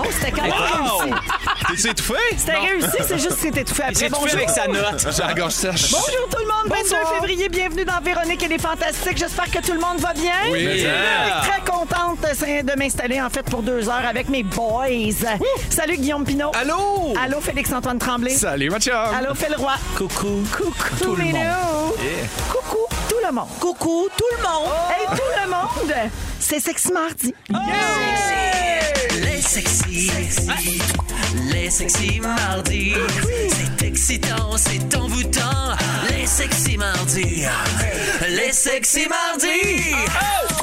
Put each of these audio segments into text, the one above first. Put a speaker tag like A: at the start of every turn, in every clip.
A: Oh, c'était quand même réussi.
B: T'es étouffé?
A: C'était réussi, c'est juste que c'était étouffé
C: Il s'est
A: après.
C: tué
A: Bonjour.
C: avec sa note.
B: J'ai la gorge sèche.
A: Bonjour tout le monde, 22 février, bienvenue dans Véronique et les Fantastiques. J'espère que tout le monde va bien.
B: Oui.
A: Je suis
C: Ah.
A: Très contente euh, de m'installer en fait pour deux heures avec mes boys. Salut Guillaume Pinot.
B: Allô?
A: Allô Félix-Antoine Tremblay.
B: Salut, ma chum.
A: Allô Phil Roy.
C: Coucou.
A: Coucou tout le monde. Coucou tout le monde. Oh.
D: Coucou tout le monde!
A: Hey tout le monde, c'est Sexy Mardi.
D: Les sexy, les sexy mardis, c'est excitant, c'est envoûtant, les sexy mardis, les sexy mardis!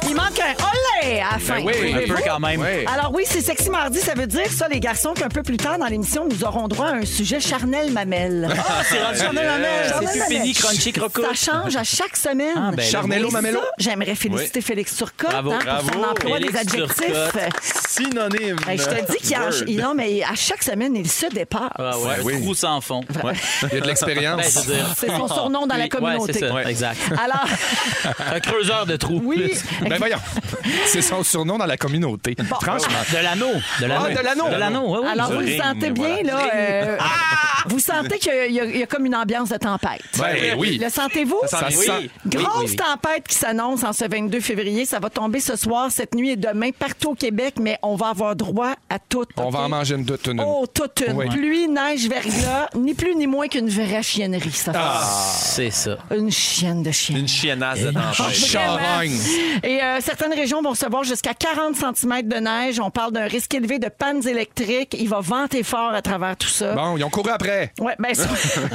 A: Il manque un olé à la fin.
B: oui,
C: Un peu quand même.
B: Ouais.
A: Alors oui, c'est sexy mardi, ça veut dire ça, les garçons, qu'un peu plus tard dans l'émission, nous aurons droit à un sujet charnel mamelle.
C: Ah, C'est rendu
A: Charnel mamelle.
C: C'est plus fini, crunchy, croco.
A: Ça change à chaque semaine.
C: Ah, ben là,
B: Charnello
A: Et
B: mamello.
A: ça, J'aimerais féliciter Félix Turcotte
C: Bravo,
A: hein, pour son
C: bravo,
A: emploi des
C: Félix
A: adjectifs.
C: Turcotte.
B: Synonyme.
A: Hey, je te dis qu'il en-
B: Word.
A: il- non, mais à chaque semaine, il se dépasse.
C: Ah ouais,
B: Oui.
C: un trou sans fond. Ouais.
B: Il y a de
C: Ben,
B: l'expérience.
C: je veux dire.
A: C'est son surnom dans la
C: Oui,
A: communauté.
C: Ouais, c'est ça,
B: Ouais.
C: exact.
A: Alors,
C: Un creuseur de trou.
A: oui,
B: Ben voyons, c'est son surnom dans la communauté. Franchement.
C: De l'anneau. De l'anneau.
B: Ah, de l'anneau.
C: De l'anneau, ouais, oui.
A: alors
B: du
A: vous
B: ring,
A: le sentez bien,
B: voilà.
A: là. euh,
C: Ah!
A: Vous sentez qu'il y a- il y, a- il y a comme une ambiance de tempête.
B: Ben oui.
A: Le sentez-vous?
B: Ça
C: Oui.
B: sent.
A: Grosse
C: Oui, oui, oui.
A: tempête qui s'annonce en ce 22 février. Ça va tomber ce soir, cette nuit et demain partout au Québec, mais on va avoir droit à tout.
B: On
A: OK?
B: va en manger une doute. une-
A: Oh, toute une.
B: Oui.
A: Pluie, neige, verglas, ni plus ni moins qu'une vraie chiennerie, ça.
B: Ah.
C: Ah, C'est ça.
A: Une chienne de chienne.
C: Une chiennasse de
B: Une charogne.
A: Et euh, certaines régions vont recevoir jusqu'à 40 cm de neige. On parle d'un risque élevé de pannes électriques. Il va venter fort à travers tout ça.
B: Bon, ils ont couru après.
A: Ouais, ben, ça-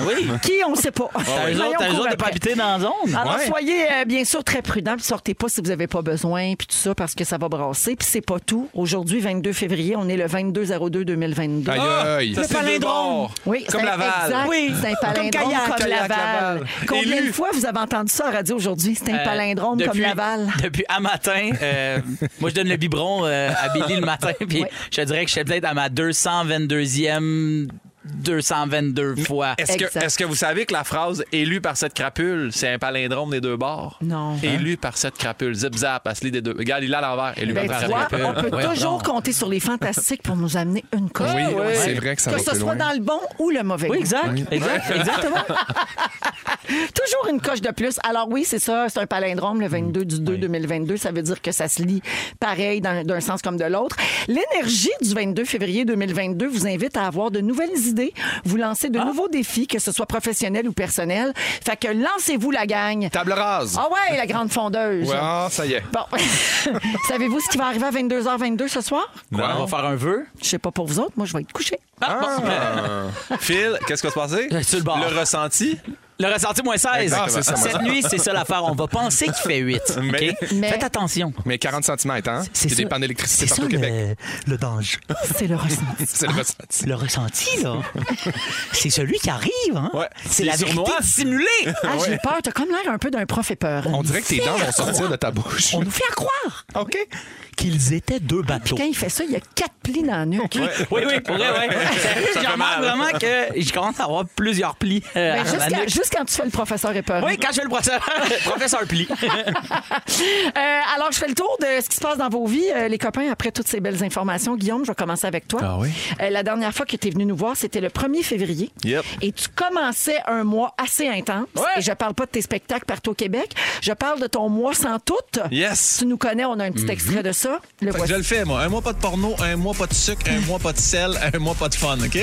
C: Oui.
A: Qui, on ne sait pas.
B: Ah
C: T'as
A: Voyons
C: raison, t'as
A: qu'on
C: raison de
A: après.
C: pas habiter dans la zone.
A: Alors,
B: Ouais.
A: soyez euh, bien sûr très prudents, puis sortez pas si vous n'avez pas besoin, puis tout ça, parce que ça va brasser. Puis c'est pas tout. Aujourd'hui, 22 février, on est le 22-02-2022.
B: Aïe, aïe.
C: ça, c'est deux bords.
A: Oui,
C: Comme
A: c'est un-
C: Laval.
A: exact,
D: Oui.
A: c'est un palindrome
D: Comme kayak,
A: comme,
D: kayak,
A: Laval.
D: Laval.
A: Combien
C: Élu.
A: de fois vous avez entendu ça à radio aujourd'hui? C'est un
C: Euh,
A: palindrome comme
C: depuis-
A: Laval.
C: Depuis un matin, euh, moi je donne le biberon euh, à Billy le matin, puis
A: Ouais.
C: je te dirais que je suis peut-être à ma 222e 222 fois.
E: Est-ce que,
A: Exact.
E: est-ce que vous savez que la phrase élue par cette crapule, c'est un palindrome des deux bords?
A: Non.
E: Élue par cette crapule. Zip zap, à se lit des deux. Regarde, il est à l'envers. Élu
A: Ben,
E: par
A: tu
E: cette
A: vois,
E: crapule.
A: on peut
C: Voyons
A: toujours
C: donc.
A: compter sur les fantastiques pour nous amener une coche.
B: Oui, Ah ouais. c'est vrai que ça va
A: ce
B: plus
A: soit
B: loin.
A: dans le bon ou le mauvais.
C: Oui,
A: goût.
C: exact. exact exactement.
A: Toujours une coche de plus. Alors oui, c'est ça, c'est un palindrome,
B: Mm.
A: le 22 du 2 2022. Ça veut dire que ça se lit pareil dans- d'un sens comme de l'autre. L'énergie du 22 février 2022 vous invite à avoir de nouvelles idées, vous lancer
B: Ah.
A: de nouveaux défis, que ce soit professionnel ou personnel. Fait que lancez-vous la gang.
B: Table rase.
A: Ah ouais, la grande fondeuse.
B: Ouais, ah, ça y est.
A: Bon, savez-vous ce qui va arriver à 22h22 ce soir?
C: Quoi? On va faire un vœu.
A: Je sais pas pour vous autres, moi je vais être couché.
E: Phil, qu'est-ce qui va se passer?
C: Sur le bord.
E: Le ressenti?
C: Le ressenti moins 16.
B: Exactement. Ah, c'est ça, moins
C: Cette nuit, c'est ça l'affaire. On va penser qu'il fait 8.
E: Mais-
C: OK?
A: Mais-
C: Faites attention.
B: Mais 40 cm, hein?
C: C'est
B: Il y a des
C: ça.
B: pannes d'électricité
C: C'est ça
B: partout au Québec.
C: le, le danger.
A: C'est le ressenti.
B: C'est le ressenti.
C: Le ressenti, là, c'est celui qui arrive. Hein?
E: Ouais.
C: C'est
E: Il
C: la
E: est
C: vérité
E: sournois.
C: dissimulée.
A: Ah, j'ai peur, t'as comme l'air un peu d'un prof peur.
B: On dirait que tes dents vont sortir de ta bouche.
C: On nous fait croire
B: OK.
C: qu'ils étaient deux bateaux.
A: Quand il fait ça, il y a quatre plis dans la nuque.
C: Oui, oui, pour vrai, oui. Je remarque vraiment que je commence à avoir plusieurs plis. euh,
A: Ben,
C: à la
A: juste, quand,
C: nuque.
A: juste quand tu fais le professeur épeurant.
C: Oui, quand je fais le professeur, professeur pli.
A: Euh, alors, je fais le tour de ce qui se passe dans vos vies, euh, les copains, après toutes ces belles informations. Guillaume, je vais commencer avec toi.
E: Ah oui?
A: Euh, la dernière fois que tu es venu nous voir, c'était le 1er février.
E: Yep.
A: Et tu commençais un mois assez intense. Et je parle pas de tes spectacles partout au Québec. Je parle de ton mois sans doute.
E: Yes! Mhm.
A: Tu nous connais, on a un petit extrait de ça. Le voici.
E: Je le fais, moi. Un mois pas de porno, un mois pas de sucre, un mois pas de sel, un mois pas de fun, OK?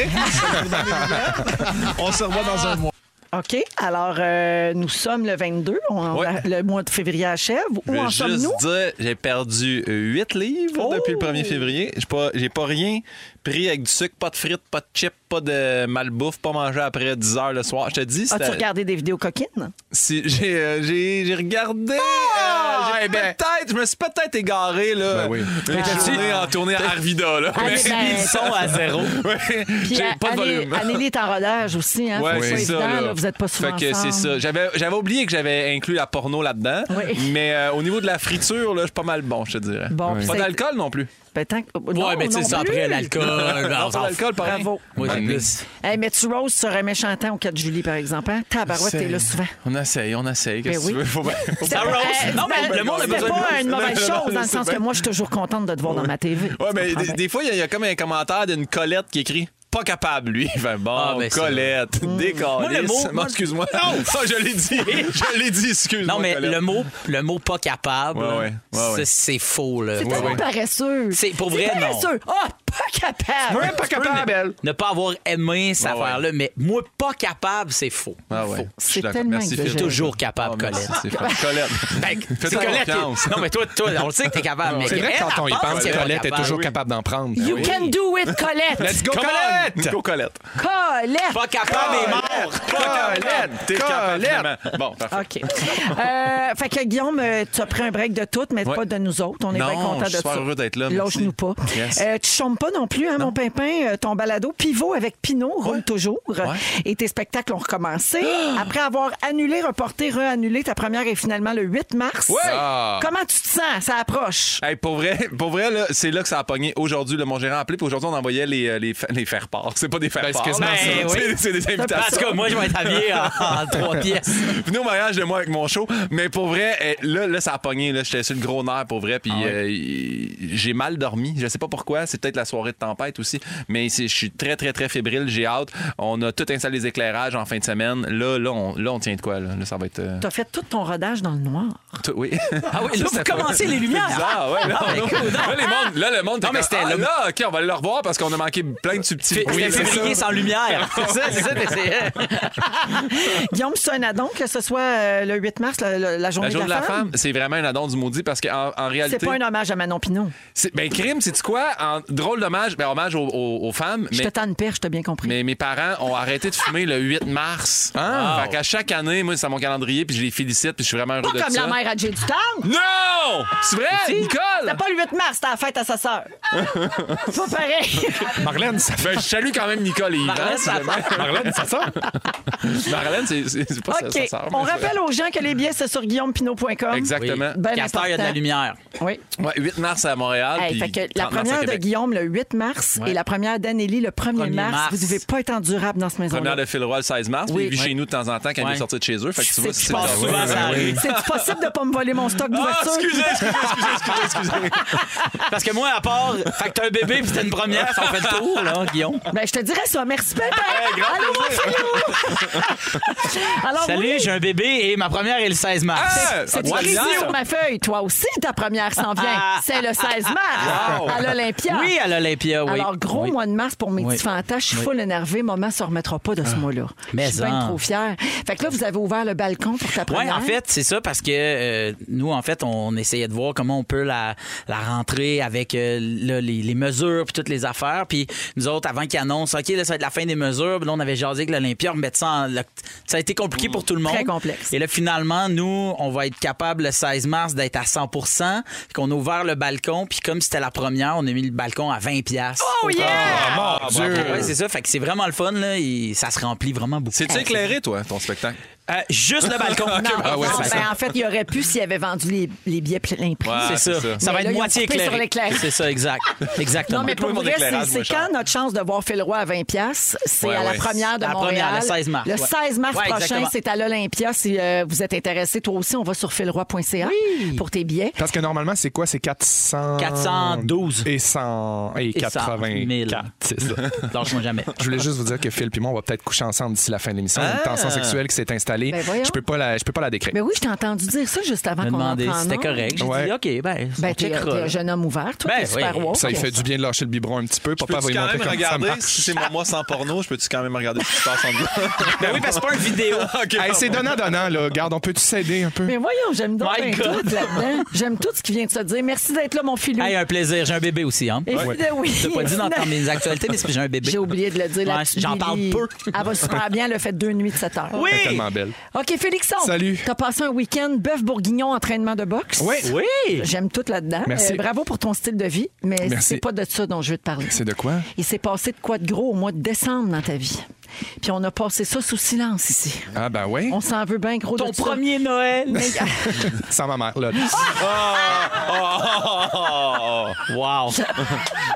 E: On se revoit dans un mois.
A: OK. Alors, euh, nous sommes le 22. on-
E: Ouais.
A: Le mois de février achève.
E: Je
A: Où
E: vais
A: en
E: juste
A: sommes-nous?
E: dire, j'ai perdu 8 livres
A: Oh!
E: depuis le 1er février. J'ai pas, j'ai pas rien pris avec du sucre, pas de frites, pas de chips, pas de malbouffe, pas mangé après 10 heures le soir. Je te dis,
A: As-tu
E: c'était-
A: regardé des vidéos coquines?
E: si- j'ai, euh, j'ai, j'ai regardé. euh, j'ai
A: Eh
B: Ouais, ben.
E: Peut-être, je me suis peut-être égaré, là.
B: Ben oui.
E: Une
A: Ah.
E: journée en tournée à Arvida, là.
A: Allez,
E: Mais-
A: ben,
C: Ils sont à zéro.
E: Ouais,
A: Puis
E: J'ai
A: euh,
E: pas de
A: Anné-
E: volume.
A: Annélie est en rodage aussi, hein.
E: Ouais,
A: c'est
E: c'est
A: pas
E: ça.
A: évident,
E: là.
A: là, vous êtes pas souvent
E: Fait que c'est
A: ensemble.
E: ça. J'avais, j'avais oublié que j'avais inclus la porno là-dedans.
A: Oui.
E: Mais euh, au niveau de la friture, là, je suis pas mal bon, je te dirais.
A: Bon, puis
E: Pas
A: ça-
E: d'alcool non plus.
A: Ben, tant que- non,
C: Ouais, mais tu sais,
A: non
C: ça
A: plus.
C: après l'alcool.
E: Non, pas d'alcool, pas rien.
A: Bravo.
C: Moi, j'ai
E: Mané.
C: plus.
A: Hey, mais tu roses sur un méchant temps au 4 juillet, par exemple. Hein? Tabarouette, t'es là souvent. Ben
E: On essaye, on essaye. Qu'est-ce que
A: oui.
E: tu veux? Faut bien- faut
A: C'est
E: bien-
C: rose. Non, mais le monde a
A: C'est
E: besoin de
A: pas
E: nous.
A: une mauvaise
E: Non, non,
A: chose,
E: non,
A: dans le
E: c'est
A: sens
E: bien.
A: que moi, je suis toujours contente de te voir dans ma TV.
E: Ouais,
A: Tu
E: mais
A: comprends
E: des,
A: bien.
E: des fois, il y, a- il y a comme un commentaire d'une Colette qui écrit pas capable, lui. Fait bon,
C: Ah, ben, c'est
E: Colette, décolle.
C: Moi, le mot-
E: Bon, excuse-moi. Non, ça, je l'ai dit. Je l'ai dit, excuse-moi.
C: Non, mais
E: Colette.
C: le mot, le mot pas capable,
E: Ouais, ouais, ouais,
C: ça,
E: ouais.
C: c'est faux. Là.
A: C'est
C: Ouais,
A: tellement
C: ouais.
A: paresseux.
C: C'est pour vrai,
A: C'est
C: non.
A: paresseux. Ah, pas capable.
E: Ouais, pas capable, elle.
C: Ne pas avoir aimé cette
E: Ouais, ouais.
C: affaire-là, mais moi, pas capable, c'est faux.
E: Ah ouais.
C: Faux.
E: Je suis
A: C'est
E: d'accord.
A: tellement
E: Merci, Phil.
A: exagéré.
C: Toujours capable,
E: Ah, merci,
C: Colette.
E: c'est fort. Colette.
C: Ben, c'est
E: Fais-toi
C: Colette.
E: confiance.
C: Non, mais toi, toi, on le sait que t'es capable. mais
B: C'est vrai que
C: elle,
B: quand on y
C: elle pense
B: pense,
C: qu'elle est pas
B: Colette est
C: capable.
B: toujours capable d'en prendre. Ben
A: You
B: oui.
A: can do it, Colette.
B: Let's go,
C: Come
B: Colette!
E: Go, Colette.
A: Colette.
C: Pas
E: Ah,
C: capable et mort.
E: Colette. T'es capable. vraiment. Bon, parfait.
A: OK. Euh, fait que Guillaume, euh, tu as pris un break de tout, mais
E: Ouais.
A: pas de nous autres. On est
E: Non,
A: bien contents de
E: je suis
A: ça.
E: super heureux d'être là, merci.
A: Lâche-nous pas.
E: Yes.
A: Euh, tu chômes pas non plus, hein, mon pimpin. Euh, ton balado pivot avec Pinot roule toujours. Et tes spectacles ont recommencé. Après avoir annulé, reporté, re-annulé, ta première est finalement le 8 mars.
E: Ah.
A: Comment tu te sens? Ça approche.
E: Hey, pour vrai, pour vrai là, c'est là que ça a pogné. Aujourd'hui, le mon gérant a appelé, puis aujourd'hui, on envoyait les, euh, les, fa- les faire-part. C'est pas des faire-part.
B: c'est quasiment
E: là.
C: ça. Ben oui.
E: C'est- c'est des
C: Parce
E: invitations.
C: que moi, je vais être habillé en, en trois pièces.
E: Venez au mariage de moi avec mon show. Mais pour vrai, eh, là, là ça a pogné. Là. J'étais sur le gros nerf pour vrai. Puis euh, y- j'ai mal dormi. Je sais pas pourquoi. C'est peut-être la soirée de tempête aussi. Mais c'est- je suis très, très, très fébrile. J'ai hâte. On a tout installé les éclairages en fin de semaine. Là, là, on, là, on tient de quoi. Là, Là, ça va être. euh,
A: Tu as fait tout ton rodage dans le noir.
E: tout- oui.
C: Ah oui, là, vous commencez les lumières.
E: bizarre, ouais, là, on- là, les mondes- là, le monde.
C: Non,
E: t'es
C: mais
E: comme,
C: c'était
E: ah,
C: le-
E: là, OK, on va aller le revoir parce qu'on a manqué plein de subtils.
C: C'était
E: bruits, c'est
C: février
E: ça.
C: sans lumière. C'est ça, c'est ça. mais c'est- euh,
A: Guillaume, c'est un addon que ce soit euh, le 8 mars, le- le- la journée
E: La journée de la femme, c'est vraiment un addon du maudit parce qu'en en réalité.
A: C'est pas un hommage à Manon Pinot.
E: C'est- Ben, crime, c'est quoi? En drôle d'hommage, ben, hommage aux, aux- aux femmes,
A: Je te
E: mais,
A: tends une perche, t'as bien compris.
E: mais mes parents ont arrêté de fumer le 8 mars.
C: Ah.
E: Fait qu'à chaque année, moi, c'est à mon calendrier, puis je les félicite, puis je suis vraiment heureux
A: Pas
E: de
A: comme la
E: ça.
A: mère à Jay du Temple.
E: Non! C'est vrai,
A: C'était
E: Nicole!
A: pas le 8 mars, c'était la fête à sa sœur. C'est pas pareil.
B: Marlène, ça fait
E: Ben, je salue quand même Nicole et Yvan.
C: Marlène,
E: si
C: ça
E: jamais-
B: Marlène, ça sort.
E: Marlène, c'est c'est- c'est pas ça,
A: OK.
E: ça sort,
A: On
E: mais-
A: rappelle aux gens que les billets, c'est sur guillaumepinot.com.
E: Exactement.
A: Ben
C: Castor, il y a de la
A: important.
C: lumière.
A: Oui.
E: Ouais, 8 mars à Montréal.
A: Hey,
E: puis
A: fait que la
E: 30 mars à
A: première de
E: Québec.
A: Guillaume le 8 mars
C: Ouais.
A: et la première d'Anneli le 1er
C: Premier
A: mars.
C: mars.
A: Vous devez pas être endurable dans ce
E: Première
A: maison-là.
E: de Phil Roy le 16 mars,
A: Oui.
E: puis il est
A: Ouais.
E: chez nous de temps en temps quand il
C: Ouais.
E: est sorti de chez eux. Fait que tu vois,
C: Je
E: c'est
C: pense souvent ça arrive.
A: C'est possible de pas me voler mon stock
E: Ah,
A: d'ouverture.
E: excusez, excusez, excusez, excusez, excusez.
C: Parce que moi, à part, fait que t'as un bébé puis t'as une première, ça on fait le tour, là, Guillaume.
A: ben, je te dirais ça. Merci, Pépin.
E: grand
A: Allô, mon filou. Alors,
C: Salut,
A: oui,
C: j'ai un bébé et ma première est le 16 mars.
E: Ah,
A: C'est
E: what
A: écrit
E: the hell?
A: sur ma feuille. Toi aussi, ta première s'en vient.
C: Ah.
A: C'est le 16 mars
E: Wow.
A: à l'Olympia.
C: Oui, à l'Olympia, Ah oui.
A: Alors, gros
C: Oui.
A: mois de mars pour mes
C: Oui. Ah.
A: petits fantas. Je suis full énervée. Maman se remettra pas de ce mois-là.
C: mais
A: Je suis bien
C: en.
A: trop fière. Fait que là, vous avez ouvert le balcon pour ta
C: Oui,
A: première.
C: en fait, c'est ça parce que euh, nous, en fait, on essayait de voir comment on peut la, la rentrer avec euh, là, les, les mesures puis toutes les affaires. Puis nous autres, avant qu'ils annoncent, OK, là, ça va être la fin des mesures, Puis là, on avait jasé avec l'Olympia, remettre ça en. le- Ça a été compliqué pour tout le monde.
A: Mm. Très complexe.
C: Et là, finalement, nous, on va être capable le 16 mars d'être à 100 Puis qu'on a ouvert le balcon, puis comme c'était la première, on a mis le balcon à 20 piastres.
A: Oh yeah!
B: Ah, mon Dieu.
C: Ouais, c'est ça. Fait que c'est vraiment le fun, là. Et ça se remplit vraiment beaucoup.
E: C'est-tu éclairé, toi, ton spectacle?
A: Ah,
C: Euh, juste le balcon.
A: Non,
E: Ah ouais,
A: non,
E: c'est
A: ben, en fait, il aurait pu s'il avait vendu les, les billets plein prix.
E: Ouais. Ah,
C: c'est ça.
E: c'est ça.
C: Ça va
A: Mais là,
C: être
A: ils ont
C: moitié
A: coupé sur l'éclair.
C: éclairé. C'est ça, exact. Exactement.
A: Non, mais pour
E: Moi, mon
A: vrai, c'est-
E: éclairage,
A: c'est
E: moi, cher.
A: quand notre chance de voir Phil Roy à 20 pièces C'est
E: Ouais,
A: à la
E: ouais.
A: première de
C: La
A: Montréal.
C: première, le 16 mars,
A: Le
C: ouais.
A: 16 mars
C: Ouais,
A: prochain,
C: exactement.
A: c'est à l'Olympia. Si euh, vous êtes intéressé, toi aussi, on va sur philroy.ca pour tes billets.
B: Parce que normalement, c'est quoi? C'est 400...
C: 412.
B: Et 100... Et
C: Et 100 000.
B: 84. C'est ça.
C: Lâche-moi jamais.
B: Je voulais juste vous dire que Phil et moi, on va peut-être coucher ensemble d'ici la fin de l'émission. Il y a Une tension sexuelle qui s'est installée.
A: Ben voyons.
B: je peux pas la, je peux pas la décrire.
A: Mais oui, je t'ai entendu dire ça juste avant
C: Je me
A: qu'on
C: demandais
A: entre
C: si
A: en
C: c'était
A: onde.
C: correct. J'ai
B: Ouais.
C: dit, OK, ben,
A: Ben, t'es
C: on checkera,
A: t'es un
C: là.
A: jeune homme ouvert, toi,
C: Ben
A: t'es super
C: oui.
A: woke.
B: Ça, il fait du bien de lâcher le biberon un petit peu. Papa va
E: Peux-tu
B: y
E: quand
B: montrer
E: même
B: comme ça
E: regarder,
B: marche.
E: si c'est mon mois sans porno, je peux-tu quand même regarder ce qui se passe en dedans?
C: Ben oui, parce que c'est pas une vidéo.
E: OK,
B: Hey, c'est donnant-donnant, là. Garde, on peut-tu s'aider un peu?
A: Mais voyons, j'aime donc
C: My
A: bien
C: God.
A: tout là-dedans. J'aime tout ce qui vient de se dire. Merci d'être là, mon filou.
C: Hey, un plaisir. J'ai un bébé aussi, hein.
A: Et fidèle- oui.
C: T'as pas dit dans
A: Fidèle-
C: mes actualités, mais c'est parce que j'ai un bébé.
A: J'ai oublié de le dire. la
C: Ouais,
A: petite
C: J'en parle
A: Lily.
C: peu.
A: Elle va super bien. Elle a fait deux nuits de 7 heures.
B: Elle est tellement belle.
E: Noël.
A: OK, Félixon.
B: Salut.
A: T'as passé un week-end bœuf bourguignon entraînement de boxe.
B: Oui.
C: Oui!
A: J'aime tout là-dedans. Euh,
B: Merci.
A: bravo pour ton style de vie, mais
B: Merci.
A: c'est pas de ça dont je veux te parler.
B: C'est de quoi?
A: Il s'est passé de quoi de gros au mois de décembre dans ta vie. Puis on a passé ça sous silence ici.
B: Ah, ben oui.
A: On s'en veut bien gros
C: Ton
A: de ça.
C: premier Noël!
B: Sans ma mère, là.
C: Wow!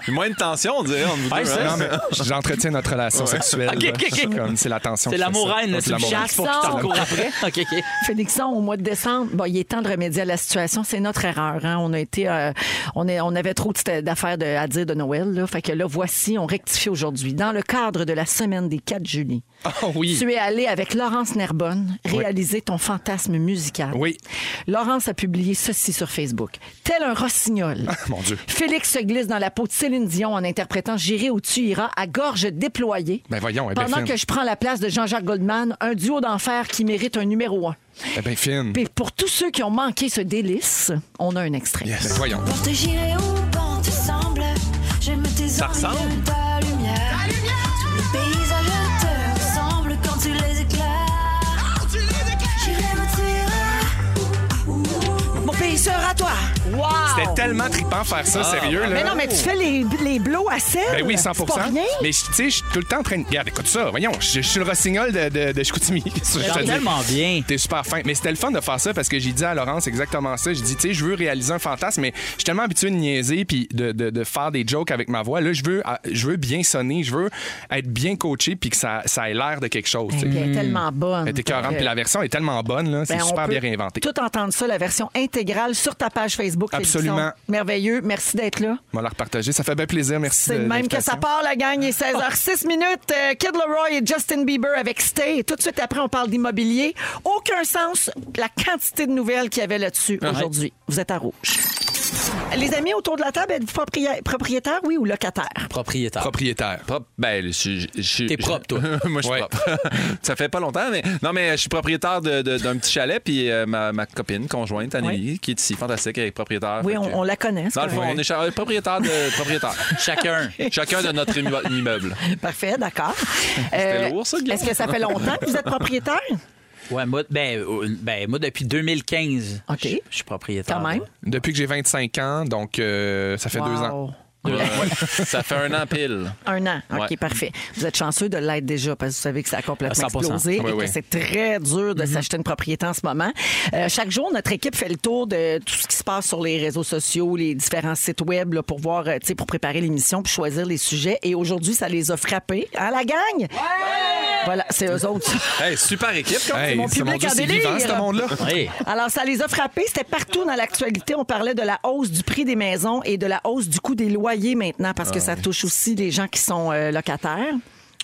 E: Moins de tension, on dirait, entre vous
C: Ouais,
E: deux,
C: ça,
E: hein?
B: Non, mais j'entretiens notre relation sexuelle.
C: Ok, ok, ok.
B: C'est comme- C'est la tension.
C: C'est
B: qui
C: la
B: fait ça. Oh,
C: moraine, là,
B: C'est
C: tu
B: la
C: me
B: moraine.
C: chasses pour que tu t'en cours après. OK, OK.
A: Félixon, au mois de décembre, bon, il est temps de remédier à la situation. C'est notre erreur. hein. On a été, euh, on, est- on avait trop de petites d'affaires de- à dire de Noël. Là. Fait que là, voici, on rectifie aujourd'hui. Dans le cadre de la semaine des 4 juillet,
B: Ah oui.
A: tu es allé avec Laurence Nerbonne réaliser ton fantasme musical.
B: Oui.
A: Laurence a publié ceci sur Facebook. Tel un rossignol.
B: Ah, mon Dieu.
A: Félix se glisse dans la peau de Céline Dion en interprétant J'irai où tu iras à gorge déployée.
B: Ben voyons, elle est bien
A: pendant
B: fine.
A: que je prends la place de Jean-Jacques Goldman, un duo d'enfer qui mérite un numéro un.
B: Eh ben, fine.
A: Puis pour tous ceux qui ont manqué ce délice, on a un extrait.
B: Ben, voyons.
F: Pour te girer où bon tu sembles, j'aime tes
E: Ça
F: envies
E: ressemble.
F: de ta lumière. Tous les paysages te ressemblent quand tu les éclaires. J'irai me tirer.
D: Mon pays sera à toi.
B: C'était tellement trippant faire ça,
C: Ah.
B: sérieux, là.
A: Mais non, mais tu fais les, les blows à sel.
B: Ben oui, 100
A: C'est pas rien.
B: Mais je- tu sais, je suis tout le temps en train de. Regarde, écoute ça, voyons, je, je suis le rossignol de, de, de Chicoutimi. Je te dis.
C: tellement bien.
B: T'es super fin. Mais c'était le fun de faire ça parce que j'ai dit à Laurence exactement ça. J'ai dit, tu sais, je veux réaliser un fantasme, mais je suis tellement habitué de niaiser puis de, de- de faire des jokes avec ma voix. Là, je veux, ah, je veux bien sonner, je veux être bien coaché puis que ça, ça ait l'air de quelque chose. tu sais.
A: Elle est tellement bonne.
B: Hmm. Elle était écœurante,
A: Fait que,
B: puis la version est tellement bonne, là, c'est
A: ben, on
B: super
A: peut
B: bien réinventé.
A: Tout entendre ça, la version intégrale sur ta page Facebook. Félixon.
B: Absolument.
A: Merveilleux. Merci d'être là.
B: On va la repartager, ça fait bien plaisir, merci.
A: C'est
B: de
A: de même que ça
B: l'invitation.
A: part, la gang. Il est 16h06 minutes. Euh, Kid Leroy et Justin Bieber avec Stay. Tout de suite après, on parle d'immobilier. Aucun sens, la quantité de nouvelles qu'il y avait là-dessus aujourd'hui. Vous êtes à rouge. Les amis autour de la table, êtes-vous propria- propriétaire, oui, ou locataire?
C: Propriétaire.
B: Propriétaire.
E: Propre, ben, je, je- je-
C: T'es
E: je-
C: propre, toi.
E: Moi, je suis
B: Ouais.
E: propre. ça fait pas longtemps, mais. Non, mais euh, je suis propriétaire de- de- d'un petit chalet, puis euh, ma, ma copine, conjointe, Anneli, qui est ici, fantastique, elle est propriétaire.
A: Oui,
E: Fait
A: on,
E: que-
A: on la connaît. c'est
E: Dans le fond,
A: correct.
E: on est cha- euh, propriétaire de propriétaire.
C: Chacun.
E: Chacun de notre immo- immeuble.
A: Parfait, d'accord. Euh,
E: lourd, ça, Guillaume.
A: Est-ce que ça fait longtemps que vous êtes propriétaire?
C: Ouais, moi, ben, euh, ben, moi, depuis 2015,
A: OK.
C: je- je suis propriétaire.
A: Quand même.
B: Depuis que j'ai 25 ans, donc euh, ça fait deux ans.
A: Wow.
E: Euh, ça fait un an pile.
A: Un an. OK,
E: Ouais.
A: parfait. Vous êtes chanceux de l'être déjà parce que vous savez que ça a complètement
C: À 100%.
A: explosé
B: Oui, oui.
A: et
B: Mm-hmm.
A: que c'est très dur de s'acheter une propriété en ce moment. Euh, chaque jour, notre équipe fait le tour de tout ce qui se passe sur les réseaux sociaux, les différents sites web là, pour voir, euh, tu sais, pour préparer l'émission, pour choisir les sujets. Et aujourd'hui, ça les a frappés. Hein, la gang? Voilà, c'est eux autres.
E: Hey, super équipe, quand même.
B: Hey,
A: mon
B: c'est
A: public
B: Dieu,
A: en
B: c'est
A: délire.
B: vivant, ce monde-là.
C: Oui.
A: Alors, ça les a frappés. C'était partout dans l'actualité. On parlait de la hausse du prix des maisons et de la hausse du coût des loyers maintenant, parce que
B: Ah
A: ça touche aussi les gens qui sont euh, locataires.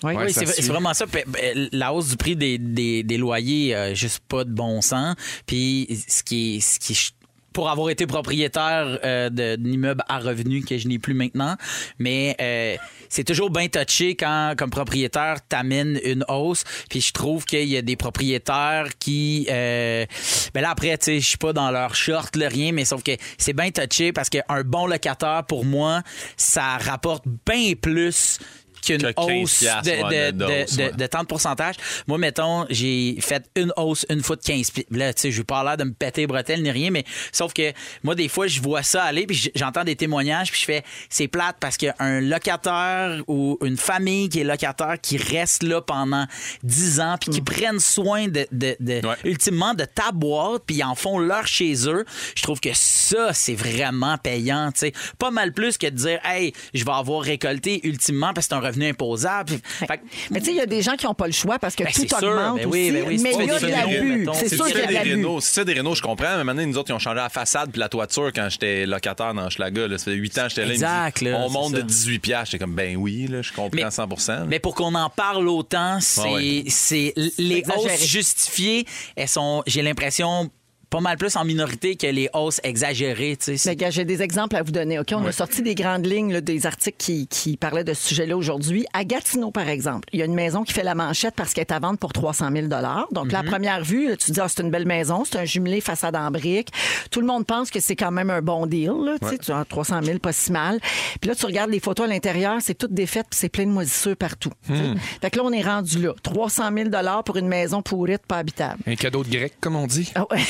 A: Oui,
B: Ouais,
C: Oui,
B: ça
C: c'est
B: suit.
C: c'est vraiment ça. Puis, ben, La hausse du prix des, des, des loyers, euh, juste pas de bon sens. Puis ce qui est- ce qui est- pour avoir été propriétaire euh, de- d'un immeuble à revenus que je n'ai plus maintenant, mais euh, c'est toujours bien touché quand, comme propriétaire, t'amènes une hausse. Puis je trouve qu'il y a des propriétaires qui... Euh, ben là, après, tu sais, je suis pas dans leur short, le rien, mais sauf que c'est bien touché parce qu'un bon locataire, pour moi, ça rapporte bien plus qu'une
E: Que 15
C: hausse
E: piastres,
C: de, de,
E: ouais, de
C: de-
E: hausse,
C: de-
E: ouais.
C: de tant de pourcentage. Moi, mettons, j'ai fait une hausse une fois de 15 pi- Là, tu sais, j'ai pas l'air de me péter les bretelles ni rien, mais sauf que moi, des fois, je vois ça aller, puis j- j'entends des témoignages, puis je fais, c'est plate parce qu'un locataire ou une famille qui est locataire qui reste là pendant 10 ans, puis qui prennent soin de, de- de-
E: Ouais.
C: ultimement de ta boîte, puis ils en font leur chez eux. Je trouve que ça, c'est vraiment payant, tu sais. Pas mal plus que de dire, hey, je vais avoir récolté ultimement parce que c'est un revenu imposable. Fait que-
A: Mais tu sais, il y a des gens qui n'ont pas le choix parce que
C: Ben,
A: tout
C: c'est sûr.
A: augmente
C: Ben oui,
A: aussi,
C: ben oui, c'est
A: mais
C: pas
A: il y a
C: des
A: de
C: fédéraux,
A: l'abus.
C: mettons.
A: C'est
E: Oh, C'est
A: sûr
E: ça
A: qu'il y a de
E: des
A: l'abus.
E: rénaux. C'est ça des rénaux, je comprends. Mais maintenant, nous autres, ils ont changé la façade puis la toiture quand j'étais locataire dans Schlaga. là. Ça fait 8 ans que j'étais là. ils me
C: Exact,
E: disent,
C: là,
E: on
C: c'est
E: monte
C: ça.
E: de 18 piastres. J'étais comme, ben oui, là, je comprends
C: Mais-
E: 100 là.
C: Mais pour qu'on en parle autant, c'est
E: Ah ouais.
C: c'est- les
A: exagéré.
C: hausses justifiées, elles sont, j'ai l'impression, pas mal plus en minorité que les hausses exagérées. tu sais.
A: Mais Ben, gars, j'ai des exemples à vous donner. OK, on a sorti des grandes lignes là, des articles qui, qui parlaient de ce sujet-là aujourd'hui. À Gatineau, par exemple, il y a une maison qui fait la manchette parce qu'elle est à vendre pour 300 000 Donc, la première vue, là, tu te dis, ah, c'est une belle maison, c'est un jumelé façade en briques. Tout le monde pense que c'est quand même un bon deal. Là, tu sais, tu as 300 000, pas si mal. Puis là, tu regardes les photos à l'intérieur, c'est toutes défaites puis c'est plein de moisissures partout. tu sais. Fait que là, on est rendu là. 300 000 pour une maison pourrite, pas habitable.
B: Un cadeau de grec, comme on dit.
A: Ah ouais.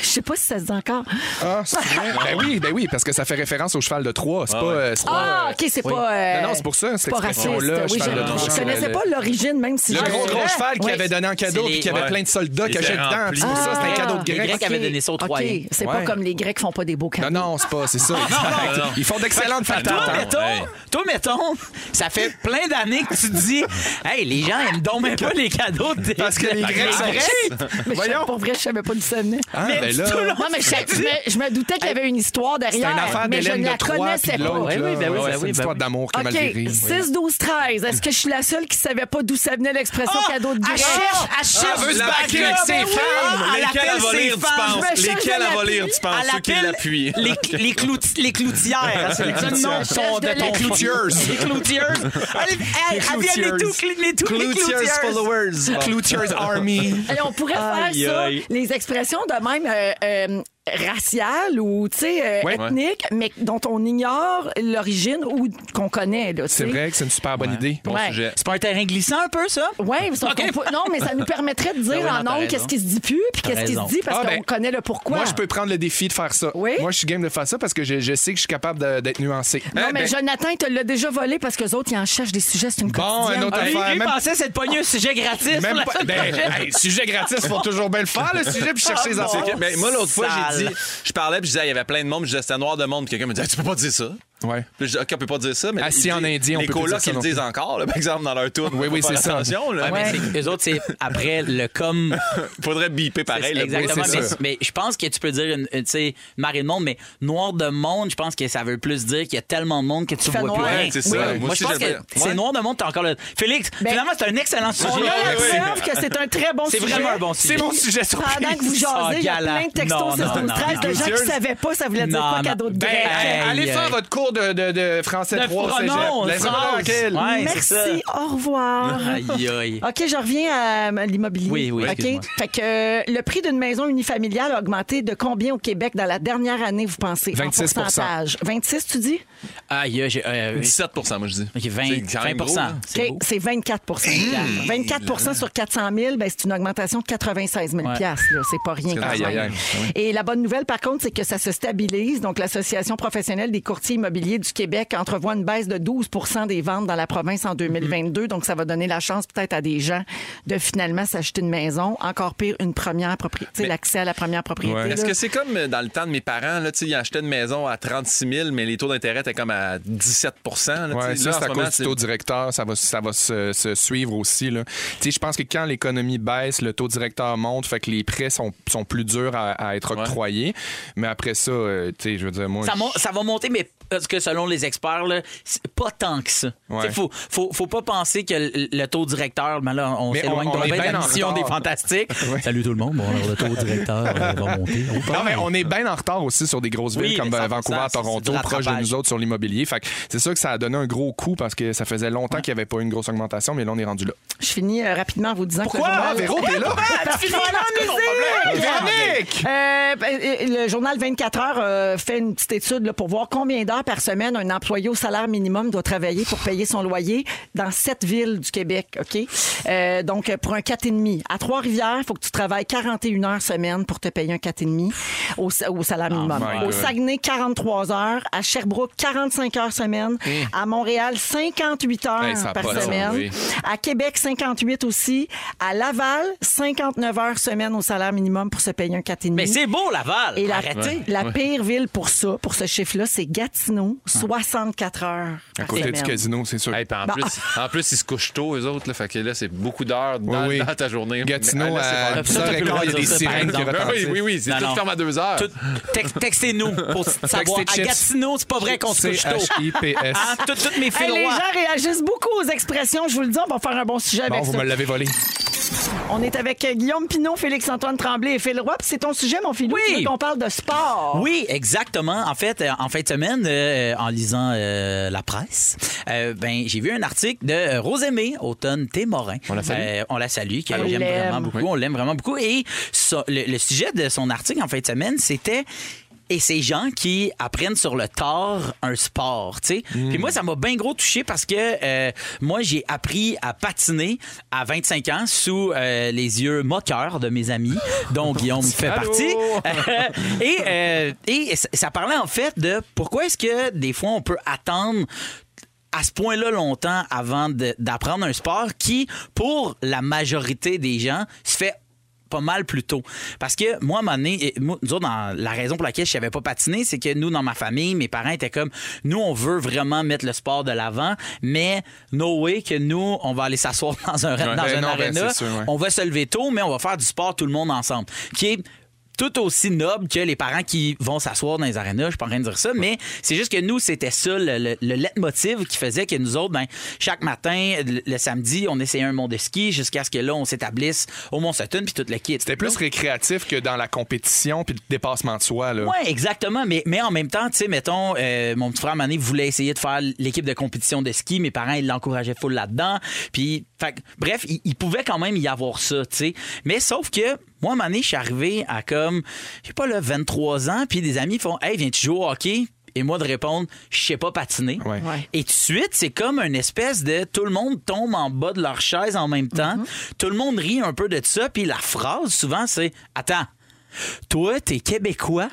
A: Je sais pas si ça se dit encore.
B: Ah, c'est vrai. ben oui, ben oui, parce que ça fait référence au cheval de Troie. C'est pas. euh, c'est pas,
A: Ah,
B: euh,
A: OK, c'est pas. euh,
B: Non, non, c'est pour ça, cette
A: c'est pas raciste.
B: expression-là, je
A: Oui,
B: parle
A: je,
B: de
A: je
B: drôle.
A: connaissais pas l'origine, même si
B: Le
A: je-
B: gros, gros cheval qui
A: Oui.
B: avait donné en cadeau
C: C'est
B: puis
C: les-
B: qui avait
E: ouais.
B: plein de soldats
E: Il
B: cachés
E: était
B: dedans.
E: rempli.
B: C'est pour ça, c'était un
A: Ah.
B: cadeau de
C: Les
B: grec.
C: Grecs avaient donné ça aux
A: OK,
C: Troyens.
A: C'est
B: Ouais.
A: pas comme les Grecs font pas des beaux
B: Non,
A: cadeaux.
B: non, c'est pas, c'est ça. exact.
E: non, non.
B: Ils font d'excellentes hein. fêtes.
E: Attends,
C: Toi,
E: attends.
C: mettons,
E: Hey.
C: toi, mettons, ça fait plein d'années que tu te dis, hey, les gens, ils me donnent même pas les cadeaux. de-
B: Parce que les Grecs sont cheap.
A: Mais je- pour vrai, je savais pas du Saguenay.
B: Ah,
C: Mais
B: ben
C: du
B: là.
C: tout, là,
A: Non, mais je, je me, je me doutais qu'il y avait une histoire
B: C'est
A: derrière,
B: une affaire
A: mais je
B: d'Hélène
A: ne la
B: de Troie puis
A: connaissais
B: de
A: pas.
B: l'autre.
C: Oui,
B: là.
C: oui, ben oui,
B: Ouais,
C: ben
B: c'est
C: oui,
B: une histoire
C: ben-
B: d'amour qui est mal
A: OK,
B: virée.
A: 6, 12, 13. Est-ce que je suis la seule qui savait pas d'où ça venait l'expression
C: Ah,
A: cadeau de grec?
C: elle cherche, elle
A: Ah,
C: cherche
B: veut
C: du
B: se battre
C: backup.
B: avec ses
C: Ben oui,
B: femmes.
C: elle
E: Lesquels
C: appelle
E: à
C: ses
E: voler,
C: femmes.
E: tu penses?
A: Je me cherche
E: Lesquels
A: de
E: à voler,
A: l'appui.
E: tu penses?
C: Elle
E: Ceux qui
C: appelle
E: l'appuient.
C: Les, cl- les, clout- les cloutières. C'est le nom de ton- de ton-
B: Les cloutières.
C: Les cloutières. Elle, elle, elle vient les tout, cl- les tout, les cloutières.
E: followers.
B: Cloutiers Army.
A: Et on pourrait
C: Aïe,
A: faire ça,
C: aïe.
A: les expressions de même euh, euh, raciales ou tu sais, euh,
B: Ouais.
A: ethniques, mais dont on ignore l'origine ou qu'on connaît. là, tu
B: C'est
A: sais.
B: vrai que c'est une super bonne idée.
E: Bon
A: Ouais.
E: sujet.
C: C'est pas un terrain glissant un peu, ça?
A: Oui, non, mais ça nous permettrait
B: Ben
A: de dire
C: oui, non,
A: en
C: t'as
A: nombre
C: raison.
A: qu'est-ce qui se dit plus puis qu'est-ce qui se
C: raison.
A: dit parce
B: Ah,
A: qu'on
B: ben,
A: connaît le pourquoi.
B: Moi, je peux prendre le défi de faire ça.
A: Oui?
B: Moi, je suis game de faire ça parce que je, je sais que je suis capable de- d'être nuancé.
A: Non,
B: Eh
A: mais
B: ben,
A: Jonathan, il te l'a déjà volé parce que autres, ils en cherchent des sujets, c'est une
B: Bon,
A: quotidienne.
B: un autre
C: Ah, lui,
B: affaire,
C: lui
B: même-
C: pensait c'est de pogner un sujet gratis pour
B: Même
C: la
B: pas,
C: semaine
B: ben,
C: prochaine.
B: hey, sujet gratis, faut toujours bien le faire, le sujet, puis chercher les
E: C'est
B: affaires.
E: que- Ah, mais moi, l'autre fois, j'ai
C: Sale.
E: dit, je parlais, puis je disais, il y avait plein de monde, puis je disais, c'était noir de monde, puis quelqu'un me dit, Ah, tu peux pas dire ça.
B: Ouais.
E: Puis je dis, OK, on peut pas dire ça, mais.
B: Assis
E: il
B: en
E: dit-
B: indien, on
E: Les
B: peut pas dire
E: colocs,
B: ça
E: ils le
B: non
E: disent encore, là, par exemple, dans leur tour.
B: Oui, oui, c'est ça.
E: Attention, là.
C: Ouais, mais c'est- eux autres, c'est après le com.
E: Faudrait biper pareil,
C: C'est-
E: là.
C: exactement.
B: oui, c'est
C: mais,
B: ça.
C: mais je pense que tu peux dire une, une, tu sais, marée de monde, mais noir de monde, je pense que ça veut plus dire qu'il y a tellement de monde que tu
A: fait
C: vois plus
A: noir.
C: rien.
E: Ouais, c'est ça.
C: Oui.
E: Moi
C: Moi,
E: aussi,
C: je pense que
E: j'avais- Ouais.
C: c'est noir de monde, t'as encore le. Félix,
A: Ben-
C: finalement, c'est un excellent
B: euh,
C: sujet.
A: On
E: Oui, oui,
A: a
E: oui.
A: observe que c'est un très bon
C: C'est
A: sujet.
C: vraiment un bon sujet.
B: C'est mon sujet surprise.
A: Pendant que vous jasez, il y a
C: galant.
A: plein de textos
C: Non,
A: 16
C: non,
A: 12
C: non,
A: 13 de
C: non.
A: gens qui savaient pas ça voulait dire
C: Non,
A: quoi
C: non.
A: cadeau de
B: Ben,
A: grec.
C: Hey,
B: allez
E: euh,
B: faire
C: hey.
B: votre cours de, de, de français
C: De
B: 3 cégep.
C: pronoms,
B: Laissez-moi
C: phrases.
B: tranquille.
C: Ouais, c'est ça.
A: Merci, au revoir.
C: Aïe, aïe.
A: OK, je reviens à l'immobilier.
C: Oui, oui, excuse-moi.
A: OK. Fait que euh, le prix d'une maison unifamiliale a augmenté de combien au Québec dans la dernière année, vous pensez?
B: 26
A: en pourcentage. 26, tu dis?
C: Aïe, aïe, j'ai. euh,
E: 17 moi, je dis.
C: ok, 20,
E: C'est quand même
C: 20
E: gros, là.
B: hein.
C: C'est
A: OK,
C: beau.
A: c'est 24 24 sur 400 000, ben, c'est une augmentation de 96 000
C: Ouais.
A: piastres, là. C'est pas rien.
E: C'est
A: quand
E: aïe,
A: même.
E: aïe, Ah aïe.
A: Et la bonne nouvelle, par contre, c'est que ça se stabilise. Donc, l'Association professionnelle des courtiers immobiliers du Québec entrevoit une baisse de 12 des ventes dans la province en 2022. Donc, ça va donner la chance peut-être à des gens de finalement s'acheter une maison. Encore pire, une première propriété, tu sais,
E: Mais-
A: l'accès à la première propriété.
B: Ouais.
E: Est-ce
A: là.
E: que c'est comme euh, dans le temps de mes parents, là, tu sais, ils achetaient une maison à 36 000, mais les taux d'intérêt étaient comme à 17 là, tu sais.
B: Ouais,
E: Là,
B: ça,
E: en
B: c'est à
E: ce moment,
B: cause du
E: c'est-
B: taux directeur. Ça va, ça va se, se suivre aussi. là. Tu sais, Je pense que quand l'économie baisse, le taux directeur monte, fait que les prêts sont, sont plus durs à, à être octroyés. Mais après ça, euh, tu sais, je veux dire, moi.
C: Ça,
B: je-
C: mon- ça va monter, mais parce que selon les experts, là, c'est pas tant que ça.
B: Ouais.
C: T'sais, Faut, faut, faut pas penser que le, le taux directeur, ben là, on
B: Mais
C: s'éloigne
B: on- on
C: de
B: est
C: la
B: bien en
C: mission
B: retard.
C: des fantastiques. Salut tout le monde. Bon, alors, le taux directeur euh, va monter. Oh, pas
B: Non, mais
C: mal.
B: on est bien en retard aussi sur des grosses villes
C: Oui,
B: comme euh,
C: mais 100%,
B: Vancouver,
C: c'est du
B: Toronto, proche de
C: rattrapage.
B: nous autres sur l'immobilier. Fait que c'est sûr que ça a donné un gros coup parce que ça faisait longtemps qu'il n'y avait pas eu une grosse augmentation, mais là, on est rendu là.
A: Je finis euh, rapidement en vous disant que le
B: Ah,
A: journal-
B: Véro, t'es là?
A: Parce qu'il faut aller en musique! Euh, ben, euh, le journal 24 heures euh, fait une petite étude là, pour voir combien d'heures par semaine un employé au salaire minimum doit travailler pour payer son loyer dans sept villes du Québec. OK? Euh, donc, euh, pour un 4,5. À Trois-Rivières, il faut que tu travailles 41 heures semaine pour te payer un 4,5 au, sa- au salaire minimum.
B: Oh my
A: au
B: God.
A: Saguenay, 43 heures. À Sherbrooke, 45 heures semaine. À Montréal, 58 heures
B: Hein? Hey, ça a
A: par
B: pas de sens,
A: semaine.
B: oui.
A: À Québec, 58 aussi. À Laval, 59 heures semaine au salaire minimum pour se payer un 4,5.
C: Mais c'est beau, Laval.
A: Et la,
C: Arrêtez.
A: la pire ville pour ça, pour ce chiffre-là, c'est Gatineau, 64 heures.
B: À
A: par
B: côté
A: semaine.
B: du casino, c'est sûr.
E: Hey, puis en,
A: Bah.
E: plus, en plus, ils se couchent tôt, eux autres. Là, fait que là, c'est beaucoup d'heures dans,
B: Oui, oui.
E: dans ta journée.
B: Gatineau,
E: Mais, ah,
B: à
E: là, c'est
C: Ça, t'as
B: 10h15,
C: plus le droit
B: il y
C: de
B: a des
C: dire ça, par
B: sirènes qui
C: exemple.
E: pas-
C: Ben
E: oui,
B: retentissent.
E: oui, oui, c'est
C: Non, non.
E: tout ferme à deux heures.
C: Tout- tex- Textez-nous pour savoir. À
B: chips.
C: Gatineau, c'est pas vrai qu'on se couche tôt.
B: C-H-I-P-S.
C: Hein, tout- Toutes mes
A: Hey,
C: filles
A: les gens réagissent beaucoup aux expressions. Je vous le dis, on va faire un bon sujet
B: Bon,
A: avec
B: vous
A: ça.
B: me l'avez volé.
A: On est avec euh, Guillaume Pinot, Félix-Antoine Tremblay et Phil Roy. Puis c'est ton sujet, mon Philou.
C: Oui.
A: Tu veux qu'on parle de sport.
C: Oui, exactement. En fait, euh, en fin de semaine, euh, en lisant euh, la presse, euh, ben, j'ai vu un article de euh, Rosemée Automne Témorin. On la salue. on la salue, que
A: On
C: j'aime
A: l'aime.
C: vraiment beaucoup. On l'aime vraiment beaucoup. Et ça- le, le sujet de son article en fin de semaine, c'était. Et ces gens qui apprennent sur le tard un sport, tu sais. Puis moi, ça m'a bien gros touché parce que euh, moi, j'ai appris à patiner à 25 ans sous euh, les yeux moqueurs de mes amis, dont Guillaume fait
B: Allô?
C: partie. Euh, et, euh, et ça- ça parlait en fait de pourquoi est-ce que des fois on peut attendre à ce point-là longtemps avant de- d'apprendre un sport qui, pour la majorité des gens, se fait pas mal plus tôt. Parce que moi, à un moment donné, et moi, nous autres, dans- la raison pour laquelle je savais pas patiner, c'est que nous, dans ma famille, mes parents étaient comme, nous, on veut vraiment mettre le sport de l'avant, mais no way que nous, on va aller s'asseoir dans un,
B: Ouais,
C: dans
B: ben
C: un
B: non, ben
C: arena.
B: c'est sûr, ouais.
C: On va se lever tôt, mais on va faire du sport tout le monde ensemble. Qui est tout aussi noble que les parents qui vont s'asseoir dans les arénas, je suis pas en train de dire ça, mais c'est juste que nous, c'était ça le, le, le leitmotiv qui faisait que nous autres, ben, chaque matin, le, le samedi, on essayait un mont de ski jusqu'à ce que là, on s'établisse au Mont Sutton puis toute le kit.
B: C'était plus récréatif que dans la compétition puis le dépassement de soi. Là.
C: Oui, exactement. Mais, mais en même temps, tu sais, mettons, euh, mon petit frère Mané voulait essayer de faire l'équipe de compétition de ski. Mes parents, ils l'encourageaient full là-dedans. Puis, fait que, bref, il, il pouvait quand même y avoir ça, tu sais. Mais sauf que, moi, Mané, je suis arrivé à comme, je sais pas, là, 23 ans. Puis des amis font, hey, viens-tu jouer au hockey? Et moi, de répondre, je sais pas patiner.
B: Ouais.
A: Ouais.
C: Et tout de suite, c'est comme une espèce de tout le monde tombe en bas de leur chaise en même temps. Tout le monde rit un peu de ça. Puis la phrase, souvent, c'est Attends, toi, t'es Québécois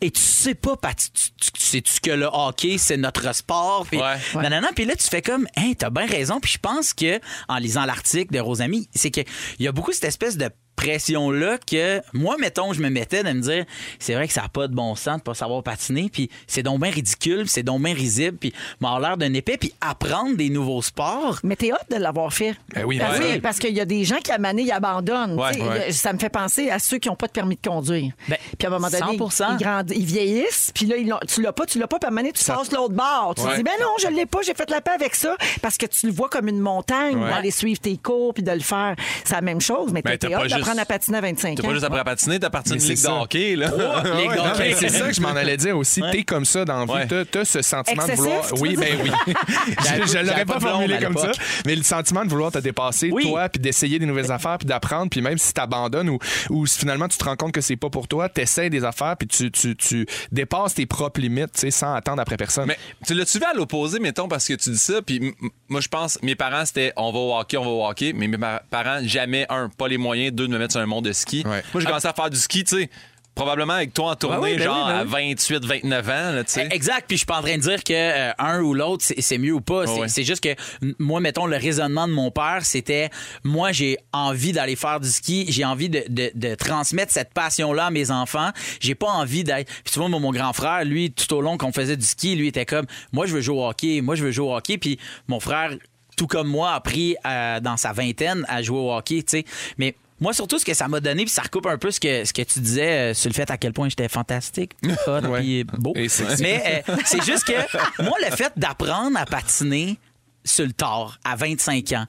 C: et tu sais pas, Pat- tu, tu- tu sais-tu que le hockey, c'est notre sport? Puis,
E: Ouais.
C: nanana. Puis là, tu fais comme, hein, t'as bien raison. Puis je pense que, en lisant l'article de Rosamie, c'est qu'il y a beaucoup cette espèce de pression-là que, moi, mettons, je me mettais de me dire, c'est vrai que ça n'a pas de bon sens de pas savoir patiner, puis c'est donc bien ridicule, puis c'est donc bien risible, puis m'a l'air d'un épais, puis apprendre des nouveaux sports.
A: Mais t'es hâte de l'avoir fait.
B: Ben oui,
A: parce,
B: ben
A: que-
B: oui.
A: parce qu'il y a des gens qui, à Mané, ils abandonnent.
E: Ouais,
A: Tu sais,
E: ouais.
A: Ça me fait penser à ceux qui n'ont pas de permis de conduire.
C: Ben,
A: puis à un moment donné,
C: 100%.
A: ils, grandi- ils vieillissent, puis là, ils l'ont- tu l'as pas, tu l'as pas, puis à Mané, tu passes l'autre bord. Tu te
E: Ouais.
A: dis, ben non, je l'ai pas, j'ai fait la paix avec ça, parce que tu le vois comme une montagne,
E: Ouais.
A: d'aller suivre tes cours, puis de le faire. C'est la même chose, mais
E: Ben,
A: t'es
E: t'as
A: hâte
E: pas juste-
A: d'apprendre à patiner à 25
E: T'as
A: ans.
E: pas juste appris à patiner, t'as parti
B: Mais
E: d'une
B: c'est
E: ligue de
B: ça.
E: hockey, là.
B: Ah
C: Les
B: Non,
C: gars,
B: mais c'est ça que je m'en allais dire aussi. T'es comme ça dans la
E: Ouais.
B: vie. T'as- T'as ce sentiment
A: Excessif,
B: de vouloir.
A: tu
B: Oui,
A: veux
B: ben oui.
C: J'avais-
B: je je
C: j'avais
B: l'aurais
C: pas
B: pas
C: de blonde
B: formulé
C: à
B: comme ça.
C: l'époque.
B: Mais le sentiment de vouloir te dépasser,
C: Oui.
B: toi, puis d'essayer des nouvelles affaires, puis d'apprendre, puis même si t'abandonnes ou, ou si finalement tu te rends compte que c'est pas pour toi, t'essaies des affaires, puis tu, tu, tu dépasses tes propres limites, tu sais, sans attendre après personne.
E: Mais tu l'as-tu vu à l'opposé, mettons, parce que tu dis ça, puis m- m- moi, je pense, mes parents, c'était on va au hockey, on va au hockey, mais mes par- parents, jamais, un, pas les moyens, deux, de me mettre sur un monde de ski.
B: Ouais.
E: Moi, j'ai commencé à faire du ski, tu sais, probablement avec toi en tournée,
C: oui, ben
E: genre
C: oui, ben
E: à 28, 29 ans, là, tu sais.
C: Eh, Exact, puis je suis pas en train de dire que euh, un ou l'autre c'est c'est mieux ou pas. C'est
E: Ouais.
C: c'est juste que m- moi, mettons le raisonnement de mon père, c'était moi j'ai envie d'aller faire du ski, j'ai envie de, de- de transmettre cette passion là à mes enfants. J'ai pas envie d'être. Puis souvent mon grand frère, lui, tout au long qu'on faisait du ski, lui était comme moi je veux jouer au hockey, moi je veux jouer au hockey. Puis mon frère, tout comme moi, a appris euh, dans sa vingtaine à jouer au hockey, tu sais. Mais moi, surtout, ce que ça m'a donné, puis ça recoupe un peu ce que, ce que tu disais euh, sur le fait à quel point j'étais fantastique, hot,
B: Ouais.
C: puis beau.
B: Et sexy.
C: Mais euh, c'est juste que moi, le fait d'apprendre à patiner sur le tard à 25 ans,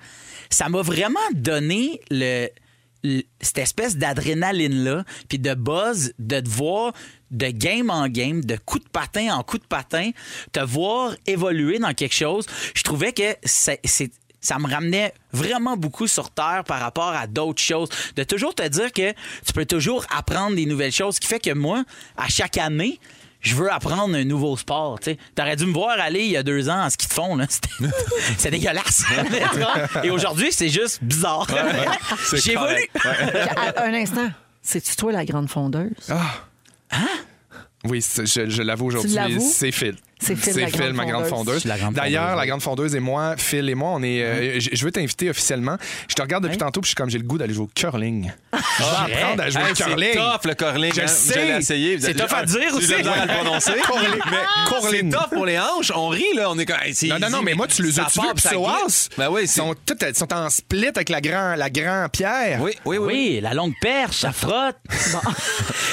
C: ça m'a vraiment donné le, le- cette espèce d'adrénaline-là, puis de buzz, de te voir de game en game, de coup de patin en coup de patin, te voir évoluer dans quelque chose. Je trouvais que c'est- c'est- ça me ramenait vraiment beaucoup sur terre par rapport à d'autres choses. De toujours te dire que tu peux toujours apprendre des nouvelles choses, ce qui fait que moi, à chaque année, je veux apprendre un nouveau sport. Tu aurais dû me voir aller il y a deux ans en ski de fond. là. C'était- C'est dégueulasse. Et aujourd'hui, c'est juste bizarre.
E: C'est
C: J'évolue.
E: correct. Ouais.
A: À- Un instant. C'est-tu toi la grande fondeuse?
B: Oui, c'est- je, je l'avoue aujourd'hui,
A: l'avoues?
B: c'est Phil.
A: C'est Phil, la grande
B: ma grande
A: fondeuse.
B: fondeuse.
C: C'est la grande
B: D'ailleurs,
C: fondeuse.
B: la grande fondeuse et moi, Phil et moi, on est. euh,
E: Mm-hmm.
B: je- Je veux t'inviter officiellement. Je te regarde depuis tantôt, puis je suis comme j'ai le goût d'aller jouer au curling. Je vais apprendre à jouer
E: Ah, Hey,
B: au
E: c'est
B: curling.
E: tough, le curling.
B: Je
E: hein.
B: le
E: Vous
B: sais.
E: allez essayer. Vous
C: C'est
E: allez-
C: tough à dire
E: J'ai
C: aussi.
E: de la misère à le prononcer.
B: Curling.
E: Mais
B: Curling.
E: C'est tough pour les hanches. On rit, là. On est comme. hey, c'est
B: Ah, Non, non,
E: easy,
B: non, mais moi, tu les
E: ça
B: as tu
E: part,
B: vus, puis
E: ça
B: ça
E: glisse. Ben oui,
B: Ils
E: c'est.
B: sont, toutes- ils sont en split avec la, grand, la grand pierre.
E: Oui, oui, oui. oui.
C: Oui, la longue perche, ça frotte. Bon.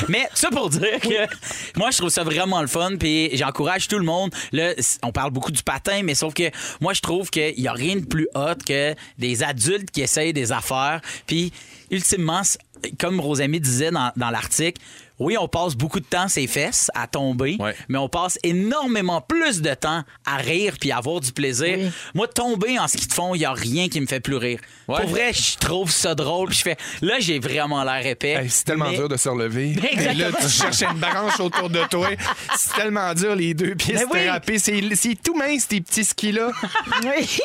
C: Mais ça pour dire que moi, je trouve ça vraiment le fun, puis j'encourage tout le monde. Là, c- on parle beaucoup du patin, mais sauf que moi, je trouve qu'il n'y a rien de plus hot que des adultes qui essayent des affaires, puis ultimement, c- comme Rosamie disait dans, dans l'article, oui, on passe beaucoup de temps ses fesses à tomber,
E: Ouais.
C: mais on passe énormément plus de temps à rire puis à avoir du plaisir. Moi, tomber en ski de fond, il n'y a rien qui me fait plus rire.
E: Ouais.
C: Pour vrai, je trouve ça drôle. Puis je fais, là, j'ai vraiment l'air épais.
B: Hey, c'est tellement
C: mais-
B: dur de se relever.
C: Mais
B: Et là,
C: exactement.
B: tu cherches une branche autour de toi. C'est tellement dur, les deux pieds
C: Mais
B: se
C: oui.
B: déraper. C'est- C'est tout mince, tes petits skis-là.
A: Oui.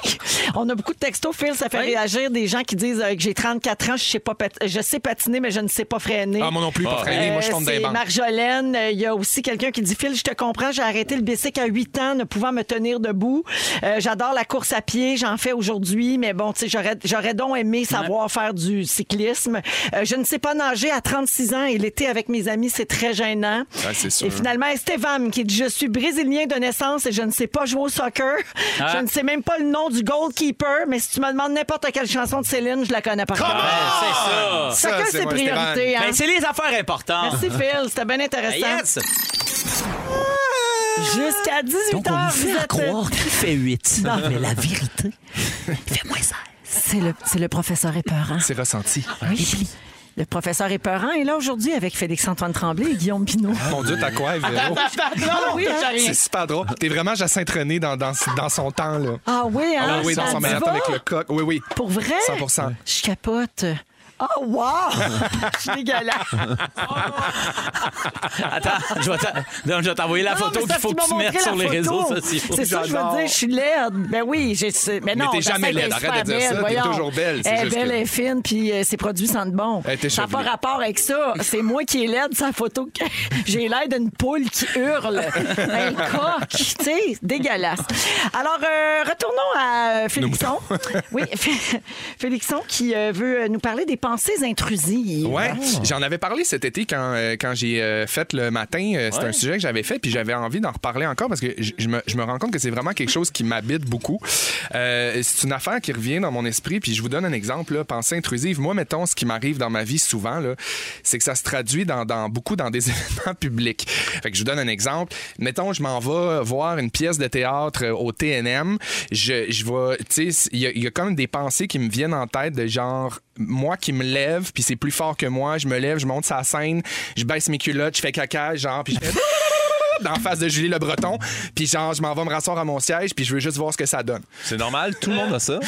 A: On a beaucoup de textos, Phil. Ça fait réagir des gens qui disent euh, que j'ai 34 ans, je sais, pas pat- je sais patiner, mais je ne sais pas freiner.
B: Ah, moi non plus, pas
E: Ah.
B: freiner. Moi, je
A: Euh,
B: tombe des
A: c'est
B: bancs.
A: Marjolaine. Euh, Il y a aussi quelqu'un qui dit Phil, je te comprends, j'ai arrêté le bicycle à 8 ans, ne pouvant me tenir debout. Euh, J'adore la course à pied, j'en fais aujourd'hui, mais bon, tu sais, j'aurais- j'aurais donc aimé savoir faire du cyclisme. Euh, je ne sais pas nager à 36 ans et l'été avec mes amis, c'est très gênant.
B: Ah, c'est sûr.
A: Et finalement, Estevam qui dit Je suis brésilien de naissance et je ne sais pas jouer au soccer.
B: Ah.
A: Je ne sais même pas le nom du goalkeeper, mais si tu me demandes n'importe quelle chanson de Céline, je la connais par
C: Ben,
A: cœur.
C: c'est ça.
B: Ça,
A: Chacun
B: c'est
A: ses
B: moi, Esteban.
A: priorités. hein.
C: Ah! Ben, c'est les affaires importantes.
A: Merci Phil, c'était bien intéressant.
C: Yes!
A: Jusqu'à 18h.
C: Donc, on nous fait
A: euh,
C: à croire qu'il fait 8. Non,
A: Ah.
C: mais la vérité.
A: C'est le, c'est le professeur épeurant.
B: C'est ressenti.
A: Le professeur épeurant est là aujourd'hui avec Félix-Antoine Tremblay et Guillaume Pinot.
B: Ah, Mon Dieu, t'as quoi, Véro?
A: Ah oui, hein?
B: C'est super drôle. T'es vraiment Jacinthe René dans, dans, dans son temps, là.
A: Ah oui, hein?
B: Ah oui, dans
A: ça
B: son
A: dit
B: marathon
A: va?
B: avec le coq. Oui, oui.
A: Pour vrai?
B: 100
A: Je capote. Oh, wow! Je suis dégueulasse.
C: Attends, je vais t'a- non, je vais t'envoyer la
A: Non, non,
C: photo
A: mais
C: qu'il faut
A: c'est
C: que
A: parce
C: tu mettes
A: m'ont
C: sur les
A: montré la
C: réseaux
A: photo.
C: sociaux.
A: C'est ça, je veux
B: J'adore.
A: dire, je suis laide. Ben oui, j'ai. c'est- Mais
B: Mais
A: non,
B: t'es
A: j'essaie
B: jamais laide,
A: d'être
B: arrête de
A: super
B: dire ça,
A: belle,
B: t'es
A: voyons.
B: toujours belle, c'est
A: Elle est
B: juste
A: belle,
B: que-
A: elle est fine, puis euh, ses produits sentent bon.
B: Elle était
A: Ça n'a pas
B: chevelue.
A: rapport avec ça. C'est moi qui est laide, sa photo. que- j'ai l'air d'une poule qui hurle. Un coq, tu sais, dégueulasse. Alors, euh, retournons à Félixon. Oui, Fé- Félixon qui euh, veut nous parler des pensées intrusives.
B: Ouais, j'en avais parlé cet été quand, euh, quand j'ai euh, fait le matin. Euh, c'est un sujet que j'avais fait, puis j'avais envie d'en reparler encore parce que j- je me, je me rends compte que c'est vraiment quelque chose qui m'habite beaucoup. Euh, c'est une affaire qui revient dans mon esprit, puis je vous donne un exemple. Là, pensée intrusive. Moi, mettons, ce qui m'arrive dans ma vie souvent, là, c'est que ça se traduit dans, dans- beaucoup dans des événements publics. Fait que je vous donne un exemple. Mettons, je m'en vais voir une pièce de théâtre euh, au TNM. Je, je vais, tu sais, il y, a- il y a quand même des pensées qui me viennent en tête de genre moi qui me lève, puis c'est plus fort que moi, je me lève, je monte sa scène, je baisse mes culottes, je fais caca, genre, puis je fais dans la face de Julie Le Breton, puis genre, je m'en vais me rasseoir à mon siège, puis je veux juste voir ce que ça donne.
E: C'est normal, tout le monde a ça.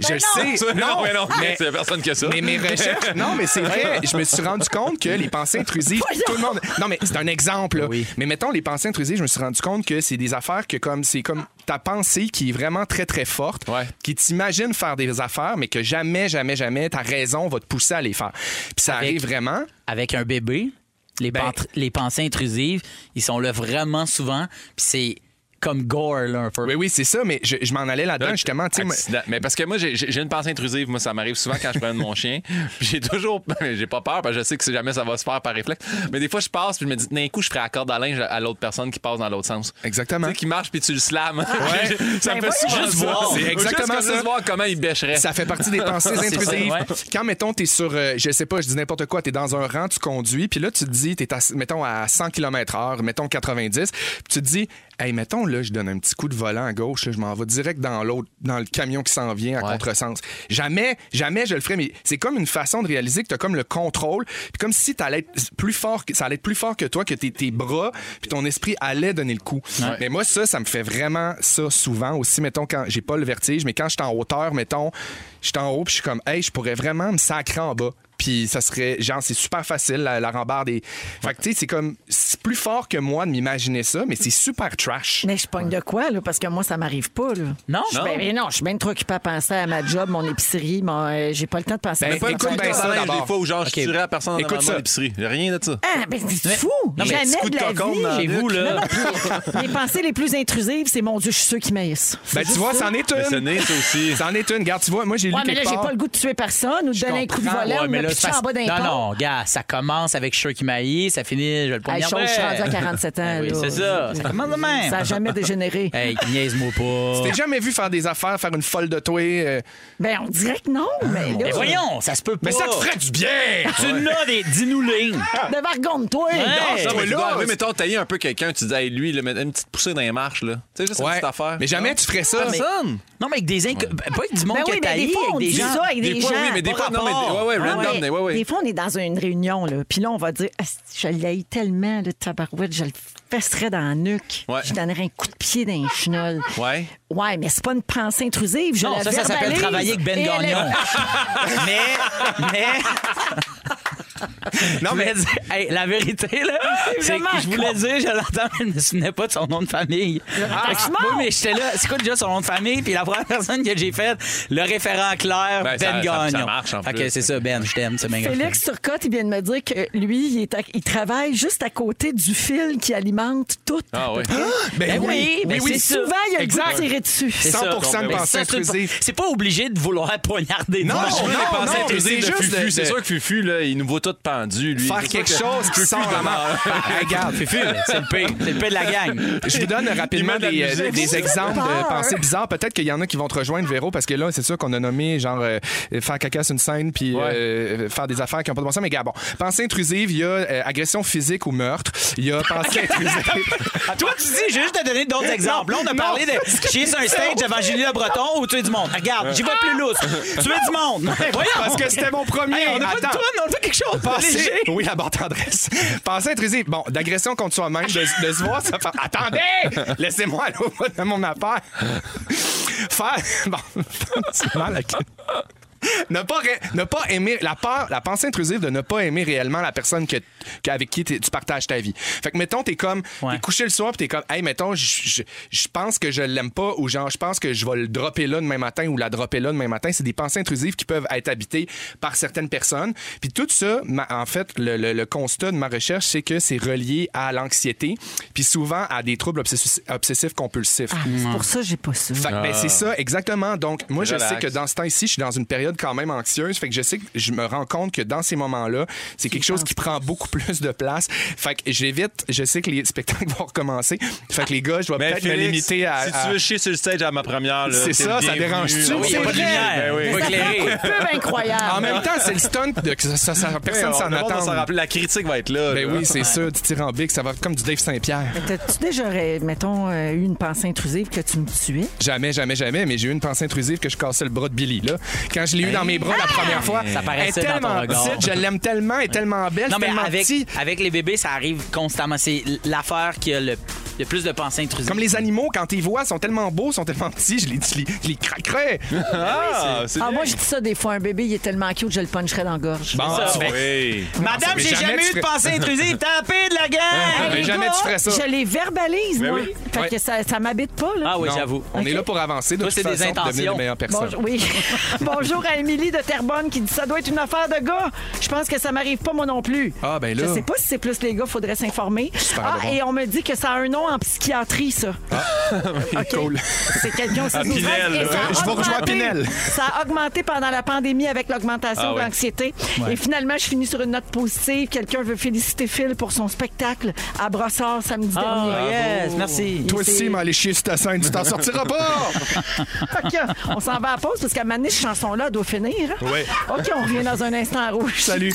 B: je sais, non,
E: mais non,
B: mais-
E: c'est personne qui a ça.
B: mais mes recherches, non, mais c'est vrai, je me suis rendu compte que les pensées intrusives, tout le monde. Non, mais c'est un exemple. là. Mais mettons, les pensées intrusives, je me suis rendu compte que c'est des affaires que comme c'est comme ta pensée qui est vraiment très, très forte,
E: Ouais.
B: qui t'imagine faire des affaires, mais que jamais, jamais, jamais ta raison va te pousser à les faire. Puis ça
C: Avec-
B: arrive vraiment.
C: Avec un bébé, les,
B: Ben-
C: pantr- les pensées intrusives, ils sont là vraiment souvent. Puis c'est comme gore, là, un peu.
B: Oui, oui, c'est ça, mais je, je m'en allais là-dedans, justement. tu sais, moi-
E: Accident. Mais parce que moi, j'ai- j'ai j'ai une pensée intrusive. Moi, ça m'arrive souvent quand je prends mon chien. Puis J'ai toujours. J'ai pas peur, parce que je sais que si jamais ça va se faire par réflexe. Mais des fois, je passe, puis je me dis, d'un coup, je ferai la corde à linge à l'autre personne qui passe dans l'autre sens.
B: Exactement.
E: Tu sais, qui marche, puis tu le slams. ça me
A: Ben
E: fait souvent
C: juste
E: ça.
C: voir.
B: C'est
E: Juste
B: exactement
E: comme
B: ça.
E: Juste voir comment il bêcherait.
B: Ça fait partie des pensées
C: C'est ça,
B: intrusives.
C: ouais.
B: Quand, mettons, t'es sur, euh, je sais pas, je dis n'importe quoi, t'es dans un rang, tu conduis, puis là, tu te dis, t'es, à, mettons, à 100 km/h, mettons 90, puis tu te dis, hey, mettons, là, je donne un petit coup de volant à gauche, là, je m'en vais direct dans l'autre, dans le camion qui s'en vient à
E: Ouais.
B: contresens. Jamais, jamais je le ferai, mais c'est comme une façon de réaliser que t'as comme le contrôle, puis comme si t'allais être plus fort, que- ça allait être plus fort que toi, que tes, tes bras, puis ton esprit allait donner le coup. Mais moi, ça, ça me fait vraiment ça souvent aussi, mettons, quand j'ai pas le vertige, mais quand je suis en hauteur, mettons, je suis en haut, puis je suis comme, hey, je pourrais vraiment me sacrer en bas. Puis ça serait, genre, c'est super facile, la, la rambarde. Est... Fait que, tu sais, c'est comme, c'est plus fort que moi de m'imaginer ça, mais c'est super trash.
A: Mais je pogne de quoi, là? Parce que moi, ça m'arrive pas, là.
C: Non?
A: Je suis ben- mais non, je suis bien trop occupée à penser à ma job, mon épicerie. Mon, euh, j'ai pas le temps de penser
B: Ben,
A: à ma
B: écoute,
A: job.
B: ben, ça,
E: Linge,
B: d'abord.
E: des fois où genre,
C: Ok.
E: je tuerais la personne
B: Écoute
E: devant moi
B: ça.
E: à l'épicerie. J'ai rien de ça.
A: Ah, ben, c'est
C: Mais-
A: fou!
C: Non, mais
A: Jamais
C: petit coup
A: de,
C: de
A: la
C: cocon
A: vie!
C: dans- Chez vous, là.
A: Non, non, puis les pensées les plus intrusives, c'est mon Dieu, je suis ceux qui maïssent.
B: Ben, tu vois, c'en est
E: Mais ce
B: une.
E: n'est ça aussi.
B: C'en est une. Regarde, tu vois, moi, j'ai
A: Ouais,
B: lu
A: mais là,
B: quelque
A: j'ai
B: part-
A: pas le goût de tuer personne ou de donner un coup de
B: comprends,
A: volet
C: Ouais,
A: ou de me
C: c'est
A: pitcher
C: parce-
A: en bas d'un
C: Non,
A: pont.
C: non, gars, ça commence avec Shirt qui maillit, ça finit, je vais le
A: Hey,
C: poignarderai.
A: chose, je suis rendue à 47 ans.
C: Oui,
A: là.
C: c'est ça. Ben, Ça commence de même.
A: Ça n'a jamais dégénéré.
C: Hey, niaise-moi
B: T'es
C: pas.
B: jamais vu faire des affaires, faire une folle de toi. euh,
A: Ben, on dirait que non. Mais, là,
C: Mais ben, voyons, ça se peut pas.
B: Mais ça te ferait du bien!
C: Tu l'as des. Dis-nous-les.
A: De vargonne, toi.
C: Hey.
E: Non, mais
B: Hey,
E: tu
B: là,
E: dois arriver,
B: c'est-
E: mettons, tailler un peu quelqu'un, tu dis, hey, lui, là, mets une petite poussée dans les marches, là. Tu sais, juste une
B: Ouais.
E: petite affaire.
B: Mais jamais tu ferais ça.
E: Personne.
C: Non, mais avec des inc... pas avec du monde
A: Ben
C: que
A: oui, mais
C: t'haïs,
A: des fois, on
C: avec des
A: dit
C: gens.
A: ça avec des,
E: fois,
A: gens.
E: oui, mais des
C: pas
E: fois, non, mais,
C: rapport.
E: ouais, ouais,
C: Ah
E: random
C: ouais.
E: est- ouais, ouais.
A: Des fois, on est dans une réunion, là, puis là, on va dire Asti, Je l'ai tellement, le tabarouette, je le fesserais dans la nuque.
E: Ouais.
A: Je donnerais un coup de pied dans les chenolles.
E: Ouais.
A: Ouais, mais c'est pas une pensée intrusive. Je
C: Non,
A: la
C: ça, ça s'appelle
A: verbalise.
C: travailler avec Ben
A: Et elle est-
C: Gagnon. mais, mais,
B: Non,
C: je
B: mais
C: voulais dire- hey, la vérité, là, Ah, c'est que
A: vraiment
C: je voulais dire, je l'entends, mais je me souvenais pas de son nom de famille. Fait que-
A: Simon!
C: oui, mais j'étais là, c'est quoi déjà son nom de famille? Puis la première personne que j'ai faite, le référent clair,
E: Ben,
C: Ben
E: ça- ça-
C: Gagnon.
E: ça marche, en
C: Fait
E: plus.
C: que c'est ça, Ben, je t'aime, c'est bien
A: Félix Turcotte, il vient de me dire que lui, il, est à- il travaille juste à côté du fil qui alimente tout.
E: Ah oui.
C: Ben oui, ben oui, c'est
A: souvent,
C: ça.
A: il y a le goût
B: Exact.
A: de tirer dessus.
C: C'est ça.
B: 100% de
C: Mais
B: pensée
C: ça, c'est pas-
B: intrusive.
C: C'est pas obligé de vouloir poignarder.
B: Non,
C: des gens.
B: non,
E: Les pensées
B: mais
E: intrusives
B: c'est
E: de
B: juste
E: Fufu.
B: de-
E: C'est
B: de-
E: sûr que Fufu, là, il nous voit tout pendus, lui.
B: faire
E: C'est sûr
B: quelque
E: que-
B: chose qui sort la mort. Regarde,
C: Fufu, c'est le pire. C'est le pire de la gang.
B: Je vous donne rapidement
E: met de la
B: des, euh,
E: musique.
B: des
A: Ça fait
B: exemples
A: peur.
B: de pensées bizarres. Peut-être qu'il y en a qui vont te rejoindre, Véro, parce que là, c'est sûr qu'on a nommé genre euh, faire caca sur une scène puis
E: Ouais.
B: euh, faire des affaires qui n'ont pas de bon sens. Mais gars, bon, pensée intrusive, il y a euh, agression physique ou meurtre. Il y a pensée intrusive.
C: Toi, tu dis, j'ai juste de donner d'autres exemples. Là, on a parlé de chier sur un stage devant Julie Le Breton ou tuer du monde. Regarde, j'y vais plus lousse. Tuer du monde. Mais voyons.
B: parce que c'était mon premier.
C: Hey, on a pas de
B: Attends.
C: tonne, on a fait quelque chose.
B: Pensée...
C: Léger.
B: Oui, la barre tendresse. Pensée intrusive. Bon, d'agression contre soi-même, de, de se voir, ça fait... Attendez! Laissez-moi aller au bout de mon affaire. Faire... Bon, c'est mal, ok. Ne pas, ré- ne pas aimer la peur, la pensée intrusive de ne pas aimer réellement la personne que, que- avec qui t'es- tu partages ta vie. Fait que mettons t'es comme
C: Ouais.
B: t'es couché le soir puis t'es comme hey mettons je je- je pense que je l'aime pas ou genre je pense que je vais le dropper là demain matin ou la dropper là demain matin, c'est des pensées intrusives qui peuvent être habitées par certaines personnes. Puis tout ça ma- en fait le, le- le constat de ma recherche c'est que c'est relié à l'anxiété puis souvent à des troubles obsessi- obsessifs compulsifs.
A: Ah, c'est pour ça que j'ai pas ça.
B: Fait que, ben, c'est ça, exactement. Donc, moi, je
E: Ah. Relax.
B: sais que dans ce temps-ci, je suis dans une période quand même anxieuse. Fait que je sais que je me rends compte que dans ces moments-là, c'est quelque chose qui prend beaucoup plus de place. Fait que j'évite, je sais que les spectacles vont recommencer. Fait que les gars, je vais
E: Mais
B: peut-être me
E: Félix,
B: limiter à.
E: Si
B: à-
E: tu veux chier sur le stage à ma première, là,
B: C'est
E: t'es
B: ça, ça
E: bienvenu.
B: dérange-tu?
E: Ah oui,
B: C'est
E: y a pas de
B: vrai.
E: lumière. Ben oui.
C: Pas éclairé.
A: C'est un peu incroyable.
B: En même temps, c'est le stunt de que ça, ça- ça- personne
E: Ouais, on
B: s'en
E: va pas s'en
B: attend.
E: rappeler. La critique va être là.
B: Ben
E: là.
B: oui, c'est sûr, du tyrambique, ça va être comme du Dave Saint-Pierre.
A: T'as-tu déjà, euh, mettons, euh, eu une pensée intrusive que tu me tuais?
B: Jamais, jamais, jamais, mais j'ai eu une pensée intrusive que je cassais le bras de Billy, là. Quand je l'ai eu dans mes bras la première fois,
C: Ça
B: elle est
C: paraissait dans ton
B: tellement
C: regard.
B: petite, je l'aime tellement, elle est tellement belle,
C: Non, mais
B: tellement
C: avec,
B: petite.
C: avec les bébés, ça arrive constamment. C'est l'affaire qui a le, le plus de pensées intrusives.
B: Comme les animaux, quand ils voient, sont tellement beaux, sont tellement petits, je les, je les, je les craquerais.
E: Ah, c'est
A: Ah,
E: bien.
A: moi, je dis ça des fois. Un bébé, il est tellement cute, je le puncherais dans la gorge.
B: Bon,
C: ça.
B: Ah, tu fais-
E: Oui.
C: Madame,
B: Mais
C: j'ai
B: jamais
C: jamais,
B: tu
C: eu
B: ferais-
C: de pensée intrusive. Tapez de la gang.
B: mais
A: Les
B: jamais
A: gars,
B: tu ferais ça.
A: Je les verbalise,
E: Ben
A: moi.
E: oui.
A: Fait
B: Ouais.
A: que ça, ça m'habite pas, là.
C: Ah oui,
B: Non,
C: j'avoue.
B: On est là pour avancer. De
C: Toi,
B: toute
C: c'est des
B: façon, pour devenir
C: intentions.
B: une meilleure personne.
A: Bonjour, oui. Bonjour à Émilie de Terrebonne qui dit ça doit être une affaire de gars. Je pense que ça m'arrive pas moi non plus.
B: Ah, ben là.
A: Je sais pas si c'est plus les gars, faudrait s'informer.
B: super
A: Ah,
B: drôle.
A: et on me dit que ça a un nom en psychiatrie ça. OK.
B: Ah. cool. Ah,
A: C'est quelqu'un aussi.
E: Pinel, là.
B: Je vais rejoindre Pinel.
A: Ça a augmenté pendant la pandémie avec l'augmentation
E: Ah
A: de
E: ouais.
A: l'anxiété. Et finalement, je finis sur une note positive. Quelqu'un veut féliciter Phil pour son spectacle à Brossard samedi
C: Ah,
A: dernier.
C: yes, merci.
B: Toi
A: c'est-
B: aussi, m'aller chier sur ta scène, tu t'en sortiras pas!
A: Fait que, hein. on s'en va à la pause parce qu'à Mané, cette chanson-là elle doit finir. hein?
B: Ouais.
A: OK, on revient dans un instant à rouge.
B: Salut!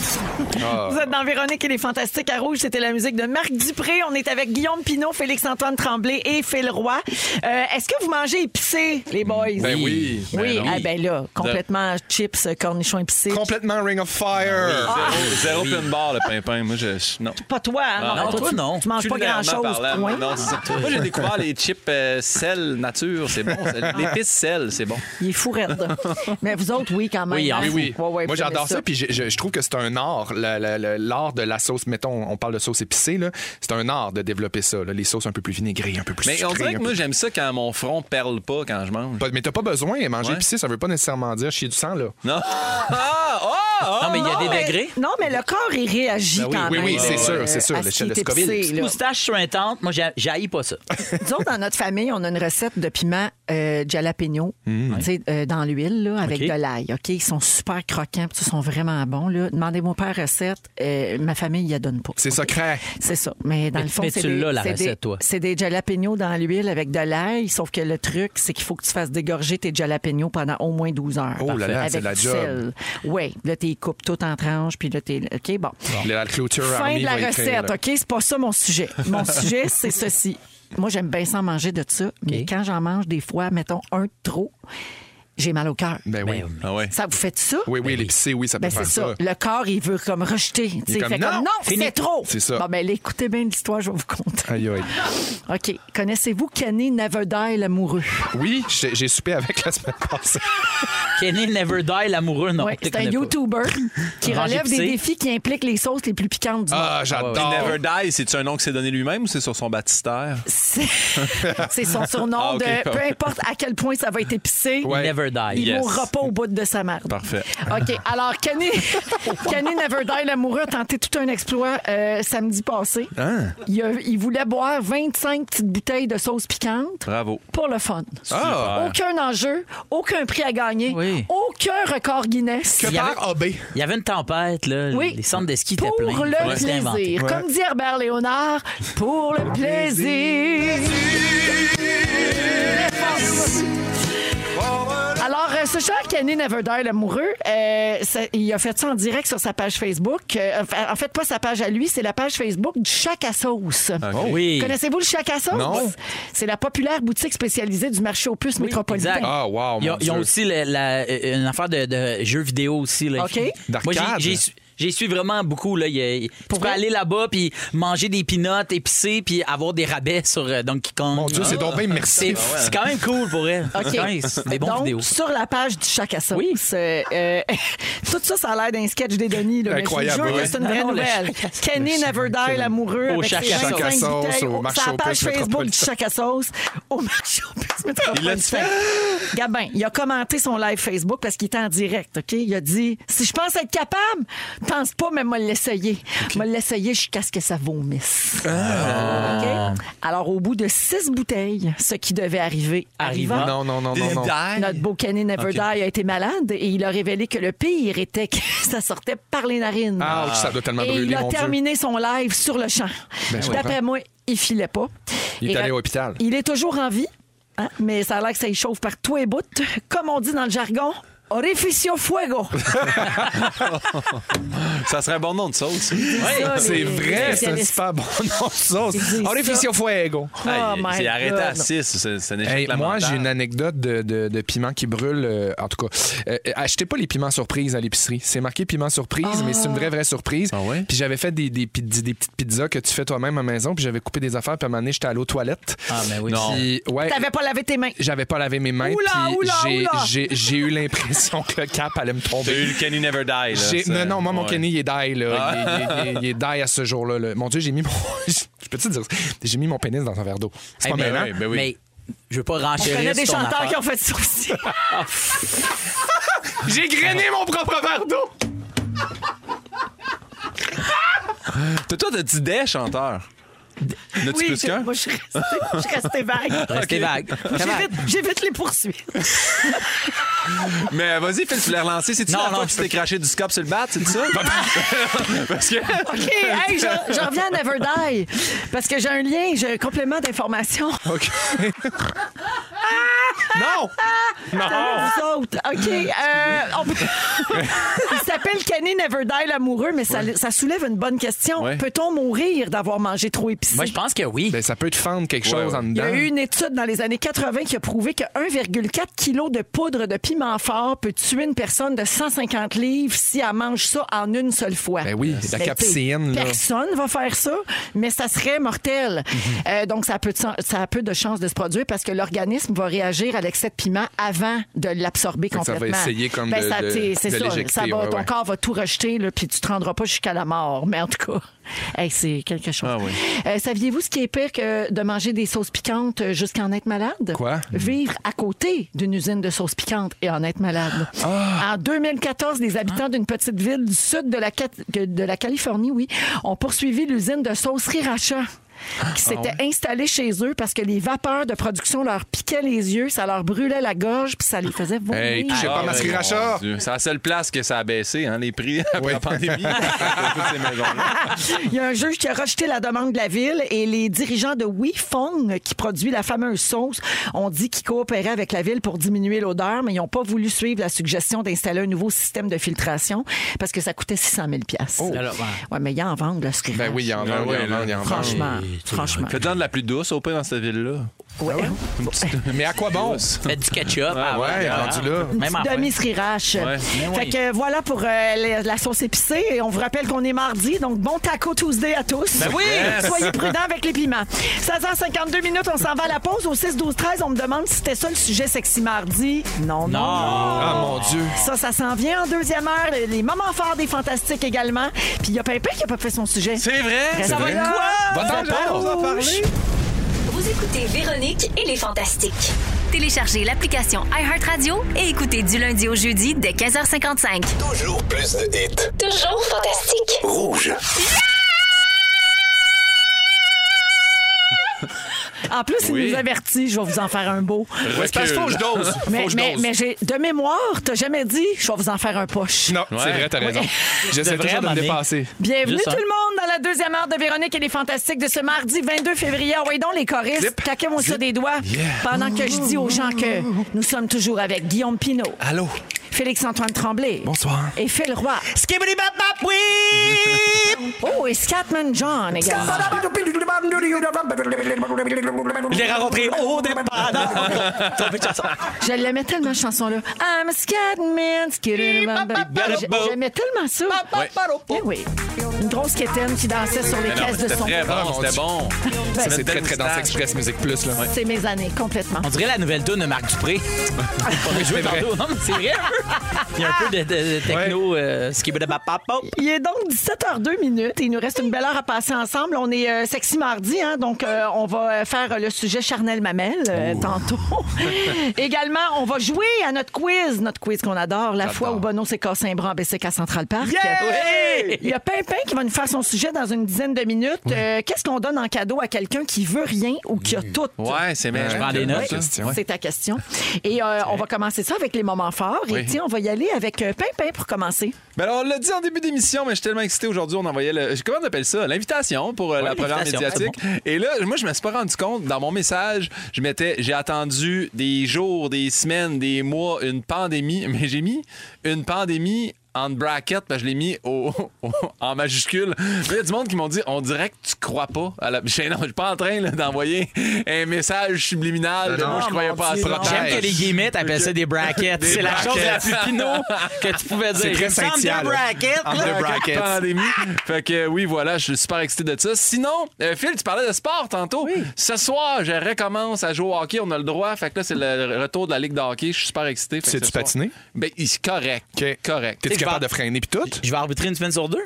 A: Vous êtes dans Véronique et les Fantastiques à Rouge. C'était la musique de Marc Dupré. On est avec Guillaume Pinot, Félix-Antoine Tremblay et Phil Roy. Euh, Est-ce que vous mangez épicé, les boys?
E: Ben oui. Ben
A: oui,
E: non.
A: ah ben là, complètement chips, cornichons épicés.
B: Complètement Ring of
C: Ah,
B: Fire!
E: Zéro, zéro une barre, le pimpin. Moi, je. je- Non.
A: Pas toi, hein?
C: Non,
A: toi,
C: toi,
A: tu,
C: non.
A: Tu manges pas
E: Culinairement
A: grand-chose, hein?
E: parlant,
A: point.
E: non, c'est ça.
B: Ah.
E: Moi, j'ai découvert les chips euh, sel nature, c'est bon.
B: Ah.
E: c'est- L'épice sel, c'est bon.
A: Il est fou raide. Mais vous autres, oui, quand même.
C: Oui,
A: hein?
C: oui,
B: Oui.
A: Ouais, ouais,
B: Moi,
A: vous aimez
B: j'adore ça. Puis je, je- je trouve que c'est un art, la- la- la- l'art de la sauce. Mettons, on parle de sauce épicée, là. C'est un art de développer ça, là. Les sauces un peu plus vinaigrées, un peu plus
E: Mais on
B: sucrées,
E: dirait
B: un
E: que
B: peu
E: moi, j'aime ça quand mon front perle pas quand je mange.
B: Pas- Mais t'as pas besoin. Manger
E: Ouais.
B: épicé, ça veut pas nécessairement dire chier du sang, là.
E: Non. Ah! Ah!
C: Non, mais il y a des
A: Mais-
C: degrés.
A: Non, mais le corps, il réagit
B: Ben oui,
A: quand
B: oui,
A: même.
B: oui, c'est
A: euh,
B: sûr, c'est sûr,
A: à ce
B: l'échelle
A: qui est
B: de Scoville.
A: épicé, là.
C: Moustache sur un tente, moi, j'ai- j'haïs pas ça.
A: Nous autres, dans notre famille, on a une recette de piment euh, jalapeno,
B: Mmh.
A: tu sais, euh, dans l'huile, là, avec
C: OK.
A: de l'ail. OK? Ils sont super croquants, puis ils sont vraiment bons. Là. Demandez mon père recette, euh, ma famille, il la donne pas.
B: C'est secret.
A: C'est ça. Mais dans
C: Mais-
A: le fond,
C: mais
A: c'est
C: tu
A: des,
C: l'as, la
A: c'est des-
C: recette, toi.
A: C'est des jalapenos dans l'huile avec de l'ail, sauf que le truc, c'est qu'il faut que tu fasses dégorger tes jalapenos pendant au moins 12 heures.
B: Oh là là,
A: Avec
B: c'est de la
A: du
B: job.
A: sel. Oui, là, tu les coupes tout en tranches, puis là, t'es... OK, bon.
B: La clôture
A: Fin
B: Army
A: de la
B: va écrire,
A: recette,
B: là.
A: OK? C'est pas ça mon sujet. Mon sujet, c'est ceci. Moi, j'aime bien s'en manger de ça, mais quand j'en mange des fois, mettons un de trop, j'ai mal au cœur.
B: Ben oui.
E: Ah ouais.
A: Ça vous fait ça?
B: Oui, oui, l'épicé, oui, ça peut
A: Ben, c'est
B: faire
A: ça.
B: ça.
A: Le corps, il veut comme rejeter. tu sais,
B: comme,
A: fait
B: non,
A: comme, non,
B: fini.
A: c'est trop.
B: C'est ça.
A: Bon, ben, allez, écoutez bien l'histoire, je vais vous conter.
B: Aïe, aïe.
A: OK. Connaissez-vous Canet Navedel, l'amoureux?
B: Oui, j'ai j'ai soupé avec la semaine passée.
E: Ah,
C: Kenny Never Die, l'amoureux, non.
A: Ouais,
C: je te
A: c'est un
C: connais pas.
A: YouTuber qui
C: Rangé
A: relève des
C: pissé.
A: défis qui impliquent les sauces les plus piquantes du monde.
B: Ah, j'adore.
E: Never Die, c'est-tu un nom que s'est donné lui-même ou c'est sur son baptistère?
A: C'est c'est son surnom
E: Ah, ok.
A: de peu importe à quel point ça va être épicé.
B: Ouais.
C: Never Die.
A: Il
E: Yes.
A: mourra pas au bout de sa merde.
E: Parfait.
A: OK. Alors, Kenny, Kenny Neverdale, l'amoureux, a tenté tout un exploit euh, samedi passé. Il, a- il voulait boire 25 petites bouteilles de sauce piquante.
E: Bravo.
A: Pour le fun.
B: Ah!
A: Aucun enjeu, aucun prix à gagner,
C: Oui.
A: aucun record Guinness.
B: Que
C: y avait-
B: par AB.
C: Il y avait une tempête, là.
A: Oui.
C: Les centres de ski étaient
A: Pour
C: pleins. Il
A: le
C: fallait se réinventer.
A: plaisir.
B: Ouais.
A: Comme dit Herbert Léonard, pour le plaisir. Alors, euh, ce cher Kenny Neverdale amoureux, euh, ça- il a fait ça en direct sur sa page Facebook. Euh, en fait, pas sa page à lui, c'est la page Facebook du Chac à sauce.
C: Oui.
A: Connaissez-vous le Chac à sauce?
B: Non.
A: C'est la populaire boutique spécialisée du marché aux puces métropolitain.
C: exact.
B: Ah, wow,
C: Ils
B: mon
C: ont, ils ont
B: Dieu.
C: aussi la- la- une affaire de, de jeux vidéo aussi. Là.
A: OK.
C: Moi, j'ai-
B: D'arcade.
C: j'ai su- j'ai suis vraiment beaucoup. Là. Il y a- il- tu peux
A: vrai?
C: aller là-bas puis manger des peanuts épicés puis avoir des rabais sur euh, Donkey Kong.
B: Mon Dieu, c'est donc bien Ah
C: C'est
B: merci.
C: c'est quand même cool pour elle.
A: OK.
C: C'est quand même- c'est des bons
A: Donc,
C: vidéos.
A: sur la page du Chac à sauce, euh, euh, tout ça, ça a l'air d'un sketch des Denis. Là, mais
B: Incroyable,
A: je vous jure que
B: ouais.
A: c'est une vraie
C: Non, non, le
A: nouvelle.
C: Chac à-
A: Kenny Neverdale, l'amoureux,
C: Au
A: avec
C: Chac
A: ses
C: à
A: 25
B: Chac à sauce,
A: bouteilles
B: au marché
A: Sur
B: aux
A: la page
B: puces
A: Facebook du
B: métropolitain.
A: Chac à sauce, au marché aux puces métropolitain. Gabin, il a commenté son live Facebook parce qu'il était en direct. OK? Il a dit Si je pense être capable, pense pas, mais moi l'essayer. Moi l'essayer jusqu'à ce que ça vomisse.
C: Ah.
A: OK? Alors, au bout de six bouteilles, ce qui devait arriver
E: Ah.
A: arriva.
B: Non, non, non, non, non.
A: Notre beau Kenny Never Die a été malade et il a révélé que le pire était que ça sortait par les narines.
B: Ah, ça doit tellement
A: et
B: brûler,
A: il a
B: mon Dieu.
A: terminé son live sur le champ.
B: Ben, je
A: D'après
B: comprends.
A: moi, il filait pas.
B: Il est
A: Et
B: allé
A: ra-
B: à l'hôpital.
A: Il est toujours en vie, hein, mais ça a l'air que ça y chauffe par tous les bouts. Comme on dit dans le jargon, orificio fuego.
E: Ça serait un bon nom de sauce.
A: Ça, les-
B: C'est vrai,
A: les
B: c'est un
A: spécialistes.
B: super bon nom de sauce.
A: Ils disent
B: Orificio fuego.
A: Oh
E: Hey,
A: my
E: c'est arrêté
A: God.
E: à 6, c'est c'est un échec
B: Hey, moi,
E: lamentable.
B: j'ai une anecdote de, de, de piment qui brûle. euh, en tout cas, Euh, euh, achetez pas les piments surprises à l'épicerie. C'est marqué piment surprise, mais c'est une vraie, vraie surprise.
E: Ah ouais?
B: Puis j'avais fait des, des, pi- des petites pizzas que tu fais toi-même à la maison, puis j'avais coupé des affaires, puis à un moment donné, j'étais allé aux toilettes.
C: Ah, mais oui.
E: Non.
B: Puis, ouais,
A: T'avais pas lavé tes mains.
B: j'avais pas lavé mes mains,
A: Oula,
B: puis
A: oula,
B: j'ai-
A: oula.
B: j'ai- j'ai eu l'impression que le cap allait me
E: T'as eu
B: tomber.
E: le Kenny Never Die. Là,
B: J'ai-
E: Ça-
B: Non, non, moi, mon
E: ouais. Ah.
B: Kenny, il est die, là. Il, est- il est- il est die à ce jour-là. là. Mon Dieu, j'ai mis mon. Je peux-tu dire ça? J'ai mis mon pénis dans un verre d'eau. C'est
C: Hey,
B: pas hein?
C: mais,
B: mêlant.
E: ben oui.
C: Eh mais je veux pas
A: Je
C: renchérir
A: connais
C: sur
A: des
C: ton
A: chanteurs
C: affaire.
A: qui ont fait ça aussi.
B: J'ai grainé mon propre verre d'eau!
E: Toi, toi, t'as dit des chanteurs. N'as-tu
A: Oui,
E: plus
A: je-
E: qu'un?
A: moi, je suis restée- je suis restée vague.
C: Restez vague. Très vague.
A: J'évite- J'évite les poursuites.
E: Mais euh, vas-y, Phil, tu l'as relancé. C'est-tu
C: Non,
E: la
C: non,
E: fois que
C: je
E: tu t'es craché du scope sur le bat? C'est ça?
B: Ah,
E: Parce que.
A: OK, hey, je, je reviens à Never Die parce que j'ai un lien, j'ai un complément d'information.
B: OK. non!
A: Ah!
B: Non!
A: Vous autres. OK. euh, on peut- Il s'appelle Kenny Never Die l'amoureux, mais ça, ça soulève une bonne question.
E: Ouais.
A: Peut-on mourir d'avoir mangé trop épicé?
C: Moi, je pense que oui.
B: Ben, ça peut te fendre quelque
E: Ouais,
B: chose
E: ouais.
B: en
A: Il y
B: dedans.
A: a eu une étude dans les années 80 qui a prouvé que 1,4 kg de poudre de piment fort peut tuer une personne de 150 livres si elle mange ça en une seule fois.
B: Ben oui, la
A: Mais
B: capséine,
A: t'sais,
B: là. Mhm.
A: Personne va faire ça, mais ça serait mortel. Euh, donc, ça a, peu de, sen- ça a peu de chances de se produire parce que l'organisme va réagir à l'excès de piment avant de l'absorber
B: Fait que ça va
A: complètement. Ben,
B: essayer comme de-
A: ça,
B: de-
A: t'sais, c'est
B: de
A: ça,
B: l'éjecter,
A: ça va-
B: ouais,
A: Ton
B: ouais.
A: corps va tout rejeter, là, puis tu te rendras pas jusqu'à la mort. Mais en tout cas, hey, c'est quelque chose.
E: Ah oui.
A: Euh, Saviez-vous ce qui est pire que de manger des sauces piquantes euh, jusqu'à en être malade?
B: Quoi?
A: Vivre à côté d'une usine de sauces piquantes et en être malade. En 2014, les habitants d'une petite ville du sud de la, Cat- que- de la Californie, oui, ont poursuivi l'usine de sauces Riracha qui s'était installée chez eux parce que les vapeurs de production leur piquaient les yeux, ça leur brûlait la gorge, puis ça les faisait vomir.
B: Hey, touchez
E: Ah,
B: pas ma
E: ouais,
B: sriracha.
E: mon Dieu. C'est la seule place que ça a baissé, hein, les prix après
B: Oui.
E: la pandémie. Toutes ces maisons-là.
A: Il y a un juge qui a rejeté la demande de la ville et les dirigeants de Weifong, qui produit la fameuse sauce, ont dit qu'ils coopéraient avec la ville pour diminuer l'odeur, mais ils n'ont pas voulu suivre la suggestion d'installer un nouveau système de filtration parce que ça coûtait 600 000
B: Oh.
C: Alors, ouais.
A: Ouais, mais il y en vend, là, ce qui
B: Ben
A: reste.
B: oui, il y en a,
E: Ah
B: il y
E: ouais,
B: en a, il y en a.
A: Franchement, franchement.
E: Faites-en de la plus douce au pire dans cette ville-là.
A: Ouais.
E: Une petite-
B: Mais à quoi bon? ça?
C: Faites du ketchup. ah
B: ouais, rendu là.
C: Même
A: Petit
C: affaire.
A: demi sriracha.
E: Ouais.
C: Mais
A: Fait
C: oui.
A: que voilà pour euh, la- la sauce épicée. Et on vous rappelle qu'on est mardi, donc bon taco Tuesday à tous.
C: oui!
A: Soyez prudents avec les piments. 16h52 minutes, on s'en va à la pause. Au 6, 12, 13, on me demande si c'était ça le sujet sexy mardi. Non, non.
C: Non.
B: Ah, mon Dieu.
A: Ça, ça s'en vient en deuxième heure. Les- Les moments forts des fantastiques également. Puis il y a Pimpin qui a pas fait son sujet.
E: C'est vrai?
A: Ça va
B: vrai.
A: être quoi?
B: Va-t'en,
A: Ça
B: Paul, on va en
A: bouge.
B: parler.
G: Vous écoutez Véronique et les Fantastiques.
H: Téléchargez l'application iHeartRadio et écoutez du lundi au jeudi dès 15h55.
I: Toujours plus de hits.
G: Toujours fantastique.
I: Rouge.
A: En plus,
E: Oui.
A: il nous avertit. Je vais vous en faire un beau.
E: Ouais, c'est parce qu'il faut que Ah. je dose. Faut
A: Mais,
E: que je
A: mais,
E: dose.
A: mais j'ai- de mémoire, t'as jamais dit je vais vous en faire un poche.
B: Non, c'est vrai, t'as raison. J'essaie
C: Devrais
B: toujours de me
C: m'amener.
B: dépasser.
A: Bienvenue
C: Juste
A: tout
C: un.
A: le monde dans la deuxième heure de Véronique et les Fantastiques de ce mardi 22 février. Ah oui, donc les choristes,
B: Zip.
A: claquez-moi ça des doigts pendant que je dis aux gens que nous sommes toujours avec Guillaume Pinault,
B: Allô?
A: Félix-Antoine Tremblay
B: Bonsoir.
A: et Phil Roy. Oh, et Scatman John également.
D: Les rencontrés au départ.
A: Je l'aimais tellement, cette chanson-là. I'm a Scatman, Scatman. J'aimais tellement ça. Oui, oui. Une grosse quétaine qui dansait sur les
E: Mais non,
A: caisses de
E: C'était
A: son.
E: très
B: Ah,
E: bon,
B: mon
E: c'était
B: Dieu.
E: bon.
A: Ben,
B: C'est très, très dans
E: Moustache.
B: Express Music Plus, là.
A: C'est mes années, complètement.
C: On dirait la nouvelle tune de Marc Dupré. On va jouer
B: vrai.
C: tantôt. Non, mais c'est vrai. un peu. Il y a un peu de, de- de techno. euh, skibidabapapop.
A: Il est donc 17h02 minutes et il nous reste une belle heure à passer ensemble. On est euh, sexy mardi, hein, donc euh, on va euh, faire euh, le sujet charnel mamelle euh,
E: Oh.
A: tantôt. Également, on va jouer à notre quiz, notre quiz qu'on adore, la fois où Bono s'est cassé un bras en bicycle à Central Park.
C: Ouais.
A: Il y a Pimpin qui va nous faire son sujet dans une dizaine de minutes. Euh, Qu'est-ce qu'on donne en cadeau à quelqu'un qui veut rien ou qui a tout?
E: Mm. Ouais, c'est bien.
B: Ben, Je
C: prends des notes.
B: Question.
A: C'est ta question. Et euh, on va commencer ça avec les moments forts. Et
E: Oui.
A: tiens, on va y aller avec euh, Pimpin pour commencer.
E: Ben alors, on l'a dit en début d'émission, mais je suis tellement excité aujourd'hui, on envoyait le. Comment on appelle ça? L'invitation pour euh,
C: Ouais,
E: la première
C: l'invitation,
E: médiatique. Et là, moi, je me suis pas rendu compte, dans mon message, je mettais j'ai attendu des jours, des semaines, des mois, une pandémie, mais j'ai mis une pandémie en bracket, ben, je l'ai mis au, au- en majuscule. Là, Il y a du monde qui m'ont dit on dirait que tu crois pas. à la- Je dis, non, je suis pas en train là, d'envoyer un message subliminal. de
B: Non,
E: moi, je
A: mon
E: croyais pas à
A: Dieu,
E: ça.
A: non.
C: J'aime que les guillemets t'appelles ça des brackets. C'est la chose la plus pinot que tu pouvais dire.
B: C'est très
C: Il me semble
B: Saint-Hyacinthe.
C: des brackets,
B: Entre
C: là.
B: deux brackets.
E: pandémie. fait que euh, oui, voilà, je suis super excité de ça. Sinon, euh, Phil, tu parlais de sport tantôt. Ce soir, je recommence à jouer au hockey. On a le droit. Fait que là, c'est le retour de la Ligue de hockey. Je suis super excité. Fait que
B: Sais-tu
E: ce soir-
B: patiner?
E: Ben, il- c'est correct.
B: OK.
E: Correct.
B: T'es-tu
C: je
B: capable
C: vais-
B: de freiner pis tout?
C: Je vais arbitrer une semaine sur deux.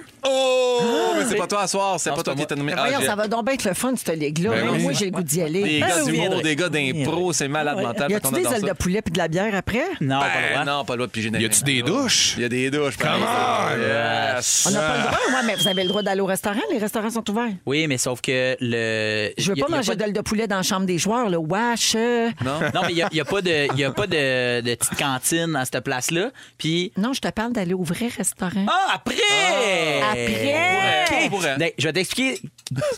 E: Oh! Mais c'est pas toi à soir. C'est
C: Non,
E: pas
C: c'est
E: toi
C: pas
E: qui
C: moi.
E: t'es nommé. Ah,
A: Ben Voyons,
E: j'ai-
A: ça va donc bien être le fun, cette ligue-là.
E: Ben
A: Moi,
E: oui.
A: Moi, j'ai le goût d'y aller.
E: Des
A: Ben
E: gars
A: oui.
E: d'humour, des gars d'impro, c'est malade mental.
A: Y
E: Fait qu'on
A: a-tu des
E: adore
A: ailes de
E: ça.
A: poulet puis de la bière après?
C: Non, pas le droit.
E: Ben, non, pas le droit de piger
B: Y a-tu des douches?
E: Il y a des douches. par
B: Come
E: exemple.
B: on!
E: Yes.
A: On n'a pas le droit, ouais, mais vous avez le droit d'aller au restaurant. Les restaurants sont ouverts.
C: Oui, mais sauf que le.
A: Je veux
C: y a-
A: pas
C: y a
A: manger
C: de-
A: d'ailes de poulet dans la chambre des joueurs, le wash. euh.
E: Non?
C: Non, mais il n'y a, pas de, y a pas de, de petite cantine à cette place-là. Puis.
A: Non, je te parle d'aller au vrai restaurant.
C: Ah, après!
A: Ah, Après!
C: Ok.
E: On pourrait.
C: Ben, Je vais t'expliquer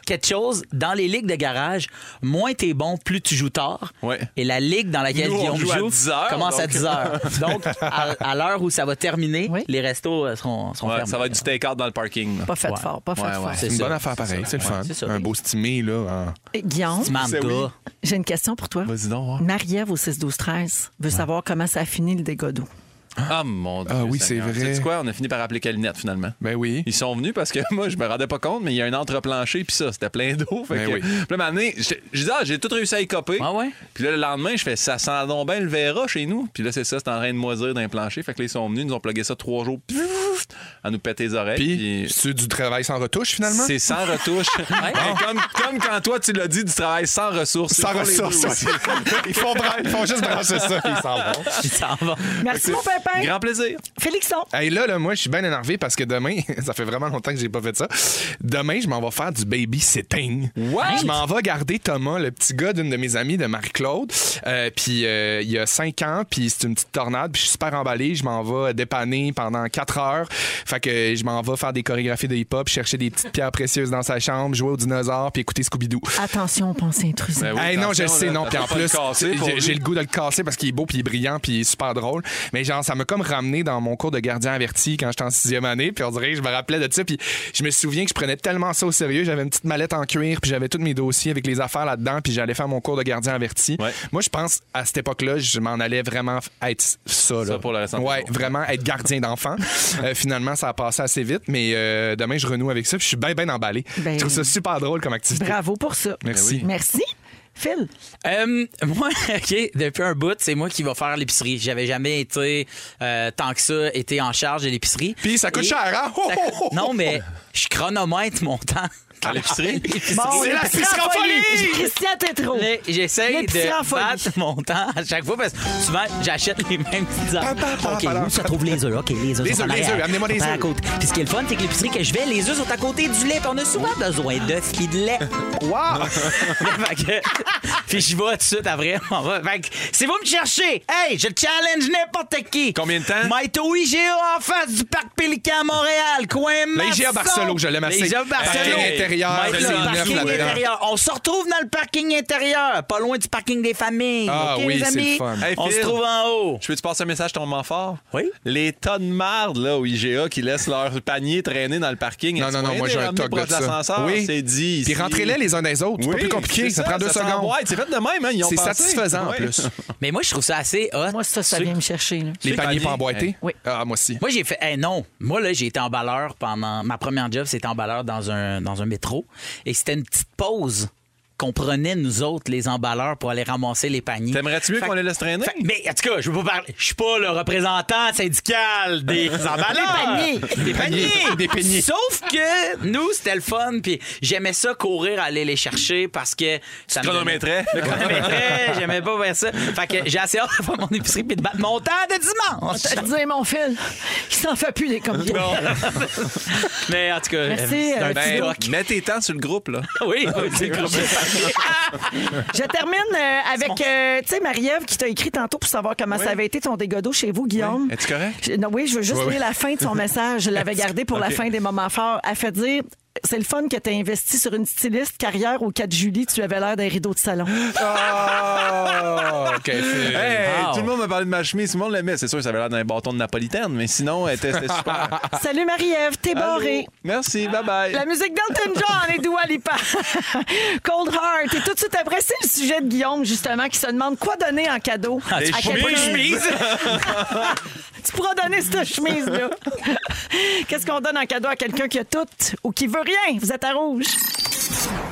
C: quelque chose. Dans les ligues de garage, moins t'es bon, plus tu joues tard.
E: Ouais.
C: Et la ligue dans laquelle
E: Nous, on
C: Guillaume
E: joue à 10 heures,
C: commence à
E: donc.
C: 10 heures. Donc, à, à l'heure où ça va terminer,
A: Oui.
C: les restos euh, seront, seront
E: Ouais,
C: fermés.
E: ça va être du take-out dans le parking. là.
A: Pas fait
C: Ouais.
A: fort, pas fait
E: Ouais,
A: fort.
E: ouais.
B: C'est
C: C'est
B: une
C: ça.
B: bonne affaire pareil, c'est le
C: Ouais,
B: fun.
C: c'est ça.
B: Un beau stimé, là. en-
A: Et Guillaume,
C: Tu m'en
E: C'est
C: gars.
E: oui.
A: j'ai une question pour toi.
E: Vas-y donc. ouais.
A: Marie-Ève au 6-12-13 veut savoir comment ça a fini le dégât d'eau.
E: Ah mon dieu.
B: Ah oui, c'est
E: Seigneur.
B: vrai.
E: Sais-tu quoi? On a fini par appeler Calinette finalement.
B: Ben oui.
E: Ils sont venus parce que moi, je me rendais pas compte, mais il y a un entreplancher, puis ça, c'était plein d'eau. Fait
B: Ben
E: que,
B: oui.
E: Puis là, un moment donné, j'étais- je dis, ah, j'ai tout réussi à y copier.
C: Ah ouais?
E: Puis là, le lendemain, je fais, ça sent donc bien le verra chez nous. Puis là, c'est ça, c'est en train de moisir d'un plancher. Fait que là, ils sont venus, ils nous ont plugué ça trois jours, pfff, à nous péter les oreilles.
B: Puis,
E: puis-
B: c'est du travail sans retouche, finalement?
E: c'est sans retouche. Mais comme, comme quand toi, tu l'as dit, du travail sans ressources.
B: Sans
E: Ils font les
B: ressources.
E: deux
B: ouais.
E: aussi.
B: ils, font bran- ils font juste brancher ça, puis ils s'en vont.
C: Ils s'en vont.
A: Merci, mon pépin.
E: Grand plaisir.
A: Félixon.
B: Hey, là, là, moi, je suis bien énervé parce que demain, ça fait vraiment longtemps que j'ai pas fait ça. Demain, je m'en vais faire du babysitting.
E: What?
B: Je m'en vais garder Thomas, le petit gars d'une de mes amies, de Marie-Claude. Euh, puis euh, il y a cinq ans, puis c'est une petite tornade, puis je suis super emballé. Je m'en vais dépanner pendant quatre heures. heures. Fait que je m'en vais faire des chorégraphies de hip-hop, chercher des petites pierres précieuses dans sa chambre, jouer aux dinosaures, puis écouter Scooby-Doo.
A: Attention, pensée intrusive.
E: Ben oui,
B: Hey, non, je
E: attention,
B: sais,
E: là,
B: non.
E: t'as
B: Puis en
E: pas le
B: plus,
E: casser pour
B: j'ai-
E: lui.
B: j'ai le goût de le casser parce qu'il est beau, puis il est brillant, puis il est super drôle. Mais genre, ça m'a comme ramené dans mon cours de gardien averti quand j'étais en sixième année. Puis on dirait, que je me rappelais de ça. Puis je me souviens que je prenais tellement ça au sérieux. J'avais une petite mallette en cuir, puis j'avais tous mes dossiers avec les affaires là-dedans, puis j'allais faire mon cours de gardien averti.
E: Ouais.
B: Moi, je pense, à cette époque-là, je m'en allais vraiment être ça. là.
E: Ça pour le restant de
B: Ouais,
E: ton jour.
B: vraiment être gardien d'enfant. Euh, finalement, ça a passé assez vite, mais euh, demain, je renoue avec ça, puis je suis bien, bien emballé.
A: Ben-
B: Je trouve ça super drôle comme activité.
A: Bravo pour ça.
B: Merci.
A: Merci. Phil,
C: Euh, moi, OK, depuis un bout, c'est moi qui va faire l'épicerie. J'avais jamais été, euh, tant que ça, été en charge de l'épicerie.
B: Puis ça coûte
C: Et-
B: cher, hein? Oh,
C: Ça-
B: oh, oh, oh.
C: Non, mais je chronomètre mon temps.
E: À l'épicerie?
B: C'est la piscine en folie!
A: Christian Tétrault.
C: Mais J'essaye
A: L'épicerie en
C: de
A: folie.
C: battre mon temps à chaque fois parce que souvent, j'achète les mêmes petites
B: Pa, pa, pa,
C: affaires. OK,
B: pa, pa,
C: où se
B: pa.
C: trouvent les œufs? OK, les œufs
B: Les
C: sont en
B: œufs, les
C: arrière.
B: œufs, amenez-moi
C: Sont
B: les
C: à la
B: œufs.
C: côte. Puis ce qui est le fun, c'est que l'épicerie que je vais, les œufs sont à côté du lait. Puis on a souvent besoin d'œufs puis de lait.
B: Wow!
C: Fait que- Puis j'y vais tout de suite après. on va- Fait que, si vous me cherchez, hey, je challenge n'importe qui.
E: Combien de temps?
C: Maito IGA en face du parc Pélican à Montréal, coin
B: La IGA
C: Masson.
B: Barcelo, je l'aime assez.
C: La IGA Barcelo.
B: Parking intérieur, je
C: Maître le
B: l'ai
C: parking
B: neuf là-dedans.
C: intérieur. On se retrouve dans le parking intérieur, pas loin du parking des familles.
B: Ah
C: OK,
B: oui,
C: les
B: c'est
C: amis?
B: le fun.
E: Hey,
C: On se
E: Phil.
C: trouve en haut.
E: Je peux-tu passer un message ton moment fort?
C: Oui.
E: Les tas de marde là, au IGA qui laissent leur panier traîner dans le parking.
B: Non,
E: Est-ce
B: non, non,
E: moyen
B: moi
E: de
B: j'ai
E: les
B: un
E: ramener
B: toc de
E: proche de
B: ça.
E: l'ascenseur? C'est dit ici.
B: Puis rentrez-les les uns dans les autres. C'est pas
E: Oui,
B: plus compliqué.
E: c'est
B: Ça, prend deux
E: sent
B: secondes.
E: Ouais, c'est fait de même, hein, ils ont
B: C'est
E: pensé.
B: satisfaisant en
E: Ouais.
B: plus.
C: Mais moi, je trouve ça assez hot.
A: Moi, ça, ça
C: Ceux-
A: vient me chercher. là.
B: Les
E: Les
B: paniers pas
E: paniers.
B: emboîtés.
A: Oui.
B: Ah, moi aussi.
C: Moi, j'ai fait. eh non. Moi, là, j'ai été emballeur pendant. Ma première job, c'était emballeur dans un, dans un métro. Et c'était une petite pause qu'on prenait, nous autres, les emballeurs, pour aller ramasser les paniers.
E: T'aimerais-tu mieux
C: Fait-
E: qu'on les laisse traîner?
C: fait- mais en tout cas, je veux pas parler. Je suis pas le représentant syndical des emballeurs.
A: Des paniers.
C: Des paniers.
B: Des paniers.
C: Sauf que nous, c'était le fun. Puis j'aimais ça courir, aller les chercher parce que ça me donnait-
E: Chronométrait.
C: Je chronométrais, J'aimais pas faire ça. Fait que j'ai assez hâte de faire mon épicerie puis de battre mon temps de dimanche.
A: Je te dis, mon Phil, il s'en fait plus des comme toi.
C: Mais en tout cas,
A: Merci,
C: c'est
A: euh,
C: un
E: Ben,
C: petit doc.
E: mets tes temps sur le groupe, là.
C: Oui, oui, c'est le groupe.
A: Je termine euh, avec, euh, tu sais, Marie-Ève qui t'a écrit tantôt pour savoir comment ça avait été ton dégât d'eau chez vous, Guillaume.
E: Es-tu correct?
A: Je- non, oui, je veux juste
B: Oui, oui.
A: lire la fin de son message. Je l'avais gardé pour la fin des moments forts. Elle fait dire... C'est le fun que tu as investi sur une styliste carrière au 4 juillet, tu avais l'air d'un rideau de salon.
B: Ah, OK. Phil.
E: Hey,
C: Wow.
E: Tout le monde m'a parlé de ma chemise, tout le monde l'aimait. C'est sûr que ça avait l'air d'un bâton de napolitaine, mais sinon, elle était- c'était super.
A: Salut Marie-Ève, t'es
E: Allô?
A: barrée.
E: Merci, bye-bye.
A: La musique d'Elton John et Dua Lipa. Cold Heart. Et tout de suite après, c'est le sujet de Guillaume, justement, qui se demande quoi donner en cadeau.
E: Des
A: À
E: chemises.
A: quelqu'un. Tu pourras donner cette chemise-là. Qu'est-ce qu'on donne en cadeau à quelqu'un qui a tout ou qui veut rien? Vous êtes à rouge.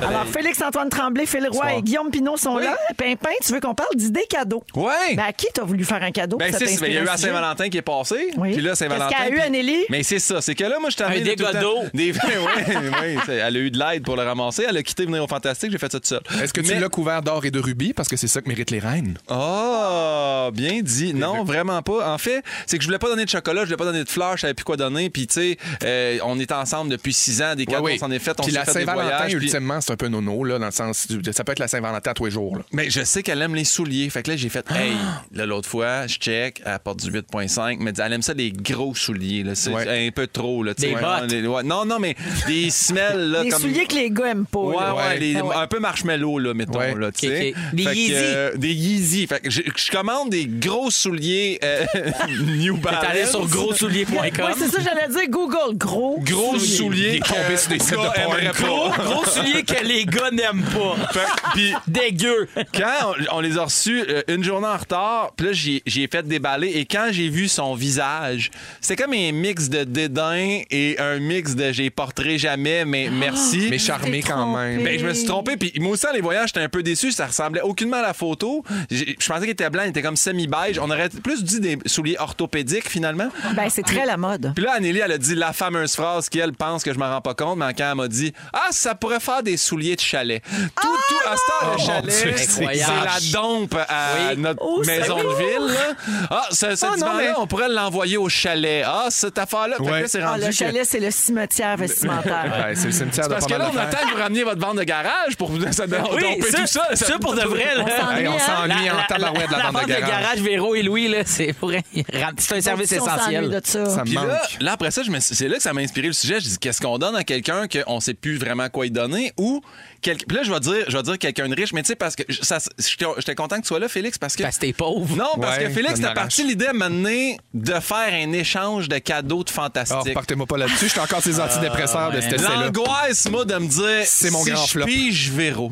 A: Alors, Félix-Antoine Tremblay, Phil Roy et Guillaume Pinot sont là. Pimpin, tu veux qu'on parle d'idées cadeaux?
E: Ouais.
A: Mais à qui t'as voulu faire un cadeau?
E: Ben,
A: Ça
E: c'est,
A: t'inspire
E: ben, il y a
A: un
E: eu à
A: sujet?
E: Saint-Valentin qui est passé.
A: Oui.
E: Puis là, Saint-Valentin.
A: Qu'est-ce qu'elle a eu,
E: puis-
A: Anneli?
E: Mais c'est ça. C'est que là, moi, je t'amène.
C: dégât d'eau.
E: Des oui, oui, c'est- Elle a eu de l'aide pour le ramasser. Elle a quitté venir au Fantastique. J'ai fait ça tout seul.
B: Est-ce que tu
E: Mais-
B: l'as couvert d'or et de rubis? Parce que c'est ça que méritent les reines.
E: Ah, bien dit. Non, vraiment pas. En fait, c'est que je voulais pas donner de chocolat, je voulais pas donner de fleurs, je savais plus quoi donner. Puis, tu sais, euh, on est ensemble depuis six ans, des cadeaux,
B: Ouais, ouais.
E: on s'en est fait, on
B: Puis
E: s'est
B: la
E: fait des
B: Saint-Valentin,
E: voyages. puis-
B: ultimement, c'est un peu nono, là, dans le sens. du- Ça peut être la Saint-Valentin à tous les jours, là.
E: Mais je sais qu'elle aime les souliers. Fait que là, j'ai fait, hey, là, l'autre fois, je check, elle porte du 8.5, mais elle aime ça, les gros souliers, là. C'est
B: Ouais.
E: un peu trop, là. tu sais.
C: Des
E: Vraiment,
C: bottes.
E: les- ouais. Non, non, mais des semelles, là.
A: Les
E: comme...
A: souliers que les gars aiment pas.
E: Ouais,
A: là.
E: ouais, les-
A: Ah ouais.
E: un peu marshmallow, là, mettons,
B: Ouais.
E: là, tu sais.
C: Ok, ok. Des
E: Fait que,
C: Yeezy.
E: euh, des Yeezy. Fait que je, je commande des gros souliers euh, New Balance.
C: T'es allé sur grossoulier.com.
A: Ouais, c'est ça, j'allais dire Google. Gros.
E: Gros souliers.
B: Il est tombé
E: que
B: sur des sites de
E: gars
B: porn.
E: aimeraient pas.
C: Gros, gros soulier que les gars n'aiment pas.
E: Fait que- puis
C: Dégueu.
E: quand on, on les a reçus euh, une journée en retard, puis là, j'y j'y ai fait déballer. Et quand j'ai vu son visage, c'était comme un mix de dédain et un mix de j'ai porterai jamais, mais merci.
B: Mais charmé quand
A: trompé.
B: même.
E: Ben, je me suis trompé. Puis moi aussi, en les voyages, j'étais un peu déçu. Ça ressemblait aucunement à la photo. J'ai- Je pensais qu'il était blanc, il était comme semi-beige. On aurait plus dit des souliers orthopédiques, finalement.
A: Ben, c'est très la mode.
E: Puis là, Anneli, elle a dit la fameuse phrase qu'elle pense que je m'en rends pas compte, mais quand elle m'a dit Ah, ça pourrait faire des souliers de chalet. Tout, tout, à ce temps, le
B: Oh, mon
E: chalet,
B: Dieu,
E: c'est c'est
C: incroyable.
E: la dompe à
C: Oui.
E: notre
A: Oh,
E: maison
A: c'est
E: de ville. là. Ah, ce, cet
B: Ah, non,
E: divan-là,
B: mais-
E: on pourrait l'envoyer au chalet. Ah, cette affaire-là, Fait que
B: Ouais.
E: là, c'est
A: Ah,
E: rendu
A: le
E: que-
A: chalet, c'est le cimetière vestimentaire.
B: Ouais, c'est Ah, le cimetière de
E: Parce que
B: pas
E: là,
B: mal
E: on
B: d'affaires.
E: attend que vous rameniez votre bande de garage pour vous ça,
C: Oui,
E: domper
C: ça,
E: tout ça.
C: ça, pour de vrai. là.
A: s'ennuie,
B: Hey, on
A: hein?
B: s'ennuie en tabarouette de la bande de garage.
C: Véro et Louis, là, c'est pour- c'est un service
A: Si on s'ennuie
C: essentiel.
A: de ça.
B: Ça me
E: Puis là,
B: manque.
E: là, après ça, je me- c'est là que ça m'a inspiré le sujet. Je dis, qu'est-ce qu'on donne à quelqu'un qu'on sait plus vraiment quoi lui donner ou. quel- Puis là, je vais dire, je vais dire quelqu'un de riche, mais tu sais, parce que je- ça- j'étais j'étais content que tu sois là, Félix, parce que.
C: Parce que t'es pauvre.
E: Non, parce
B: Ouais,
E: que Félix,
B: ça
E: t'as
B: m'arrache.
E: parti l'idée à un moment donné de faire un échange de cadeaux de
B: Oh,
E: fantastique.
B: partez-moi pas là-dessus. J'étais encore
E: Ah,
B: ces antidépresseurs de cette essai-là.
E: L'angoisse, moi, de me dire.
B: C'est mon
E: si
B: grand
E: je
B: flop.
E: pige Véro.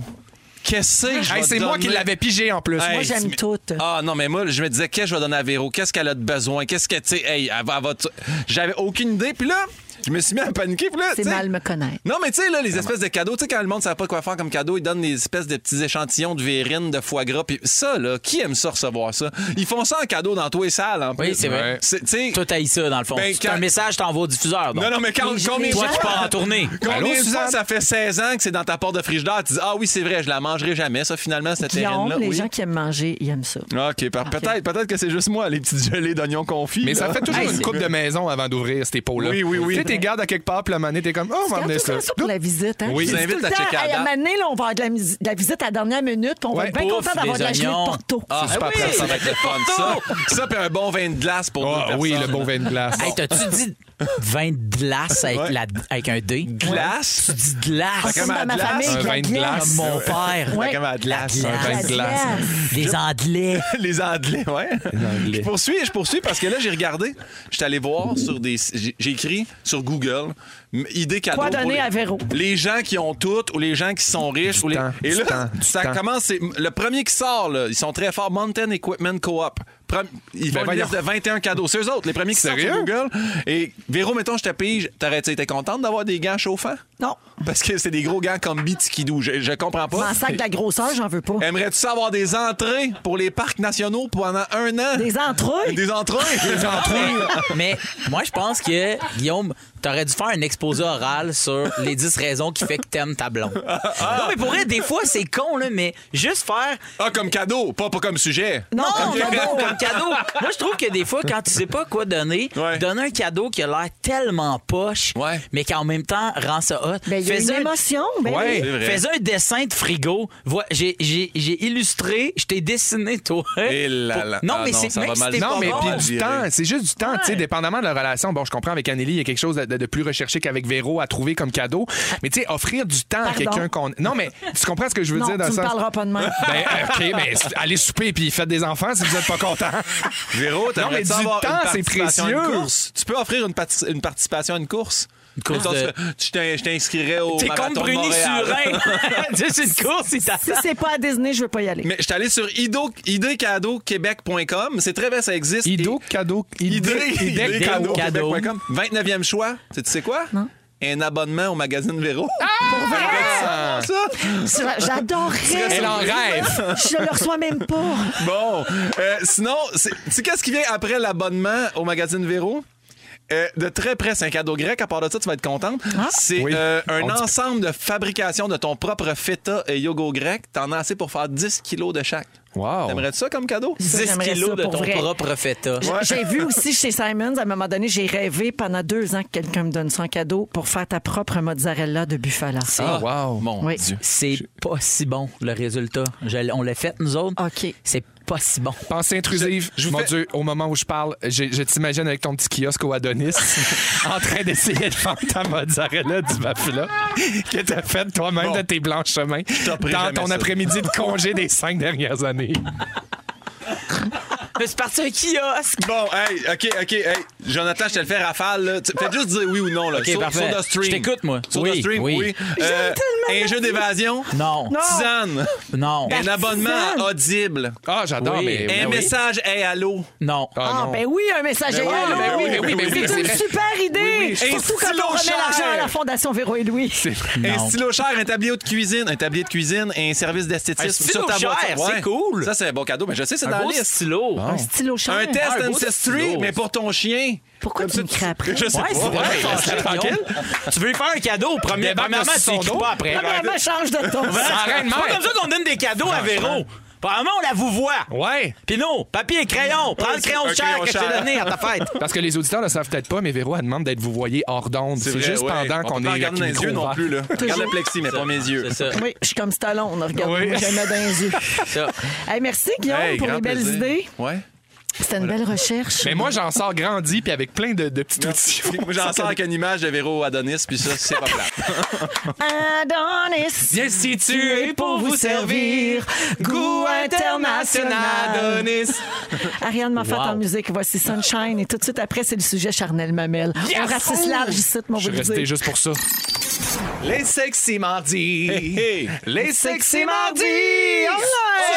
E: Qu'est-ce que je
B: Hey,
E: vais
B: c'est moi
E: donner?
B: qui l'avais pigé en plus.
E: Hey,
B: Moi, j'ai-
A: j'aime
E: mais-
A: tout.
E: Ah non, mais moi, je me disais, qu'est-ce que je vais donner à Véro? Qu'est-ce qu'elle a de besoin? Qu'est-ce que, tu sais, hey, elle va- elle va- tu- J'avais aucune idée. Puis là, je me suis mis à paniquer. Puis là,
A: C'est
E: tu sais-
A: mal me connaître.
E: Non, mais tu sais, là, les espèces de cadeaux, tu sais, quand le monde ne sait pas quoi faire comme cadeau, ils donnent des espèces de petits échantillons de verrine, de foie gras. Puis ça, là, qui aime ça recevoir ça? Ils font ça en cadeau dans tous les salles, en
C: Oui,
E: plus.
C: c'est vrai.
E: Ouais. C'est- Tu sais.
C: Toi, t'haïs ça, dans le fond.
E: Ben,
C: C'est
E: quand-
C: un message, t'envoies au diffuseur. donc.
E: Non, non, mais quand, combien
C: Toi, tu
E: de fois-
C: pars en tournée.
E: Combien
B: Allô,
E: de fois
B: Suzanne?
E: ça fait 16 ans que c'est dans ta porte de frigidaire? Tu dis, ah oui, c'est vrai, je la mangerai jamais, ça, finalement, cette
A: Guillaume,
E: verrine-là.
A: les
E: Oui.
A: gens qui Ah, aiment manger, ils aiment ça.
E: OK, par- peut-être peut-être que c'est juste moi, les petites gelées d'oignons confits.
B: Mais ça
E: là.
B: fait toujours
C: Hey,
B: une
C: c'est-
B: coupe de maison avant d'ouvrir ces pots-là.
E: Oui, oui, oui.
B: Tu sais, t'es gardes à quelque part, puis la manée, t'es comme, oh, on va
A: Quand
B: emmener
A: tout
B: ça.
A: ça pour la visite, hein?
E: Oui,
A: Je
E: je
A: dis
E: t'invite
A: tout le
E: à checker
A: temps,
E: à
A: hey,
E: date.
A: à Mané, là, on va avoir de la, mus- de la visite à la dernière minute, puis on va
B: Ouais,
A: être bien
C: pouf,
A: content d'avoir
C: des
A: de la gelée de
C: oignons.
A: Porto.
E: Ah,
B: super
E: oui,
B: prêt,
E: ça
B: ça
E: va être le fun, ça. Ça, puis un bon vin de glace pour
B: Ah,
E: deux
B: oui, le
E: personnes.
B: bon vin de glace.
C: Hey, t'as-tu dit 20 de glace avec,
E: Ouais.
C: la- avec un D?
E: Glace?
C: Tu dis
A: Ah,
C: glace.
A: Comme dans ma
E: glace,
A: famille,
B: un
A: de la
B: vin de
A: glace.
B: glace.
C: Comme mon père.
A: Ouais.
E: Comme à de glace.
C: La
B: Un vin de
A: La
B: glace.
C: Des Anglais.
E: Les Anglais, ouais. Je poursuis, je poursuis parce que là, j'ai regardé. Je suis allé voir sur des. J'ai j'ai écrit sur Google m- idée cadeau.
A: Quoi donner
E: pour les-
A: à Véro?
E: Les gens qui ont toutes ou les gens qui sont riches. ou les-
B: temps,
E: Et
B: du
E: là,
B: temps, du
E: ça
B: temps.
E: commence. c'est- Le premier qui sort, là, ils sont très forts. Mountain Equipment Co-op. Prem- Ils font
B: Ben
E: une liste de
B: voyons.
E: 21 cadeaux. C'est eux autres, les premiers qui
B: Sérieux?
E: sortent sur Google. Et Véro, mettons, je te pige. T'aurais-tu été contente d'avoir des gants chauffants?
A: Non.
E: Parce que c'est des gros gants comme Bitskidou. Je, je comprends pas.
A: Mon sac de la grosseur, j'en veux pas.
E: Aimerais-tu ça avoir des entrées pour les parcs nationaux pendant un an?
A: Des entrées?
E: Des entrées? Ah, Des
C: Mais moi, je pense que, Guillaume, t'aurais dû faire un exposé oral sur les 10 raisons qui fait que t'aimes ta blonde. Non, mais pour vrai, des fois, c'est con, là, mais juste faire
E: Ah, comme cadeau, pas, pas comme sujet.
C: Non,
A: comme
C: non,
A: cadeau.
C: non, comme cadeau. Moi, je trouve que des fois, quand tu sais pas quoi donner,
E: Ouais.
C: donner un cadeau qui a l'air tellement poche,
E: Ouais.
C: mais qui en même temps rend ça hot.
A: Ben, il y a une
C: Fais-en-
A: émotion. Ben,
E: Ouais.
A: oui.
E: C'est vrai.
C: Fais un dessin de frigo. Vois, j'ai, j'ai- j'ai illustré, je t'ai dessiné, toi.
E: Eh là là.
C: Non,
E: Ah
C: mais
E: non,
C: c'est
E: ça
C: même
E: va
C: si
E: mal
C: t'es
E: finir.
C: pas
B: Non, mais
E: bon.
A: hein.
B: puis
E: Ouais.
B: du temps, c'est juste du temps, tu sais, dépendamment de la relation. Bon, je comprends, avec Anneli, il y a quelque chose de, de- de plus recherché qu'avec Véro à trouver comme cadeau. Mais tu sais, offrir du temps à
A: Pardon?
B: quelqu'un qu'on. Non, mais tu comprends ce que je veux
A: Non, tu
B: dire dans
A: me
B: le sens.
A: parleras pas hein. de même.
B: Ben, OK, mais allez souper puis faites des enfants si vous n'êtes pas content.
E: Véro,
B: Non, mais
E: t'aimerais-tu
B: du
E: avoir une
B: temps, c'est
E: participation à une
B: précieux.
E: course? Tu peux offrir une, parti- une participation à une course? Une
C: course de-
E: Tu t'in- je t'inscrirais au
C: T'es
E: marathon
C: comme
E: de
C: Bruni
E: Montréal.
C: Surin. Tu sais, c'est une course, il
A: Si
C: t'attend.
A: c'est pas à Disney, je veux pas y aller.
E: Mais je suis allé sur ido- idécadeauquebec.com. C'est très bien, ça existe.
B: Ido, cadeau, idée, idée, cadeau.
C: cadeau.
E: 29e choix. Tu sais quoi? Un abonnement au magazine Véro.
A: Pour vrai? Ah!
E: Ça?
A: Ça, J'adorerais.
B: Elle en rêve.
A: Je le reçois même pas.
E: Bon, euh, sinon, c'est- tu sais qu'est-ce qui vient après l'abonnement au magazine Véro? Euh, de très près, c'est un cadeau grec. À part de ça, tu vas être contente. C'est
B: Oui.
E: euh, un
B: On dit-
E: ensemble de fabrication de ton propre feta et yogourt grec. T'en as assez pour faire 10 kilos de chaque.
B: Wow.
E: T'aimerais-tu ça comme cadeau?
A: Ça,
C: 10
A: j'aimerais ça
C: kilos de
A: pour
C: ton
A: vrai.
C: propre feta.
A: J- J'ai vu aussi chez Simons, à un moment donné, j'ai rêvé pendant deux ans que quelqu'un me donne son cadeau pour faire ta propre mozzarella de Bufala.
B: Ah, wow.
E: Mon
A: Oui.
E: Dieu.
C: C'est pas si bon, le résultat. Je- on l'a fait, nous
E: Ah.
C: autres.
A: OK.
C: C'est pas si bon.
B: Pensée intrusive.
E: Je- je vous
B: Mon
E: fais-
B: Dieu, au moment où je parle, je, je t'imagine avec ton petit kiosque au Adonis en train d'essayer de vendre ta mozzarella du Bafula que t'as faite toi-même
E: Bon.
B: de tes blancs chemins dans
E: t'offrirai jamais
B: ton
E: ça.
B: après-midi de congé des cinq dernières années.
C: Mais c'est parti un kiosque.
E: Bon, hey, OK, OK, hey. Jonathan, je te le fais rafale. là. Tu- Fais juste dire oui ou non. Là.
C: OK,
E: sur,
C: parfait.
E: sur The Stream.
C: Je t'écoute, moi.
E: Sur
C: Oui,
E: The Stream, oui.
C: oui.
E: Euh, un jeu d'évasion.
C: Non. Non.
E: Tisane.
C: Non.
E: Un abonnement audible.
B: Ah, j'adore,
C: Ben Oui.
B: mais.
E: Un
B: mais oui.
E: message, hey, allô.
C: Non.
B: Ah,
A: Ah,
B: non.
A: ben oui, un message
E: Ben oui,
A: à
E: ben oui,
A: oui,
E: ben oui, ben oui,
A: C'est une
B: c'est vrai.
A: super idée.
E: oui.
A: Surtout
E: Un
A: quand
E: stylo
A: on remet
E: cher.
A: l'argent à la Fondation Véro et Louis.
E: Un
C: Non.
E: stylo cher, un tablier de cuisine, un tablier de cuisine et un service d'esthétisme
C: Un stylo
E: sur ta
C: cher,
E: voiture.
C: c'est cool.
E: Ça, c'est un bon cadeau, mais je sais, c'est dans
C: un
E: la
C: beau
E: liste.
C: stylo. Ah,
A: Un stylo cher.
E: Un test
C: un beau
E: Ancestry,
C: stylo.
E: mais pour ton chien.
A: Pourquoi tu me craperais?
E: Je sais
C: Ouais,
E: pas.
C: c'est vrai.
E: Ouais, laisse-le tranquille.
C: Tu veux lui faire un cadeau au premier.
B: Débarque
C: Premièrement,
B: de
C: tu
B: son
C: écris
B: dos.
C: pas après.
A: Premièrement, change de ton.
B: arrête,
C: C'est pas
B: mec.
C: comme ça qu'on donne des cadeaux à Véro. Probablement, on la vous voit.
B: Ouais.
C: Pino, papier, crayon, prends le
E: c'est
C: crayon
E: un
C: de chair
E: crayon
C: que je t'ai
E: cher.
C: donné à ta fête.
B: Parce que les auditeurs ne savent peut-être pas, mais Véro, elle demande d'être vous voyez hors d'onde. C'est
E: vrai,
B: juste
E: ouais.
B: pendant
E: On
B: qu'on
E: peut
B: est
E: pas regarder
B: avec le
E: dans les yeux
B: micro
E: non
B: ouvert.
E: plus. Là. Regarde le plexi, mais pas mes yeux.
C: C'est ça.
A: Oui, je suis comme Stallone, on regarde
B: Oui.
A: jamais dans les yeux.
C: ça.
A: Hey, merci Guillaume
E: Hey,
A: pour
E: grand
A: les belles
E: plaisir.
A: idées.
E: Ouais.
A: C'était une belle recherche.
B: Mais moi, j'en sors grandi puis avec plein de, de petits outils.
E: Moi, j'en sors avec une image de Véro Adonis, puis ça, c'est pas plat.
A: Adonis,
B: Bien situé Adonis.
A: Ariane Moffat
C: Wow.
A: en musique, voici Sunshine. Et tout de suite après, c'est le sujet Charnel Mamel. On ratisse large ici, mon
B: Je suis
A: vous le
B: resté
A: dire.
B: juste pour ça. Les sexy mardis. Les sexy Oh,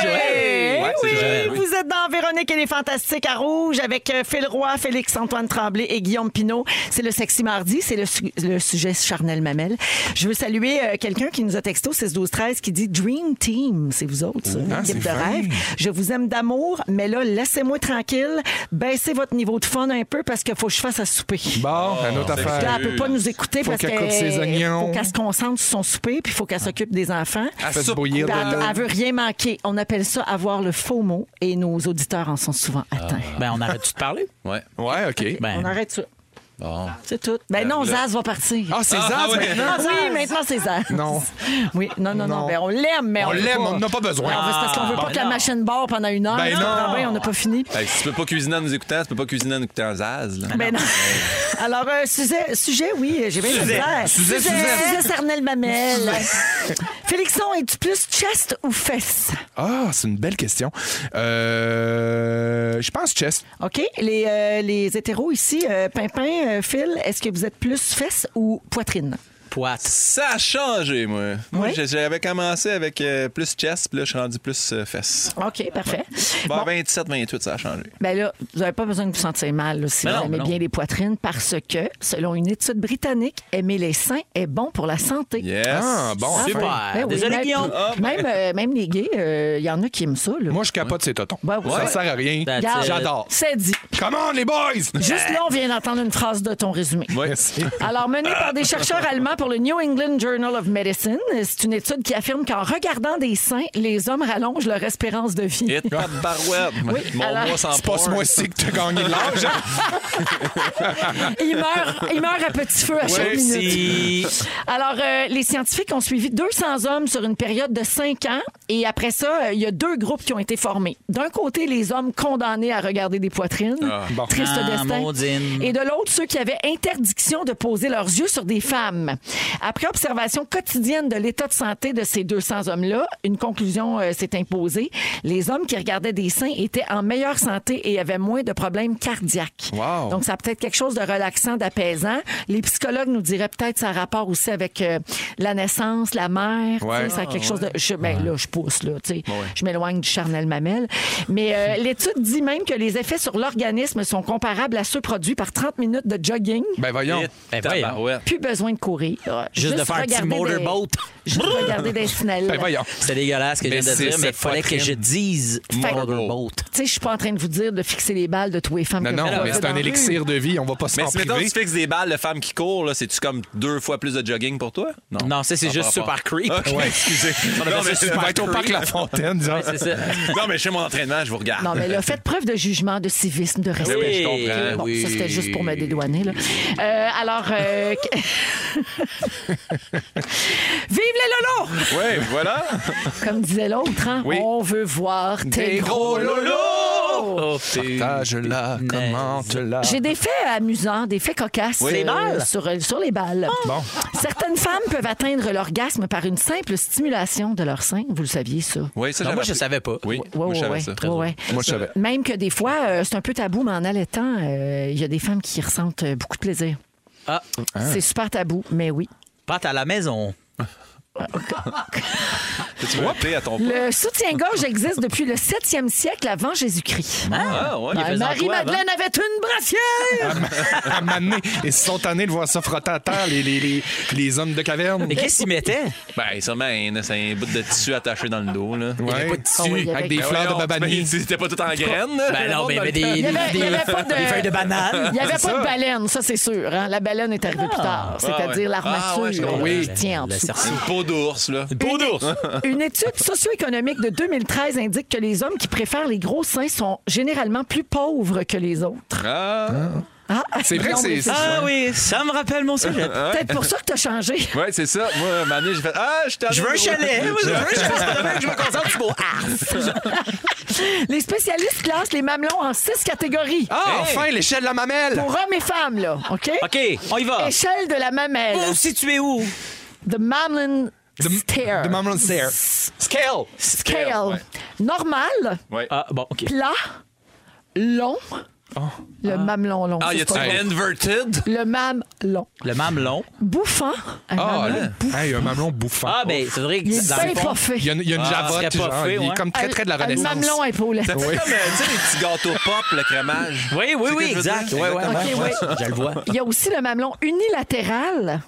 A: Ouais.
B: Joël. Ouais, c'est
A: oui,
B: Joël, oui.
A: vous êtes dans Véronique et les Fantastiques à Rouge avec euh, Phil Roy, Félix-Antoine Tremblay et Guillaume Pinault. C'est le Sexy Mardi, c'est le, su- le sujet charnel mamel. Je veux saluer euh, quelqu'un qui nous a texté au 6-12-13 qui dit Dream Team, c'est vous autres, ça,
B: ah,
A: l'équipe de
B: c'est fin.
A: rêve. Je vous aime d'amour, mais là, laissez-moi tranquille, baissez votre niveau de fun un peu parce qu'il faut que je fasse à souper.
B: Bon, un autre
A: Puis Là,
B: affaire.
A: elle peut pas nous écouter
B: Faut
A: parce
B: qu'elle coupe ses oignons. Ah.
A: faut qu'elle se concentre sur son souper, puis il faut qu'elle s'occupe des enfants.
B: Elle fait se bouillir de
A: Ben, Elle,
B: l'eau.
A: elle veut rien manquer. On appelle ça avoir le faux mot et nos auditeurs en sont souvent atteints.
C: Ben, on arrête-tu de parler?
E: Ouais.
B: Ouais, OK.
C: Ben,
A: On arrête ça. C'est tout. Ben non, Zaz va partir.
B: Ah, c'est ça.
A: Ah, oui, maintenant c'est Zaz.
B: Non.
A: Oui, non, non, non.
B: Non.
A: Ben, on l'aime, mais on
B: On
A: veut
B: l'aime,
A: pas.
B: on n'a pas besoin.
A: Ah, c'est parce qu'on veut pas que la machine barre pendant une heure.
B: Ben
A: Tu
B: non.
A: comprends bien, on n'a pas fini.
E: Hey, si tu peux pas cuisiner en nous écoutant, tu peux pas cuisiner en écoutant Zaz. là.
A: Ben non. Alors, euh, sujet, sujet, oui, j'ai bien le faire.
B: Sujet,
A: sujet,
B: sujet.
A: Sarnel-Mamel. Félixon, es-tu plus chest ou fesse?
B: Ah, c'est une belle question. Euh, je pense chest.
A: OK? Les, euh, les hétéros ici, euh, Pimpin, euh, Phil, est-ce que vous êtes plus fesse ou poitrine?
C: poite.
E: Ça a changé, moi. Moi,
A: Oui?
E: j'ai- j'avais commencé avec euh, plus chest, puis là, je suis rendu plus euh, fesse.
A: OK, parfait.
E: Bon, 27, 28, ça a changé.
A: Ben là, vous n'avez pas besoin de vous sentir mal là, si
C: Ben
A: vous
C: non,
A: aimez
C: ben non.
A: bien les poitrines parce que, selon une étude britannique, aimer les seins est bon pour la santé.
E: Yes.
B: Ah, bon.
A: Ah,
C: Super.
A: ben, ben oui,
C: Désolé,
A: même,
C: Guillaume.
A: Même, euh, même les gays, il y en a qui aiment ça. là.
B: Moi, je capote ces totons.
A: Ouais, ouais.
B: Ça
A: Ouais.
B: sert à rien.
C: That's
A: Regarde,
C: it.
B: J'adore.
A: C'est dit.
B: Come on, les boys!
A: Juste là, on vient d'entendre une phrase de ton résumé.
B: Merci.
A: Alors, menée par des chercheurs allemands pour le New England Journal of Medicine, c'est une étude qui affirme qu'en regardant des seins, les hommes rallongent leur espérance de vie.
E: Et pas de barouette.
A: Oui,
E: Mon
A: alors-
E: mois sans
B: C'est pas ce
E: porn.
B: mois-ci que t'as gagné de hein? l'argent.
A: Ils meurent, ils meurent à petit feu à chaque
B: Ouais,
A: minute.
C: Si-
A: Alors, euh, les scientifiques ont suivi 200 hommes sur une période de 5 ans. Et après ça, euh, il y a deux groupes qui ont été formés. D'un côté, les hommes condamnés à regarder des poitrines.
B: bon.
A: Triste
C: Ah,
A: destin.
C: maudine.
A: Et de l'autre, ceux qui avaient interdiction de poser leurs yeux sur des femmes. Après observation quotidienne de l'état de santé de ces 200 hommes-là, une conclusion euh, s'est imposée. Les hommes qui regardaient des seins étaient en meilleure santé et avaient moins de problèmes cardiaques.
B: Wow.
A: Donc, ça a peut-être quelque chose de relaxant, d'apaisant. Les psychologues nous diraient peut-être ça a rapport aussi avec euh, la naissance, la mère. tu sais,
B: Ouais.
A: Ça a quelque chose de. Je, ben là, je pousse, là. tu sais. Je m'éloigne du charnel mamelle. Mais euh, l'étude dit même que les effets sur l'organisme sont comparables à ceux produits par 30 minutes de jogging.
B: Ben voyons.
C: Ben,
E: Tabarouette.
A: Plus besoin de courir. Euh,
C: Juste de faire un petit
A: regarder des-
C: motorboat.
A: Juste regarder des tunnels.
B: Ben voyons.
C: C'était dégueulasse ce que je
B: Mais
C: viens de
B: c'est-
C: dire, mais
B: c'est
C: il fallait que
B: poitrine.
C: je dise
A: Fait-
C: motorboat.
A: Tu sais, je suis pas en train de vous dire de fixer les balles de tous les femmes
B: Non,
A: que vous
B: non,
A: croisez
B: mais c'est
A: dans
B: un
A: la rue.
B: élixir de vie. On va pas
E: Mais
B: s'en
E: si mettons,
B: priver.
E: tu fixes des balles de femmes qui courent, là, c'est-tu comme deux fois plus de jogging pour toi?
C: Non, ça, c'est
E: Ah,
C: juste
E: par rapport.
C: super creep.
E: Ok, excusez.
C: On
E: Non,
C: appelle
E: mais
C: ça
B: On
C: super
B: va être au parc
C: creep.
B: La Fontaine, genre.
C: Ouais, c'est ça.
E: non, mais chez mon entraînement, je vous regarde.
A: Non, mais là, faites preuve de jugement, de civisme, de respect.
E: oui, je
C: Oui,
E: comprends.
A: Bon,
C: oui.
A: ça, c'était juste pour me dédouaner. Là. Euh, alors, euh, que- vive les lolos!
E: Ouais, voilà.
A: Comme disait l'autre, hein?
B: Oui.
A: on veut voir tes
B: Des
A: gros
B: gros
A: lolos!
C: Oh, t'es-
B: Partage-la, commente-la.
A: J'ai des faits amusants, des faits cocasses
C: Oui. Les balles.
A: sur, euh, sur les balles.
B: Bon.
A: Certaines femmes peuvent atteindre l'orgasme par une simple stimulation de leur sein. Vous le saviez, ça?
E: Oui, ça,
C: Non,
E: j'avais
C: moi, je
E: appris.
C: savais pas.
E: Oui,
A: Ouais,
E: moi,
A: ouais,
E: je savais
A: ouais.
E: ça.
A: Ouais, ouais.
B: Moi, je savais.
A: Même que des fois, euh, c'est un peu tabou, mais en allaitant, euh, il y a des femmes qui ressentent euh, beaucoup de plaisir.
C: Ah,
A: C'est super tabou, mais oui.
C: pâte à la maison.
E: Tu tu veux un thé à ton pote.
A: Le soutien-gorge existe depuis le 7e siècle avant Jésus-Christ.
E: Ah, ouais.
C: Il
A: Ben,
C: faisait quoi avant?
A: Marie-Madeleine avait une brassière!
B: à m'amener. Ils se sont tannés de voir ça frotter à terre, les, les, les, les hommes de caverne.
C: Mais qu'est-ce qu'il mettait?
E: Ben, sûrement, un- c'est un bout de tissu attaché dans le dos, là.
B: Ouais.
C: avait pas de tissu.
A: Ah oui, il y avait-
B: avec des
E: Ben
B: fleurs de
E: voyons, ben,
B: babani.
E: C'était pas tout en graines, là.
C: Ben non, ben, il y avait des,
A: Il y
C: des-
A: avait- il y
C: des-
A: avait pas de-
C: des feuilles de banane.
A: Il n'y avait
B: C'est
A: pas
B: ça.
A: de baleine, ça c'est sûr. hein. La baleine est arrivée plus tard, c'est-à-dire
E: ouais. Ah, ouais, je
A: l'armature
E: comprends.
A: qui tient Ben, en
C: Le
A: dessous.
C: cerceau.
E: Une peau d'ours, là.
C: Peau d'ours.
A: Une étude socio-économique de 2013 indique que les hommes qui préfèrent les gros seins sont généralement plus pauvres que les autres.
E: Ah,
A: Ah,
B: C'est vrai que c'est-
A: c'est
C: Ah oui, ça me rappelle mon sujet.
A: peut-être pour ça que tu as changé.
E: ouais, c'est ça. Moi, Mané, j'ai fait Ah, je t'en
C: Je veux un chalet. Moi, Je veux un chalet. Ah, c'est vrai que Je me concentre sur mon arse.
A: Les spécialistes classent les mamelons en six catégories.
B: Ah, enfin, l'échelle de la mamelle!
A: Pour hommes et femmes, là, OK?
C: OK, on y
B: Ah.
C: va.
A: Échelle de la mamelle.
C: Vous situez où?
A: The Mamlin Stair.
B: The mamelon stair. Scale!
A: Scale.
E: ouais.
A: Normal,
E: Ouais.
C: Ah, bon, OK.
A: plat, long.
B: Oh.
A: Le mamelon long.
E: Ah,
A: ça,
E: y
A: c'est
E: a-tu
A: pas drôle.
E: inverted?
A: Le mamelon.
C: Le mamelon.
A: Bouffant.
B: Ah,
A: Un mamelon.
B: là. Hey, un mamelon bouffant.
C: Ah, ben, c'est vrai que
A: Il est
C: dans le
A: bien
C: fond,
A: pas fait.
B: Il y a une, il y a une
C: Ah,
B: javotte,
C: serait pas
B: genre,
C: fait,
B: il
C: ouais.
B: est comme très, très de la
A: Un- Un
B: Renaissance.
A: mamelon hein. épaulé.
E: Ça fait comme, euh, tu sais, les petits gâteaux pop, le crémage.
C: Oui, oui,
E: C'est
C: oui,
E: que je veux
C: exact.
E: dire.
C: Ouais, ouais,
E: Exactement.
A: Ok,
C: ouais. Je le vois.
A: Il y a aussi le mamelon unilatéral.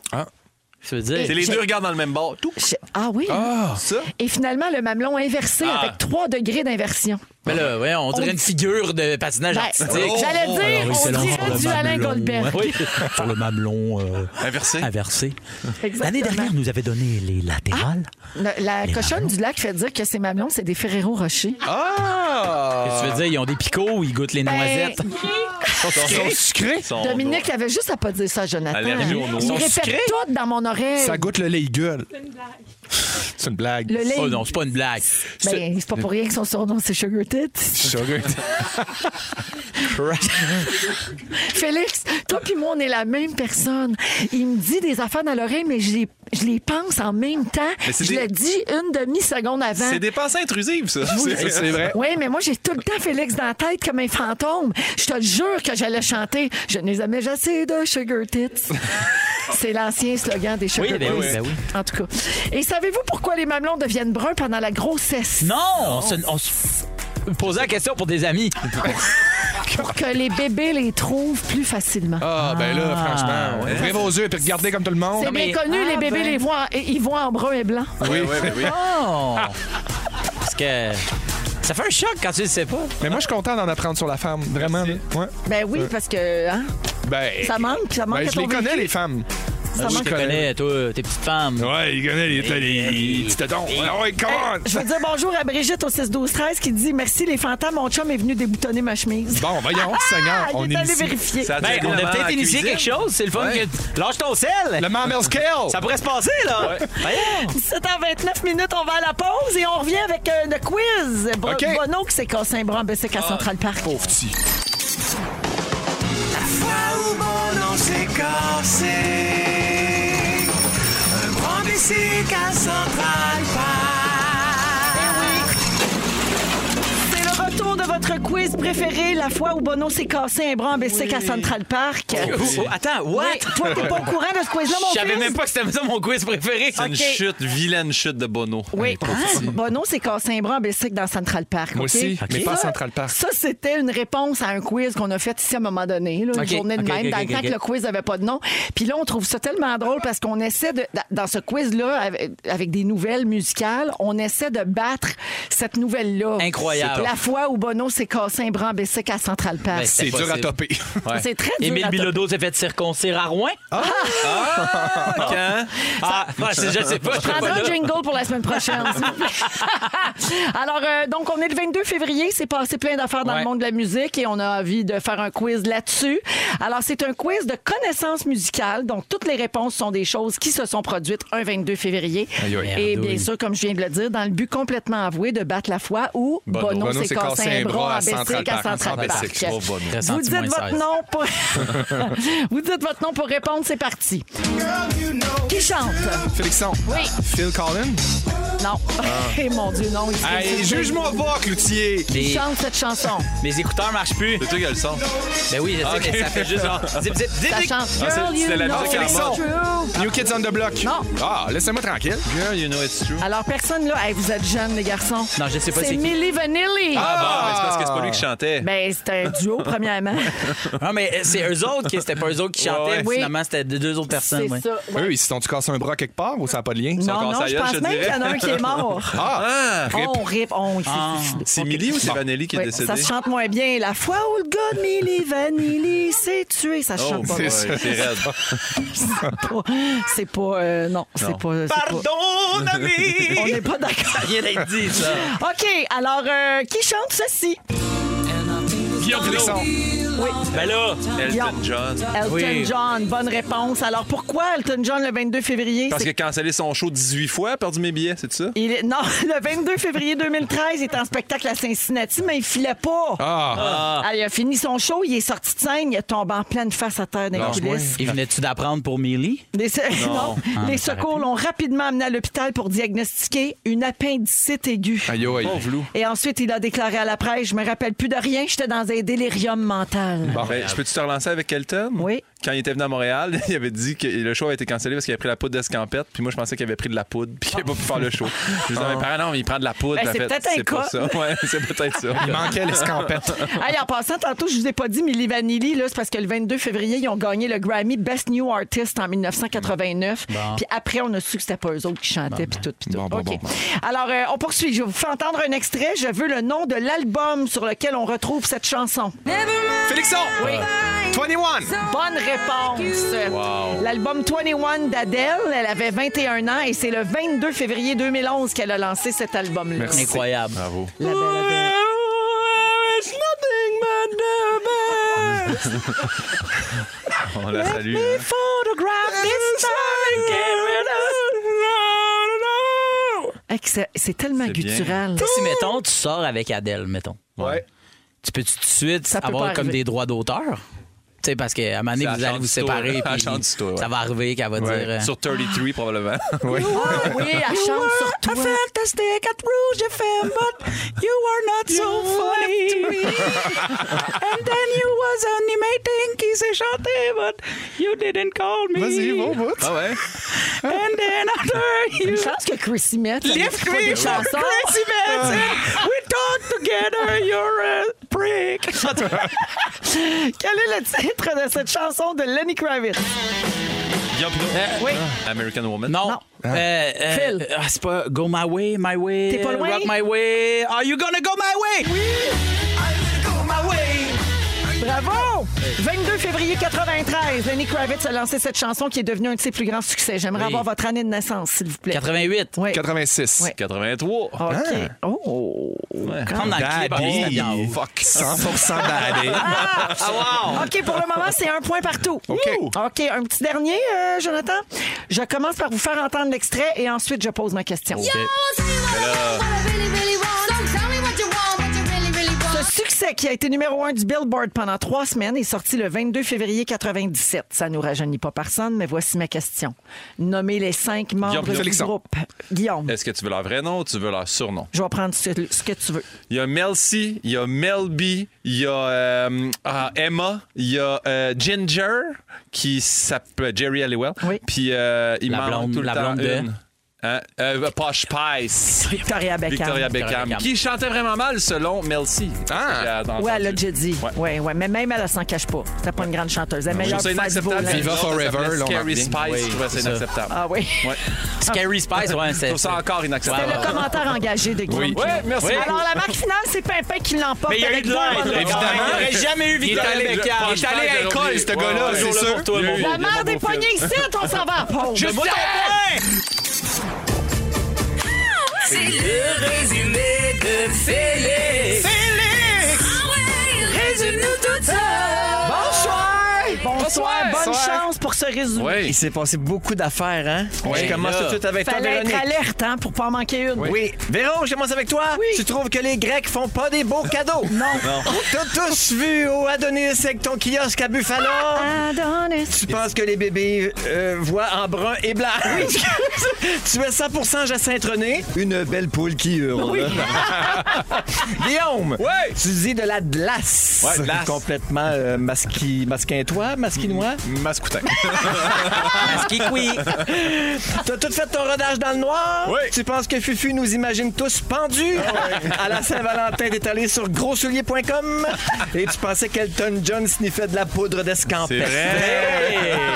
C: Ça veut dire.
E: C'est les deux regardent dans le même bord. Tout
A: Je- Ah oui.
E: ça.
A: Et finalement, le mamelon inversé
E: Ah.
A: avec 3 degrés d'inversion.
C: Mais là, ouais, on oh, dirait une figure de patinage
A: Ben,
C: artistique.
A: J'allais dire, on dirait du Alain Goldberg.
C: sur le mamelon euh,
E: Inversé.
C: inversé.
A: Exactement.
C: L'année dernière, nous avait donné les latérales.
A: Le- La
C: Les
A: cochonne
C: mamelons.
A: du lac fait dire que ces mamelons, c'est des Ferrero Rocher.
B: Ah!
C: Qu'est-ce que tu veux dire? Ils ont des picots, ils goûtent les
A: Ben,
C: noisettes.
B: Ils sont sucrés.
E: Son
A: Dominique avait juste à pas dire ça, à Jonathan.
E: Allergie aux noix.
A: Il
E: Ils sont
A: répète
C: sucrés?
A: tout dans mon oreille.
B: Ça goûte le lait gueule. C'est une blague.
A: Le lait.
C: Oh non, c'est pas une blague.
A: Ben, c'est pas pour rien que son surnom, c'est Sugar Tits.
B: C'est une blague.
A: Félix, toi puis moi, on est la même personne. Il me dit des affaires dans l'oreille, mais je les, je les pense en même temps.
E: Mais c'est
A: Je
E: des-
A: le dis une demi-seconde avant.
E: C'est des pensées intrusives, ça.
B: C'est c'est vrai.
A: Oui, mais moi, j'ai tout le temps Félix dans la tête comme un fantôme. Je te le jure que j'allais chanter « Je n'ai jamais assez de sugar tits ». C'est l'ancien slogan des Sugar
C: Oui, ben oui,
A: Tits.
C: ben oui.
A: En tout cas. Et savez-vous pourquoi les mamelons deviennent bruns pendant la grossesse?
C: Non, on se, on se posait la question pour des amis.
A: Pour que les bébés les trouvent plus facilement.
B: Ah, ben là, franchement, ouvrez vos yeux et puis regardez comme tout le monde.
A: C'est bien
C: mais-
A: connu, les bébés les voient, et ils voient en brun et blanc.
E: Oui, oui, oui.
C: Non! Ah. Parce que ça fait un choc quand tu le sais pas.
B: Mais moi, je suis content d'en apprendre sur la femme. Vraiment. là. Ouais.
A: Ben oui, parce que hein,
B: Ben,
A: ça manque, ça manque
B: ben,
A: à
B: je
A: ton
B: les connais,
A: vécu.
B: les femmes.
A: Ça
C: Je
A: manque.
C: te connais, toi, tes petites femmes.
B: Ouais, il connaît les, les, les petits tétons. Ah ouais, come on!
A: Je veux dire bonjour à Brigitte au 6-12-13 qui dit « Merci les fantômes, mon chum est venu déboutonner ma chemise.
B: Bon, voyons,
A: Ah,
B: Seigneur, on
A: il
B: est
A: est allé
B: ici.
A: vérifier.
E: Ça a
C: Ben,
E: été
C: on a
E: vraiment
C: peut-être
E: en
C: initié
E: cuisine.
C: quelque chose. C'est le fun
E: Ouais.
C: que. Lâche ton sel!
B: Le Mamel Scale!
C: Ça pourrait se passer, là! Voyons.
A: 7h29 minutes, on va à la pause et on revient avec euh, le quiz. Bro-
B: OK.
A: Bono qui s'est cassé un bras en Bessic à Central Park. C'est le retour de votre quiz préféré, la fois où Bono s'est cassé un bras en Bessic à Central Park.
C: Oh, oh, attends, what?
A: Oui, toi, t'es pas au courant de ce quiz-là, Ah, mon
C: Je savais
A: fils?
C: même pas que c'était ça mon quiz préféré.
E: C'est une
A: Ok.
E: chute, vilaine chute de Bono.
A: Oui, Ah, Bono s'est cassé un bras en bicycle dans Central Park.
B: Moi
A: OK?
B: aussi, mais pas à
A: Ça,
B: Central Park.
A: Ça, c'était une réponse à un quiz qu'on a fait ici à un moment donné, là, une
C: OK,
A: journée de
C: OK,
A: même,
C: OK,
A: dans
C: OK,
A: le temps
C: OK.
A: que le quiz n'avait pas de nom. Puis là, on trouve ça tellement drôle parce qu'on essaie de, dans- dans ce quiz-là, avec, avec des nouvelles musicales, on essaie de battre cette nouvelle-là.
C: Incroyable.
A: La fois où Bono s'est cassé un bras en bicycle à Central Park.
C: Mais
B: C'est dur à
C: possible.
B: topper.
A: C'est très dur.
C: Émile
A: à taper.
C: Bilodeau s'est fait circoncire à Rouen. Ah! Quand? Ah, ouais, c'est- je sais pas. je
A: Je
C: suis pas
A: prendrai un
C: là.
A: jingle pour la semaine prochaine. s'il vous plaît. Alors, euh, donc, on est le 22 février. C'est passé plein d'affaires dans
C: Ouais.
A: le monde de la musique et on a envie de faire un quiz là-dessus. Alors, c'est un quiz de connaissances musicales. Donc, toutes les réponses sont des choses qui se sont produites un 22 février.
B: Aïe, aïe.
A: Et bien
C: Merdouille.
A: sûr, comme je viens de le dire, dans le but complètement avoué de battre la foi où
B: Bono.
A: Bono,
B: Bono
A: s'est cassé un bras à Central
B: Park.
A: Park.
B: Ah, ben, c'est que
E: Oh, Bono.
A: Vous dites
C: Ressenti moins
A: votre
C: 16.
A: nom pour... Vous dites votre nom pour répondre, c'est parti. Qui chante?
B: Félixon. Phil Collins.
A: Non.
E: Ah.
A: Eh mon Dieu, non. il se
B: Hey,
A: dit-
B: juge-moi pas, Cloutier!
A: Il
C: Mes,
A: chante cette chanson.
C: mes écouteurs marchent plus.
E: C'est toi qui as le son.
C: Ben oui, je sais, mais ça fait juste genre. Zip, zip, zip,
A: Ça chante.
C: zip.
E: Ah, c'est-
A: Girl,
E: c'était
A: you
E: la
A: know
E: musique
A: it's
E: à la mode.
A: true.
B: New Kids on the Block.
A: Non.
B: Ah, laissez-moi tranquille.
E: Girl, you know it's true.
A: Alors, personne là, Hey, vous êtes jeunes, les garçons.
C: Non, je sais pas c'est
A: C'est
C: qui.
A: Millie Vanilli.
E: Ah, bon, mais c'est parce que c'est pas lui qui chantait.
A: Ben, c'est un duo, premièrement.
C: Non, Ah, mais euh, c'est eux autres qui, c'était pas eux autres qui chantaient.
E: ouais.
C: mais Finalement, c'était deux- deux autres personnes.
A: C'est
C: ouais.
A: ça. ouais.
B: Eux, ils se sont-tu cassés un bras quelque part ou ça n'a pas de lien?
A: Non,
E: encore
A: non,
E: sa
A: je
E: gueule,
A: pense
E: je
A: même qu'il
E: dirais.
A: y en a un qui est mort.
E: Ah!
A: Oh, On rip, on il s'est suicidé.
E: C'est Millie ou c'est
B: Bon.
E: Vanelli qui est
A: Ouais,
E: décédé?
A: ça se chante moins bien. La fois où le gars de Millie Vanilli s'est tué, ça se
E: Oh,
A: chante pas.
E: ouais, c'est raide.
A: pas- C'est pas. euh, non, c'est pas. c'est pas-
C: Pardon, ami!
A: On n'est pas d'accord.
C: Rien d'être dit, ça.
A: OK, alors, euh, qui chante ceci?
B: Guillaume Félixon.
C: Ben là,
A: Guillaume.
E: Elton John.
A: Elton
C: Oui.
A: John, bonne réponse. Alors, pourquoi Elton John le 22 février?
E: Parce
A: C'est-
E: qu'il a cancellé son show 18 fois, a perdu mes billets, c'est ça?
A: il est- Non, le 22 février 2013, il est en spectacle à Cincinnati, mais il filait pas.
B: Ah,
A: Ah, il a fini son show, il est sorti de scène, il est tombé en pleine face à terre dans les coulisses.
C: il venait-tu d'apprendre pour Millie?
A: Les, se- non.
C: Ah,
A: Les
C: ça aurait
A: secours l'ont rapidement amené à l'hôpital pour diagnostiquer une appendicite aiguë.
C: Ah.
B: aïe, aïe.
A: Et ensuite, il a déclaré à la presse Je me rappelle plus de rien, j'étais dans un délirium mental.
E: Ben, je peux-tu te relancer avec Elton?
A: Oui.
E: Quand il était venu à Montréal, il avait dit que le show a été cancellé parce qu'il a pris la poudre d'escampette. Puis moi, je pensais qu'il avait pris de la poudre. Puis qu'il n'avait pas pu faire le show. Je disais à mes parents, non, mais il prend de la poudre.
A: Ben,
E: Puis en
A: c'est
E: fait,
A: peut-être un
E: C'est pas
A: cas.
E: ça. Ouais, c'est peut-être ça.
B: Il manquait l'escampette.
A: Hey, en passant, tantôt, je vous ai pas dit, mais les Vanilli, là, c'est parce que le 22 février, ils ont gagné le Grammy Best New Artist en 1989. Puis après, on a su que c'était pas eux autres qui chantaient, puis tout, puis tout.
B: Bon, bon,
A: OK.
B: bon, bon.
A: Alors, euh, on poursuit. Je vous fais entendre un extrait. Je veux le nom de l'album sur lequel on retrouve cette chanson.
B: Félixon! Oui. 21!
A: Bonne réponse. L'album 21 d'Adèle, elle avait 21 ans et c'est le 22 février 2011 qu'elle a lancé cet album-là.
C: Incroyable.
E: Bravo.
A: La belle Adèle.
E: On la salue. hein.
A: We photograph this time, Canada. Hey, que c'est- C'est tellement
E: C'est bien.
A: guttural.
C: Tu sais, Si, mettons, tu sors avec Adèle, mettons.
E: Ouais.
C: Tu peux-tu tout de suite
A: Ça peut
C: avoir
A: pas
C: comme
A: arriver.
C: des droits d'auteur? Tu sais, parce qu'à un moment donné,
E: Ça
C: vous allez
E: chante
C: vous
E: du tour,
C: séparer.
E: là.
C: puis
E: Ça chante du tour, ouais.
C: Ça va arriver qu'elle va dire. euh,
E: Sur 33, probablement.
B: Oui.
A: Oui, elle chante sur toi.
C: fantastic at Rouge FM, but you were not so funny to me. And then you was animating qui s'est chanté, but you didn't call me.
B: Vas-y, bon bout.
E: Ah ouais?
C: And then after you
A: Je pense que Chrissy Met, elle
C: lift
A: écoute pas
C: me
A: des
C: from
A: chansons.
C: crazy medicine, we talk together, you're a prick.
A: Quel est le titre de cette chanson de Lenny Kravitz?
E: Guillaume Pinot.
A: Oui.
E: American Woman.
C: Non. Euh, euh,
A: Phil.
C: ah, c'est pas Go My Way, My Way.
A: T'es pas loin.
C: Rock My Way. Are you gonna go my way?
A: Bravo! 22 février 93, Lenny Kravitz a lancé cette chanson qui est devenue un de ses plus grands succès. J'aimerais
C: Oui.
A: avoir votre année de naissance, s'il vous plaît.
C: 88.
A: Oui.
B: 86.
A: Ouais.
E: 83.
A: OK. Oh!
C: Comme dans le clip, on est
B: Daddy.
C: bien haut.
B: Fuck. 100% daddy.
C: Ah, wow.
A: OK, pour le moment, c'est un point partout.
B: OK.
A: Ouh. OK, un petit dernier, euh, Jonathan. Je commence par vous faire entendre l'extrait et ensuite je pose ma question. Ce succès qui a été numéro un du Billboard pendant trois semaines est sorti le 22 février 97. Ça nous rajeunit pas personne, mais voici ma question. Nommez les cinq membres
E: Guillaume Euh.
A: du
B: Félixon.
A: groupe. Guillaume,
E: Est-ce que tu veux leur vrai nom ou tu veux leur surnom?
A: je vais prendre ce, ce que tu veux.
E: Il y a Mel C, il y a Mel B, il y a euh, ah, Emma, il y a euh, Ginger, qui s'appelle Jerry Halliwell.
A: Oui.
E: Puis euh, il
C: La
E: manque
C: blonde-
E: tout le
C: la
E: temps
C: blonde de-
E: une. Hein? Euh, Posh Pice.
A: Victoria Beckham.
E: Victoria Beckham,
C: Beckham.
E: qui chantait vraiment mal selon Mel C.
B: Ah.
E: J'ai entendu.
A: Ouais, elle l'a déjà dit.
E: Ouais.
A: Ouais, ouais. Mais même elle, elle s'en cache pas. C'était pas une grande chanteuse. Elle est
E: Je
A: meilleure
E: trouve ça
A: pour faire du
E: inacceptable.
A: beau
B: Viva
A: linge.
E: Ça s'appelait
B: Forever, là, on
E: Scary
B: marque bien.
E: Spice, je trouve ça
C: c'est ça.
E: inacceptable.
A: Ah oui.
E: Ouais.
C: Scary Spice, ouais,
E: Je
C: c'est
E: trouve ça encore inacceptable.
A: C'était le commentaire engagé de Guillaume.
E: Oui.
A: Pinot.
E: Ouais, merci beaucoup.
A: Alors, la marque finale, c'est Pimpin qui l'emporte.
C: Mais il y a eu
A: avec
C: de
A: deux
C: l'aide,
A: bonnes
C: là,
A: réponses.
C: quand même. Il aurait jamais eu Victoria Beckham.
E: Punch
C: Il est allé à
E: Pice
C: l'école,
E: aujourd'hui.
B: ce gars-là,
E: Ouais,
B: c'est
E: ouais.
B: sûr.
E: Jour-là pour toi, mon
A: La
E: beau.
A: merde est poignée ici, on s'en va. en pause.
E: Moi,
H: C'est le résumé de Félix. Félix! Ah ouais, résume-nous tout ça.
A: Bonsoir. Bonsoir. soir.
B: Ouais,
A: Bonne
B: soir.
A: chance pour ce résumé.
B: Oui.
J: Il s'est passé beaucoup d'affaires, hein?
B: Oui.
J: Je commence
B: Là.
J: tout de suite avec toi,
A: Fallait être
J: Véronique.
A: alerte hein, pour pas en manquer une.
J: Oui. Véro, je commence avec toi.
A: Oui.
J: Tu trouves que les Grecs font pas des beaux cadeaux? Non. T'as tous vu au Adonis avec ton kiosque à Buffalo?
A: Ah. Adonis.
J: Tu penses que les bébés euh, voient en brun et blanc? tu es 100% Jacinthe René. Une belle poule qui hurle. Guillaume,
E: Ouais.
J: tu dis de la glace.
E: Ouais, glace.
J: Complètement euh, masqui, masquintois, masquinois.
E: Mm. Mascoutin.
J: T'as tout fait ton rodage dans le noir.
E: Oui. Ah
J: Tu penses que Fufu nous imagine tous pendus. À la Saint-Valentin, t'es allé sur grossoulier.com et tu pensais qu'Elton John sniffait de la poudre
E: C'est
J: d'escampette.
E: vrai.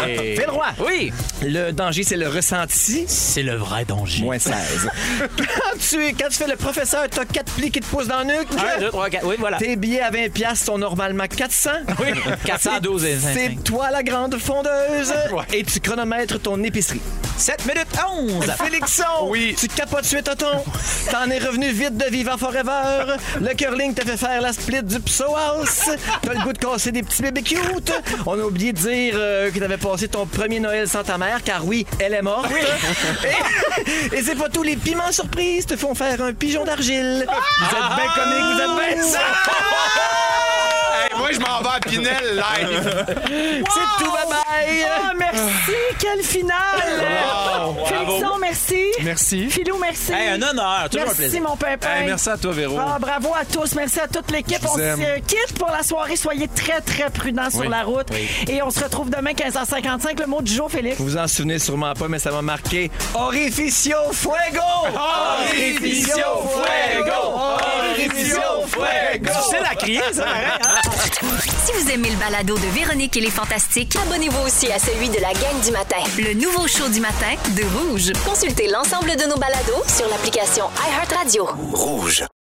E: Oh.
J: Fais le roi.
C: Oui,
J: Le danger, c'est le ressenti.
C: c'est le vrai danger.
J: Moins 16. quand, tu, es- quand tu fais le professeur, t'as quatre plis qui te poussent dans le nuque.
C: Un,
E: Ah,
C: deux, trois, quatre. Oui, voilà.
J: Tes billets à 20$ piastres sont normalement 400.
C: Oui, 412 et
J: C'est
C: 5.
J: toi la grande fondeuse. Et tu chronomètres ton épicerie.
C: 7 minutes 11.
J: Félixon,
B: Oui.
J: tu capotes sur ton ton. T'en es revenu vite de Vivant Forever. Le curling t'a fait faire la split du Pso House. T'as le goût de casser des petits bébés cute. On a oublié de dire euh, que t'avais passé ton premier Noël sans ta mère, car oui, elle est morte. Et, et c'est pas tout, les piments surprises te font faire un pigeon d'argile.
C: Ah!
J: Vous êtes bien comique, vous êtes bien
B: Hey, moi, je m'en vais à Pinel live.
J: C'est tout, bye-bye.
E: Oh!
A: Ah, merci, quelle finale! Félixon, merci.
B: Merci.
A: Philou, merci.
C: Hey, un
E: Ah,
C: honneur, toujours
A: merci,
C: un plaisir.
A: mon pimpin.
E: Hey, merci à toi, Véro.
A: Ah, bravo à tous. Merci à toute l'équipe.
B: Je vous
A: On
B: aime.
A: se quitte pour la soirée. Soyez très, très prudents sur
E: Oui,
A: la route. Et on se retrouve demain, 15h55. Le mot du jour, Félix.
J: Vous vous en souvenez sûrement pas, mais ça m'a marqué. Orificio Fuego!
E: Orificio Fuego! Orificio Fuego!
J: Difficile à crier, ça, pareil, hein?
H: Si vous aimez le balado de Véronique et les Fantastiques,
G: Abonnez-vous aussi à celui de la gang du matin.
H: le nouveau show du matin de Rouge.
G: Consultez l'ensemble de nos balados sur l'application iHeartRadio.
I: Rouge.